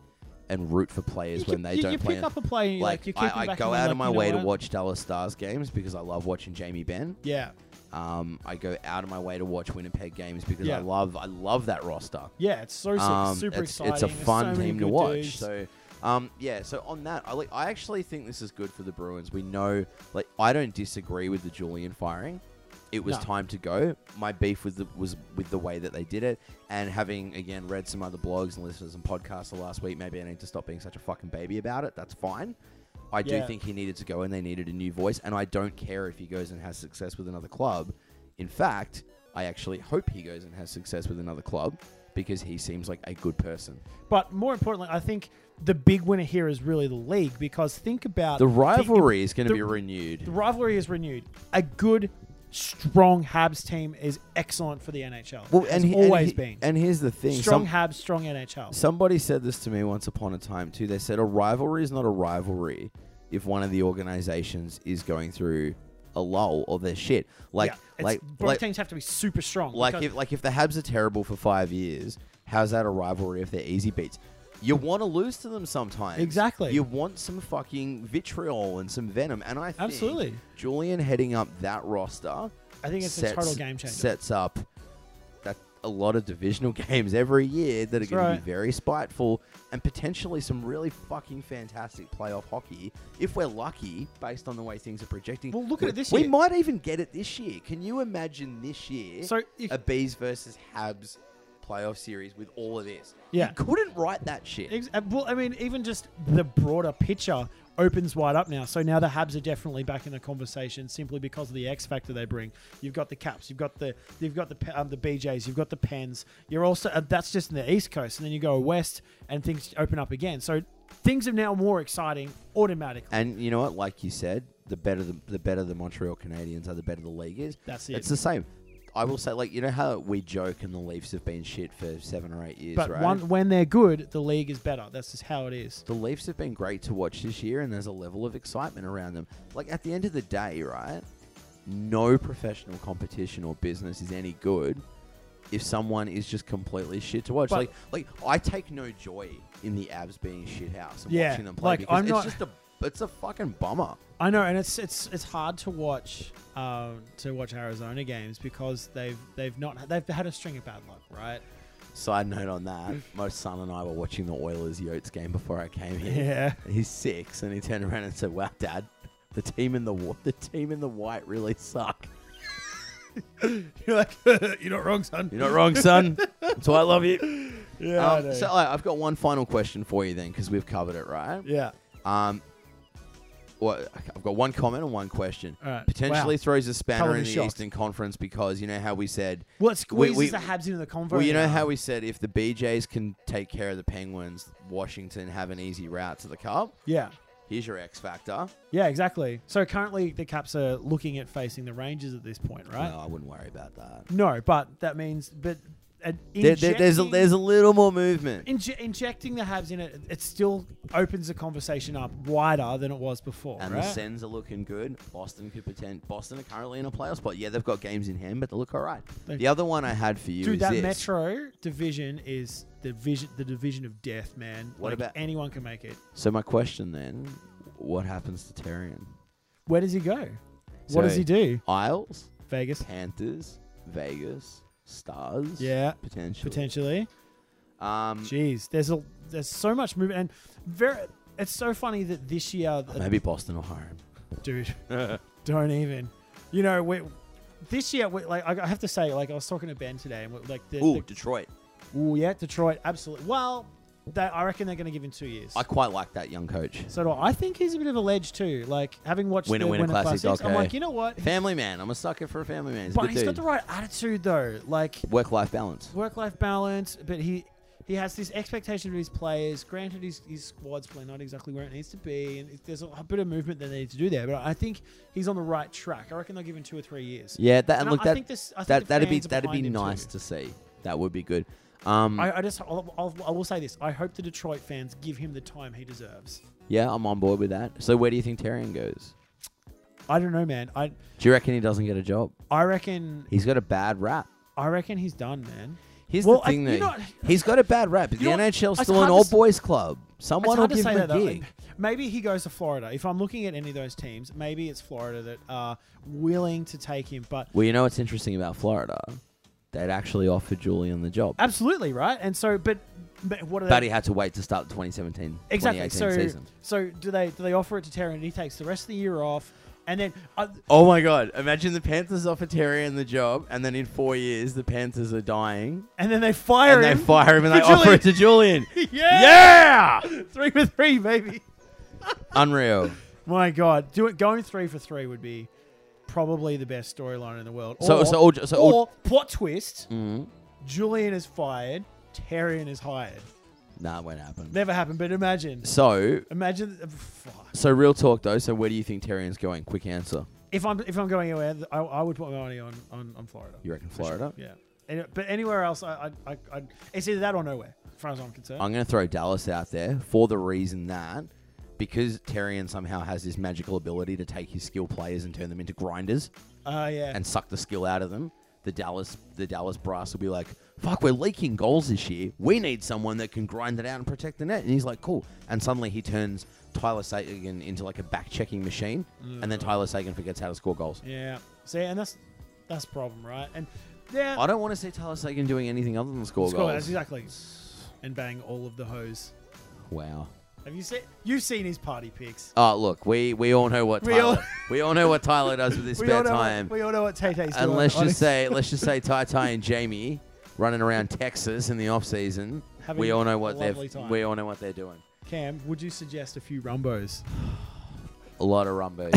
Speaker 1: and root for players
Speaker 2: you,
Speaker 1: when
Speaker 2: keep-
Speaker 1: they
Speaker 2: you,
Speaker 1: don't
Speaker 2: you
Speaker 1: play.
Speaker 2: pick up a player, and you like,
Speaker 1: like
Speaker 2: you keep them
Speaker 1: I, I
Speaker 2: back
Speaker 1: go
Speaker 2: and you're
Speaker 1: out
Speaker 2: like,
Speaker 1: of my
Speaker 2: you know
Speaker 1: way to
Speaker 2: what?
Speaker 1: watch Dallas Stars games because I love watching Jamie Benn.
Speaker 2: Yeah,
Speaker 1: Um, I go out of my way to watch Winnipeg games because
Speaker 2: Yeah.
Speaker 1: I love I love that roster.
Speaker 2: yeah, it's so
Speaker 1: Um,
Speaker 2: super
Speaker 1: it's,
Speaker 2: exciting.
Speaker 1: It's a
Speaker 2: There's
Speaker 1: fun
Speaker 2: so many
Speaker 1: team to
Speaker 2: good
Speaker 1: watch.
Speaker 2: dudes.
Speaker 1: So, um, yeah. So on that, I like. I actually think this is good for the Bruins. We know, like, I don't disagree with the Julian firing. It was
Speaker 2: No.
Speaker 1: time to go. My beef with the was with the way that they did it, and having again read some other blogs and listeners and podcasts the last week. Maybe I need to stop being such a fucking baby about it. That's fine. I do
Speaker 2: Yeah.
Speaker 1: think he needed to go, and they needed a new voice. And I don't care if he goes and has success with another club. In fact, I actually hope he goes and has success with another club because he seems like a good person.
Speaker 2: But more importantly, I think the big winner here is really the league because think about
Speaker 1: The rivalry is going
Speaker 2: the-
Speaker 1: to be renewed.
Speaker 2: The rivalry is renewed. A good, strong Habs team is excellent for the NHL.
Speaker 1: well,
Speaker 2: It's
Speaker 1: and he, and
Speaker 2: always
Speaker 1: he-
Speaker 2: been
Speaker 1: And here's the thing:
Speaker 2: strong
Speaker 1: some-
Speaker 2: Habs, strong NHL.
Speaker 1: somebody said this to me once upon a time too. They said a rivalry is not a rivalry if one of the organizations is going through a lull or their shit. Like,
Speaker 2: Yeah, it's-
Speaker 1: like,
Speaker 2: both
Speaker 1: like,
Speaker 2: teams have to be super strong.
Speaker 1: like
Speaker 2: because-
Speaker 1: if like if the Habs are terrible for five years, how's that a rivalry if they're easy beats? You want to lose to them sometimes.
Speaker 2: Mm. Exactly.
Speaker 1: You want some fucking vitriol and some venom, and I think
Speaker 2: Absolutely.
Speaker 1: Julian heading up that roster
Speaker 2: I think it's a total game changer.
Speaker 1: Sets up that a lot of divisional games every year that are
Speaker 2: That's
Speaker 1: going
Speaker 2: right.
Speaker 1: to be very spiteful and potentially some really fucking fantastic playoff hockey if we're lucky based on the way things are projecting.
Speaker 2: Well, look at it this
Speaker 1: we
Speaker 2: year.
Speaker 1: might even get it this year. Can you imagine this year
Speaker 2: So if-
Speaker 1: a Bees versus Habs playoff series with all of this?
Speaker 2: Yeah.
Speaker 1: You couldn't write that shit.
Speaker 2: Ex- uh, well, I mean, even just the broader picture opens wide up now. So now the Habs are definitely back in the conversation simply because of the X factor they bring. You've got the Caps, you've got the you've got the P- um, the BJ's, you've got the Pens. You're also uh, that's just in the East Coast, and then you go west and things open up again. So things are now more exciting automatically.
Speaker 1: And you know what? Like you said, the better the, the better the Montreal Canadiens are, the better the league is.
Speaker 2: That's it.
Speaker 1: It's the same. I will say, like you know how we joke and the Leafs have been shit for seven or eight years,
Speaker 2: But
Speaker 1: right?
Speaker 2: one, when they're good, the league is better. That's just how it is.
Speaker 1: the Leafs have been great to watch this year, and there's a level of excitement around them. Like at the end of the day, right? No professional competition or business is any good if someone is just completely shit to watch.
Speaker 2: But-
Speaker 1: like, like I take no joy in the Abs being shit house and
Speaker 2: Yeah,
Speaker 1: watching them play
Speaker 2: like,
Speaker 1: because
Speaker 2: I'm
Speaker 1: it's
Speaker 2: not-
Speaker 1: just a it's a fucking bummer.
Speaker 2: I know, and it's it's it's hard to watch um, to watch Arizona games because they've they've not they've had a string of bad luck, right?
Speaker 1: Side note on that, my son and I were watching the Oilers Yotes game before I came here.
Speaker 2: Yeah.
Speaker 1: He's six, and he turned around and said, "Wow, Dad, the team in the wa- the team in the white really suck."
Speaker 2: You're like, you're not wrong, son.
Speaker 1: You're not wrong, son. That's why I love you.
Speaker 2: Yeah. I know.
Speaker 1: Um, so I I've got one final question for you then, because we've covered it, right?
Speaker 2: yeah.
Speaker 1: Um, well, I've got one comment and one question.
Speaker 2: All right.
Speaker 1: Potentially
Speaker 2: Wow.
Speaker 1: throws a spanner
Speaker 2: Colour
Speaker 1: in
Speaker 2: me
Speaker 1: the
Speaker 2: shocked.
Speaker 1: Eastern Conference because you know how we said
Speaker 2: What
Speaker 1: we-
Speaker 2: squeezes the Habs into the convo?
Speaker 1: Well, you know
Speaker 2: now?
Speaker 1: how we said if the BJs can take care of the Penguins, Washington have an easy route to the Cup.
Speaker 2: Yeah.
Speaker 1: Here's your X factor.
Speaker 2: Yeah, exactly. So currently the Caps are looking at facing the Rangers at this point, right?
Speaker 1: No, I wouldn't worry about that.
Speaker 2: No, but that means, but an
Speaker 1: There, there- there's a,
Speaker 2: injecting-
Speaker 1: there's a little more movement.
Speaker 2: Inje- injecting the Habs in it, it still opens the conversation up wider than it was before.
Speaker 1: And
Speaker 2: right?
Speaker 1: the Sens are looking good. Boston could pretend. Boston are currently in a playoff spot. Yeah, they've got games in hand, but they look all right.
Speaker 2: They-
Speaker 1: The other one I had for you
Speaker 2: Dude,
Speaker 1: is
Speaker 2: that
Speaker 1: this.
Speaker 2: Metro division is the vision, the division of death, man.
Speaker 1: What
Speaker 2: Like,
Speaker 1: about-
Speaker 2: anyone can make it?
Speaker 1: So my question then, what happens to Terrian?
Speaker 2: Where does he go? what does
Speaker 1: So-
Speaker 2: he do?
Speaker 1: Isles,
Speaker 2: Vegas,
Speaker 1: Panthers, Vegas, Stars.
Speaker 2: Yeah,
Speaker 1: potentially.
Speaker 2: potentially.
Speaker 1: Um,
Speaker 2: Jeez, there's a there's so much movement, and very. It's so funny that this year, the-
Speaker 1: Oh, maybe Boston will hire him.
Speaker 2: dude, don't even. You know, we this year, we, like I I have to say, like I was talking to Ben today, and we, like the,
Speaker 1: Ooh, Detroit.
Speaker 2: the ooh, yeah, Detroit, absolutely. Well, they, I reckon they're going to give him two years.
Speaker 1: I quite like that young coach.
Speaker 2: So do I. I think he's a bit of a ledge too. Like having watched
Speaker 1: Winner,
Speaker 2: the
Speaker 1: winner,
Speaker 2: Winner
Speaker 1: classics,
Speaker 2: Classics,
Speaker 1: okay.
Speaker 2: I'm like, you know what?
Speaker 1: Family man. I'm a sucker for a family man. He's a
Speaker 2: but
Speaker 1: good
Speaker 2: he's got
Speaker 1: dude.
Speaker 2: the right attitude though. Like
Speaker 1: Work-life balance.
Speaker 2: work-life balance, but he he has this expectation of his players. Granted, his his squad's probably not exactly where it needs to be, and it- there's a bit of movement that they need to do there. But I think he's on the right track. I reckon they'll give him two or three years.
Speaker 1: Yeah, that, and
Speaker 2: And I-
Speaker 1: look,
Speaker 2: I
Speaker 1: that,
Speaker 2: think this- I think
Speaker 1: that
Speaker 2: the
Speaker 1: that'd be
Speaker 2: fans are
Speaker 1: that'd be
Speaker 2: behind him too.
Speaker 1: nice to see. That would be good. Um,
Speaker 2: I, I just I'll, I'll, I will say this. I hope the Detroit fans give him the time he deserves.
Speaker 1: yeah, I'm on board with that. So where do you think Terrian goes?
Speaker 2: I don't know, man. I
Speaker 1: Do you reckon he doesn't get a job?
Speaker 2: I reckon
Speaker 1: He's got a bad rap.
Speaker 2: I reckon he's done, man.
Speaker 1: Here's
Speaker 2: Well,
Speaker 1: the
Speaker 2: I-
Speaker 1: thing,
Speaker 2: you
Speaker 1: though.
Speaker 2: know-
Speaker 1: He's got a bad rap. But the
Speaker 2: You know what?
Speaker 1: NHL's
Speaker 2: It's
Speaker 1: still an
Speaker 2: hard to
Speaker 1: all
Speaker 2: s-
Speaker 1: boys club.
Speaker 2: It's
Speaker 1: Someone will
Speaker 2: hard to
Speaker 1: give
Speaker 2: say
Speaker 1: him
Speaker 2: that
Speaker 1: a
Speaker 2: though.
Speaker 1: gig.
Speaker 2: Maybe he goes to Florida. If I'm looking at any of those teams, maybe it's Florida that are willing to take him. But
Speaker 1: Well, you know what's interesting about Florida? They'd actually offered Julian the job,
Speaker 2: absolutely right. And so, but, but what are
Speaker 1: but
Speaker 2: they?
Speaker 1: he had to wait to start the 2017
Speaker 2: Exactly.
Speaker 1: 2018
Speaker 2: So,
Speaker 1: season.
Speaker 2: so do they? Do they offer it to Terry and he takes the rest of the year off? And then, uh,
Speaker 1: Oh my God! Imagine the Panthers offer Terrian the job, and then in four years the Panthers are dying,
Speaker 2: and then they fire
Speaker 1: and
Speaker 2: him.
Speaker 1: they fire him and they
Speaker 2: for
Speaker 1: offer it to Julian.
Speaker 2: Julian. yeah,
Speaker 1: yeah!
Speaker 2: three for three, baby.
Speaker 1: Unreal.
Speaker 2: My God, do it. Going three for three would be probably the best storyline in the world.
Speaker 1: So-
Speaker 2: or,
Speaker 1: so all- so all-
Speaker 2: or plot twist:
Speaker 1: Mm.
Speaker 2: Julian is fired, Terrian is hired.
Speaker 1: Nah, it won't happen.
Speaker 2: Never happened, but imagine.
Speaker 1: So,
Speaker 2: Imagine. uh, Fuck.
Speaker 1: so real talk though. So, where do you think Terrian's going? Quick answer.
Speaker 2: If I'm if I'm going anywhere, I, I would put my money on on, on Florida.
Speaker 1: You reckon
Speaker 2: For sure.
Speaker 1: Florida?
Speaker 2: Yeah. Any- but anywhere else, I I, I I it's either that or nowhere, as far as I'm concerned.
Speaker 1: I'm going to throw Dallas out there for the reason that because Terrian somehow has this magical ability to take his skill players and turn them into grinders
Speaker 2: Uh, yeah.
Speaker 1: and suck the skill out of them. The Dallas, the Dallas brass will be like, "Fuck, we're leaking goals this year. We need someone that can grind it out and protect the net." And he's like, "Cool." And suddenly he turns Tyler Sagan into like a back-checking machine, and then Tyler Sagan forgets how to score goals.
Speaker 2: Mm. yeah. See, and that's that's the problem, right? And yeah,
Speaker 1: I don't want to see Tyler Sagan doing anything other than score,
Speaker 2: score,
Speaker 1: goals.
Speaker 2: that's exactly. And bang all of the hoes.
Speaker 1: Wow.
Speaker 2: Have you seen? You've seen his party pics.
Speaker 1: Oh, look, we, we all know what
Speaker 2: We
Speaker 1: Tyler,
Speaker 2: all-
Speaker 1: we all know what Tyler does with his
Speaker 2: We
Speaker 1: spare
Speaker 2: all know
Speaker 1: time.
Speaker 2: What, we all know what Tay Tay's doing.
Speaker 1: and let's
Speaker 2: on
Speaker 1: just
Speaker 2: his-
Speaker 1: say let's just say Tai Tai and Jamie running around Texas in the off season.
Speaker 2: Having
Speaker 1: We all know
Speaker 2: a
Speaker 1: what they're
Speaker 2: lovely time.
Speaker 1: we all know what they're doing.
Speaker 2: Cam, would you suggest a few rumbos?
Speaker 1: A lot of rumbos.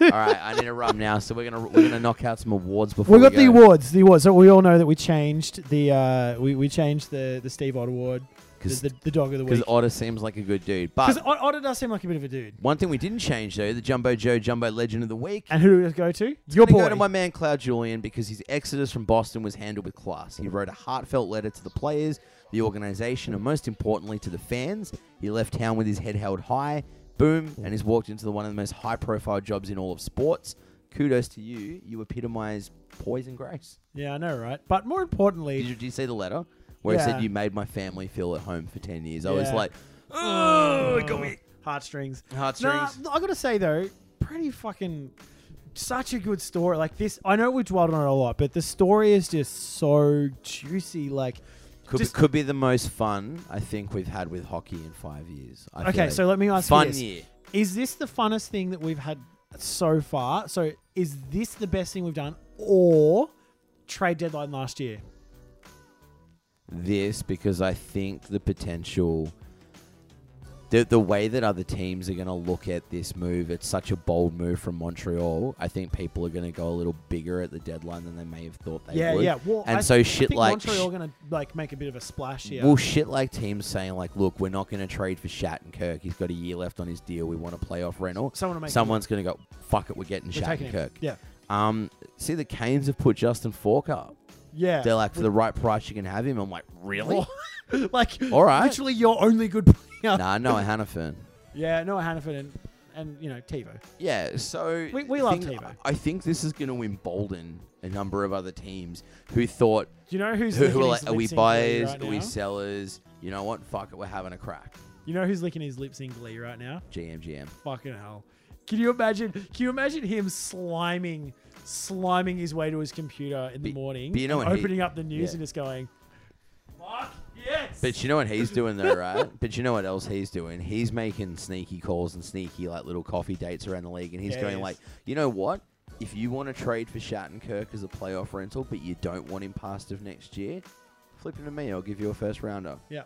Speaker 1: all right, I need a rum now, so we're gonna we're gonna knock out some awards before
Speaker 2: we got the
Speaker 1: go.
Speaker 2: awards. The awards. So we all know that we changed the uh, we, we changed the the Steve Odd award, the,
Speaker 1: 'Cause-
Speaker 2: the, the dog of the
Speaker 1: because
Speaker 2: week.
Speaker 1: Otter seems like a good dude.
Speaker 2: Because
Speaker 1: But
Speaker 2: Odd, Odd does seem like a bit of a dude.
Speaker 1: one thing we didn't change though, the Jumbo Joe Jumbo Legend of the Week.
Speaker 2: And who do we go to? Your
Speaker 1: gonna
Speaker 2: boy.
Speaker 1: Go to my man Cloud Julian because his exodus from Boston was handled with class. He wrote a heartfelt letter to the players, the organization, and most importantly to the fans. He left town with his head held high, boom, and he's walked into the, one of the most high-profile jobs in all of sports. Kudos to you. You epitomize poise and grace.
Speaker 2: yeah, I know, right? But more importantly,
Speaker 1: Did you, did you see the letter where he
Speaker 2: Yeah.
Speaker 1: said you made my family feel at home for ten years? I was
Speaker 2: Yeah.
Speaker 1: like, oh, got me.
Speaker 2: uh, heartstrings.
Speaker 1: Heartstrings.
Speaker 2: Nah, I gotta say though, pretty fucking such a good story. Like this, I know we dwelled on it a lot, but the story is just so juicy. Like,
Speaker 1: Could,
Speaker 2: Just-
Speaker 1: be, could be the most fun I think we've had with hockey in five years. I feel
Speaker 2: okay,
Speaker 1: like.
Speaker 2: so let me ask
Speaker 1: fun
Speaker 2: you this.
Speaker 1: year.
Speaker 2: Is this the funnest thing that we've had so far? So is this the best thing we've done, or trade deadline last year?
Speaker 1: this because I think the potential, the the way that other teams are going to look at this move, it's such a bold move from Montreal. I think people are going to go a little bigger at the deadline than they may have thought they
Speaker 2: yeah,
Speaker 1: would.
Speaker 2: yeah. Well,
Speaker 1: and
Speaker 2: I-
Speaker 1: so
Speaker 2: I
Speaker 1: shit
Speaker 2: think
Speaker 1: like
Speaker 2: Montreal gonna like make a bit of a splash here.
Speaker 1: well, shit like teams saying like, look, we're not going to trade for Shattenkirk. He's got a year left on his deal. We want a playoff rental.
Speaker 2: Someone will make a
Speaker 1: Someone's going to go, fuck it, we're getting
Speaker 2: We're taking him.
Speaker 1: Shattenkirk.
Speaker 2: Yeah.
Speaker 1: Um, see, the Canes have put Justin Falk up.
Speaker 2: Yeah.
Speaker 1: They're like, for the right price, you can have him. I'm like, really?
Speaker 2: like,
Speaker 1: All right.
Speaker 2: literally your only good player.
Speaker 1: nah, no, Hannafin.
Speaker 2: Yeah, Noah Hannaford and, and you know, TiVo.
Speaker 1: Yeah, so
Speaker 2: We- we
Speaker 1: I
Speaker 2: love
Speaker 1: think-
Speaker 2: Tebow.
Speaker 1: I think this is going to embolden a number of other teams who thought,
Speaker 2: Do you know who's
Speaker 1: who,
Speaker 2: licking
Speaker 1: who are
Speaker 2: his
Speaker 1: like, are
Speaker 2: lips
Speaker 1: we
Speaker 2: in Glee
Speaker 1: buyers?
Speaker 2: right
Speaker 1: are we
Speaker 2: now?
Speaker 1: sellers? You know what? Fuck it, we're having a crack.
Speaker 2: You know who's licking his lips in Glee right now?
Speaker 1: GM, GM.
Speaker 2: Fucking hell. Can you imagine? Can you imagine him sliming, sliming his way to his computer in the
Speaker 1: But-
Speaker 2: morning,
Speaker 1: but you know
Speaker 2: and
Speaker 1: when he-
Speaker 2: opening up the news
Speaker 1: yeah.
Speaker 2: and just going, "Fuck yes!"
Speaker 1: But you know what he's doing though, right? but you know what else he's doing? He's making sneaky calls and sneaky like little coffee dates around the league, and he's
Speaker 2: Yeah, he
Speaker 1: going
Speaker 2: is.
Speaker 1: like, you know what? If you want to trade for Shattenkirk as a playoff rental, but you don't want him past of next year, flip him to me. I'll give you a first rounder.
Speaker 2: yeah.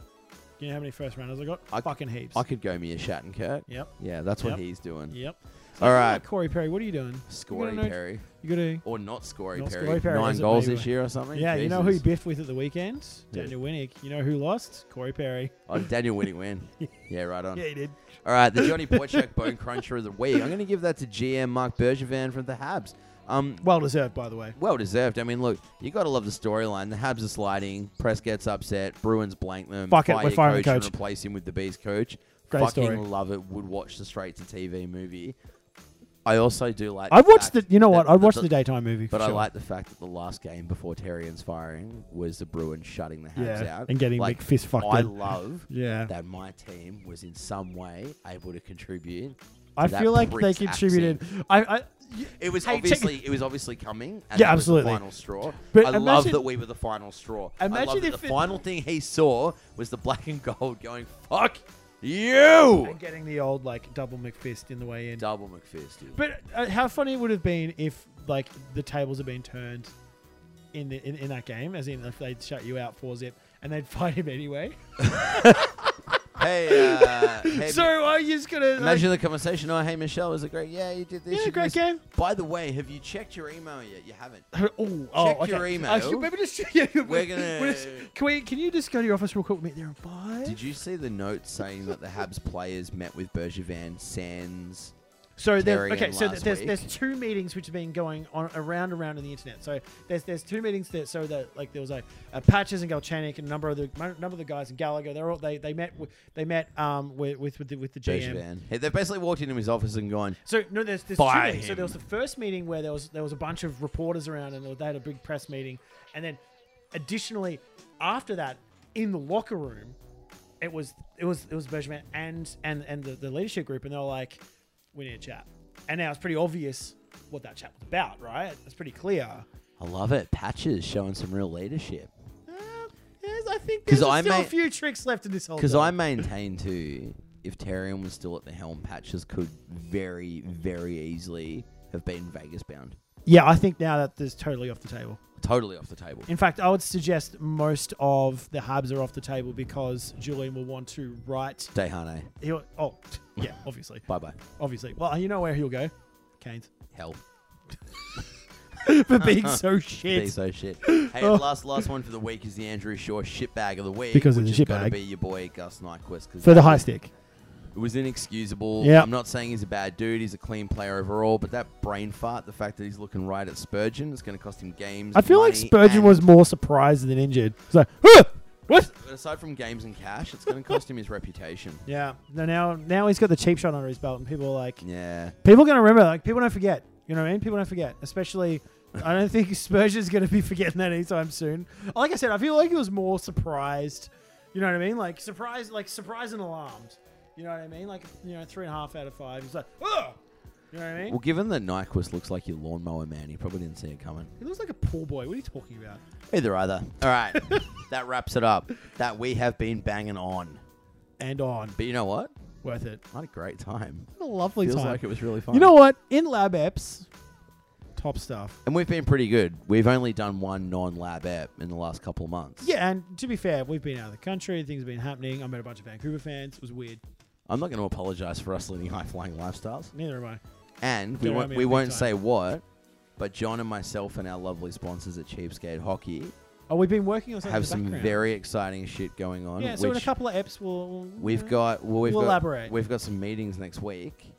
Speaker 2: You know how many first rounders I got?
Speaker 1: I-
Speaker 2: Fucking heaps.
Speaker 1: I could go me a Shattenkirk.
Speaker 2: yep.
Speaker 1: Yeah, that's what
Speaker 2: Yep.
Speaker 1: he's doing.
Speaker 2: Yep.
Speaker 1: All
Speaker 2: All
Speaker 1: right.
Speaker 2: right, Corey Perry, what are you doing?
Speaker 1: Scory
Speaker 2: You gotta know-
Speaker 1: Perry.
Speaker 2: You got to.
Speaker 1: Or not Scory
Speaker 2: Not
Speaker 1: Perry.
Speaker 2: Scory Perry,
Speaker 1: Nine
Speaker 2: is it
Speaker 1: goals
Speaker 2: maybe?
Speaker 1: this year or something?
Speaker 2: Yeah, you know who he
Speaker 1: Jesus.
Speaker 2: biffed with at the weekend?
Speaker 1: Yeah.
Speaker 2: Daniel Winnick. You know who lost? Corey Perry.
Speaker 1: Oh, Daniel Winning win. yeah, right on.
Speaker 2: Yeah, he did.
Speaker 1: All right, the Johnny Boychuk Bone Cruncher of the Week. I'm going to give that to GM Mark Bergevin from the Habs. Um,
Speaker 2: Well deserved, by the way.
Speaker 1: well deserved. I mean, look, you got to love the storyline. The Habs are sliding. Press gets upset. Bruins blank them.
Speaker 2: Fuck it,
Speaker 1: fire
Speaker 2: we're
Speaker 1: your
Speaker 2: firing
Speaker 1: coach,
Speaker 2: the
Speaker 1: and
Speaker 2: coach.
Speaker 1: replace him with the Beast coach.
Speaker 2: Great
Speaker 1: Fucking
Speaker 2: story.
Speaker 1: love it. Would watch the straight to TV movie. I also do like.
Speaker 2: I'd watch
Speaker 1: fact
Speaker 2: the. You know what?
Speaker 1: that
Speaker 2: I'd watch the, daytime movie.
Speaker 1: But
Speaker 2: for
Speaker 1: I
Speaker 2: sure.
Speaker 1: like the fact that the last game before Terrian's firing was the Bruins shutting the Habs
Speaker 2: Yeah,
Speaker 1: out
Speaker 2: and getting
Speaker 1: like,
Speaker 2: McFist fucked
Speaker 1: I
Speaker 2: in.
Speaker 1: love
Speaker 2: Yeah.
Speaker 1: that my team was in some way able to contribute.
Speaker 2: I
Speaker 1: that
Speaker 2: feel like they
Speaker 1: prick's
Speaker 2: contributed. I, I,
Speaker 1: It was
Speaker 2: Hey, check-
Speaker 1: obviously it was obviously coming. And
Speaker 2: Yeah,
Speaker 1: that was the
Speaker 2: absolutely.
Speaker 1: final straw.
Speaker 2: But
Speaker 1: I love
Speaker 2: imagine-
Speaker 1: that we were the final straw. I love
Speaker 2: Imagine
Speaker 1: that
Speaker 2: if
Speaker 1: the
Speaker 2: it-
Speaker 1: final thing he saw was the black and gold going fuck you.
Speaker 2: and getting the old like double McFist in the way in.
Speaker 1: Double McPherson.
Speaker 2: But uh, how funny it would have been if like the tables had been turned in the in, in that game, as in if they'd shut you out four zip and they'd fight him anyway.
Speaker 1: hey, uh, hey,
Speaker 2: so are you just gonna like,
Speaker 1: Imagine the conversation. Oh, hey, Michelle, is it great? Yeah, you did this.
Speaker 2: Yeah,
Speaker 1: you did
Speaker 2: great
Speaker 1: this.
Speaker 2: game.
Speaker 1: By the way, have you checked your email yet? You haven't.
Speaker 2: Oh, oh, okay.
Speaker 1: your
Speaker 2: Uh,
Speaker 1: email.
Speaker 2: can- maybe just, yeah,
Speaker 1: We're gonna-
Speaker 2: just- can we? Can you just go to your office real quick? Meet there in five.
Speaker 1: Did you see the note saying that the Habs players met with Bergevin, Sands?
Speaker 2: So there,
Speaker 1: Terry
Speaker 2: okay,
Speaker 1: and
Speaker 2: so
Speaker 1: last
Speaker 2: there's
Speaker 1: week.
Speaker 2: there's two meetings which have been going on around around in the internet. So there's there's two meetings that so that like there was a, uh Patches and Galchenyuk and a number of the number of the guys in Gallagher. They're all they they met wi- they met um with with with the, with the GM.
Speaker 1: Bergevin. Hey, they basically walked into his office and gone,
Speaker 2: So no, there's, there's two
Speaker 1: Fire
Speaker 2: meetings. So
Speaker 1: him.
Speaker 2: there was the first meeting where there was there was a bunch of reporters around and they had a big press meeting, and then additionally after that in the locker room, it was it was it was Benjamin and and and the, the leadership group, and they were like, we need a chat, and now it's pretty obvious what that chat was about, right? It's pretty clear.
Speaker 1: I love it. Patches showing some real leadership.
Speaker 2: Uh, yes, I think
Speaker 1: 'Cause
Speaker 2: there's
Speaker 1: I
Speaker 2: still
Speaker 1: may-
Speaker 2: a few tricks left in this whole.
Speaker 1: Because
Speaker 2: thing.
Speaker 1: I maintain too, if Terrian was still at the helm, Patches could very, very easily have been Vegas bound.
Speaker 2: yeah, I think now that there's totally off the table.
Speaker 1: Totally off the table.
Speaker 2: In fact, I would suggest most of the Habs are off the table because Julian will want to write.
Speaker 1: Dehane.
Speaker 2: He'll oh yeah, obviously,
Speaker 1: Bye bye.
Speaker 2: obviously. Well, you know where he'll go, Canes
Speaker 1: Hell.
Speaker 2: for being so shit.
Speaker 1: Be so shit. Hey,
Speaker 2: Oh.
Speaker 1: the last last one for the week is the Andrew Shaw shitbag of the week.
Speaker 2: Because of
Speaker 1: which
Speaker 2: the
Speaker 1: has gotta
Speaker 2: shitbag.
Speaker 1: be your boy Gus Nyquist. 'cause
Speaker 2: for the
Speaker 1: that
Speaker 2: high
Speaker 1: was-
Speaker 2: stick.
Speaker 1: It was inexcusable.
Speaker 2: Yeah.
Speaker 1: I'm not saying he's a bad dude. He's a clean player overall. But that brain fart, the fact that he's looking right at Spurgeon, it's going to cost him games.
Speaker 2: I feel like
Speaker 1: money,
Speaker 2: Spurgeon
Speaker 1: and-
Speaker 2: was more surprised than injured. He's like, huh, what?
Speaker 1: Aside from games and cash, it's going to cost him his reputation.
Speaker 2: Yeah. No, now now he's got the cheap shot under his belt, and people are like,
Speaker 1: Yeah.
Speaker 2: people are gonna remember. Like people don't forget. You know what I mean? People don't forget, especially. I don't think Spurgeon's going to be forgetting that anytime soon. Like I said, I feel like he was more surprised. You know what I mean? Like surprised, like surprised and alarmed. You know what I mean? Like you know, three and a half out of five. He's like, oh, you know what I mean?
Speaker 1: Well, given that Nyquist looks like your lawnmower man, he probably didn't see it coming.
Speaker 2: He looks like a pool boy. What are you talking about?
Speaker 1: Either, either. All right. that wraps it up. That we have been banging on.
Speaker 2: And on,
Speaker 1: But you know what?
Speaker 2: worth it.
Speaker 1: I had a great time.
Speaker 2: What a lovely
Speaker 1: Feels
Speaker 2: time.
Speaker 1: like it was really fun.
Speaker 2: you know what? In lab apps, top stuff.
Speaker 1: And we've been pretty good. We've only done one non-lab app in the last couple of months.
Speaker 2: Yeah, and to be fair, we've been out of the country. Things have been happening. I met a bunch of Vancouver fans. It was weird.
Speaker 1: I'm not going to apologize for us leading high-flying lifestyles.
Speaker 2: Neither am I.
Speaker 1: And we
Speaker 2: Don't
Speaker 1: won't
Speaker 2: owe me
Speaker 1: we
Speaker 2: a big
Speaker 1: won't
Speaker 2: time.
Speaker 1: say what, but John and myself and our lovely sponsors at Cheapskate Hockey
Speaker 2: Oh, we've been working on something.
Speaker 1: have
Speaker 2: in the
Speaker 1: some
Speaker 2: background.
Speaker 1: very exciting shit going on.
Speaker 2: yeah. So in a
Speaker 1: which
Speaker 2: couple of eps, we'll, we'll
Speaker 1: we've got well, we've
Speaker 2: We'll
Speaker 1: got,
Speaker 2: elaborate.
Speaker 1: We've got some meetings next week,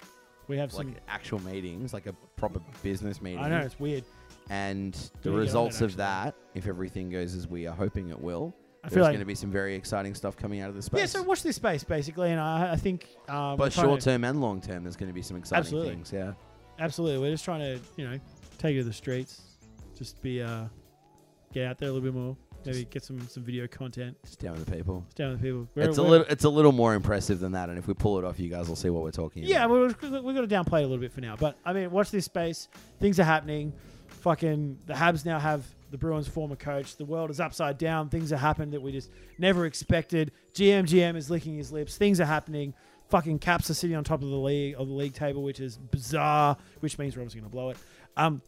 Speaker 2: we have
Speaker 1: like
Speaker 2: some.
Speaker 1: actual meetings, like a proper business meeting.
Speaker 2: I know it's weird.
Speaker 1: And the
Speaker 2: Gotta get on
Speaker 1: results
Speaker 2: it,
Speaker 1: of that if everything goes as we are hoping it will,
Speaker 2: I
Speaker 1: there's
Speaker 2: feel like
Speaker 1: going to be some very exciting stuff coming out of the space.
Speaker 2: yeah. So watch this space basically, and I, I think um, we're
Speaker 1: but
Speaker 2: trying
Speaker 1: short
Speaker 2: to,
Speaker 1: term and long term, there's going to be some exciting
Speaker 2: Absolutely.
Speaker 1: things. Yeah.
Speaker 2: absolutely, we're just trying to you know take it to the streets, just be uh, get out there a little bit more, maybe get some some video content,
Speaker 1: Just down with the people.
Speaker 2: down with people. We're-
Speaker 1: it's a
Speaker 2: we're-
Speaker 1: little, it's a little more impressive than that, and if we pull it off, you guys will see what we're talking
Speaker 2: Yeah,
Speaker 1: about.
Speaker 2: we we've got to downplay it a little bit for now. But I mean, watch this space. Things are happening. Fucking the Habs now have the Bruins' former coach. The world is upside down. Things are happening that we just never expected. GM GM is licking his lips. Things are happening. Fucking Caps are sitting on top of the league of the league table, which is bizarre. Which means we're obviously going to blow it. Um,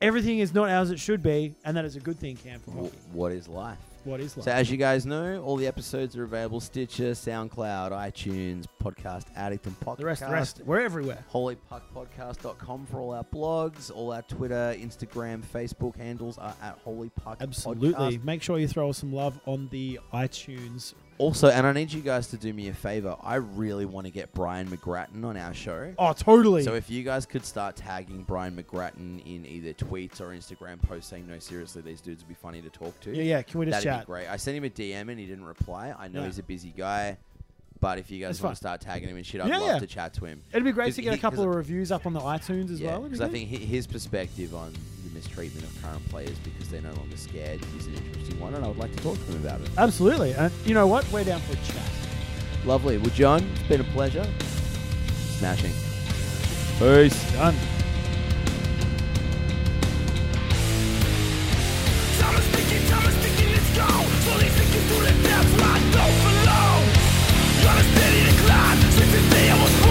Speaker 2: everything is not as it should be, and that is a good thing, Cam. For hockey.
Speaker 1: Wh- what is life?
Speaker 2: What is life?
Speaker 1: So, as you guys know, all the episodes are available Stitcher, SoundCloud, iTunes, Podcast Addict, and Podcast.
Speaker 2: the rest, the rest, we're everywhere.
Speaker 1: holypuckpodcast.com for all our blogs, all our Twitter, Instagram, Facebook handles are at holypuckpodcast.
Speaker 2: Absolutely. Make sure you throw us some love on the iTunes
Speaker 1: Also, and I need you guys to do me a favor. I really want to get Brian McGrattan on our show.
Speaker 2: Oh, totally.
Speaker 1: So if you guys could start tagging Brian McGrattan in either tweets or Instagram posts saying, no, seriously, these dudes would be funny to talk to,
Speaker 2: yeah, yeah. Can we just
Speaker 1: that'd
Speaker 2: chat?
Speaker 1: be great. I sent him a DM and he didn't reply. I know
Speaker 2: Yeah.
Speaker 1: he's a busy guy, but if you guys
Speaker 2: That's
Speaker 1: want
Speaker 2: fine.
Speaker 1: to start tagging him and shit, I'd
Speaker 2: Yeah,
Speaker 1: love
Speaker 2: yeah.
Speaker 1: to chat to him.
Speaker 2: It'd be great
Speaker 1: Cause
Speaker 2: to get
Speaker 1: he-
Speaker 2: a couple
Speaker 1: 'cause
Speaker 2: of reviews up on the iTunes as well.
Speaker 1: because I think hi- his perspective on the mistreatment of current players because they're no longer scared is an interesting one, and I would like to talk to him about it.
Speaker 2: absolutely. And you know what? We're down for a chat.
Speaker 1: Lovely. Well, John, it's been a pleasure. Smashing. Peace.
Speaker 2: Done.
Speaker 3: Time is ticking, time is ticking, let's go. Slowly sinking through the depths, I go below. Got a steady decline, since the day I was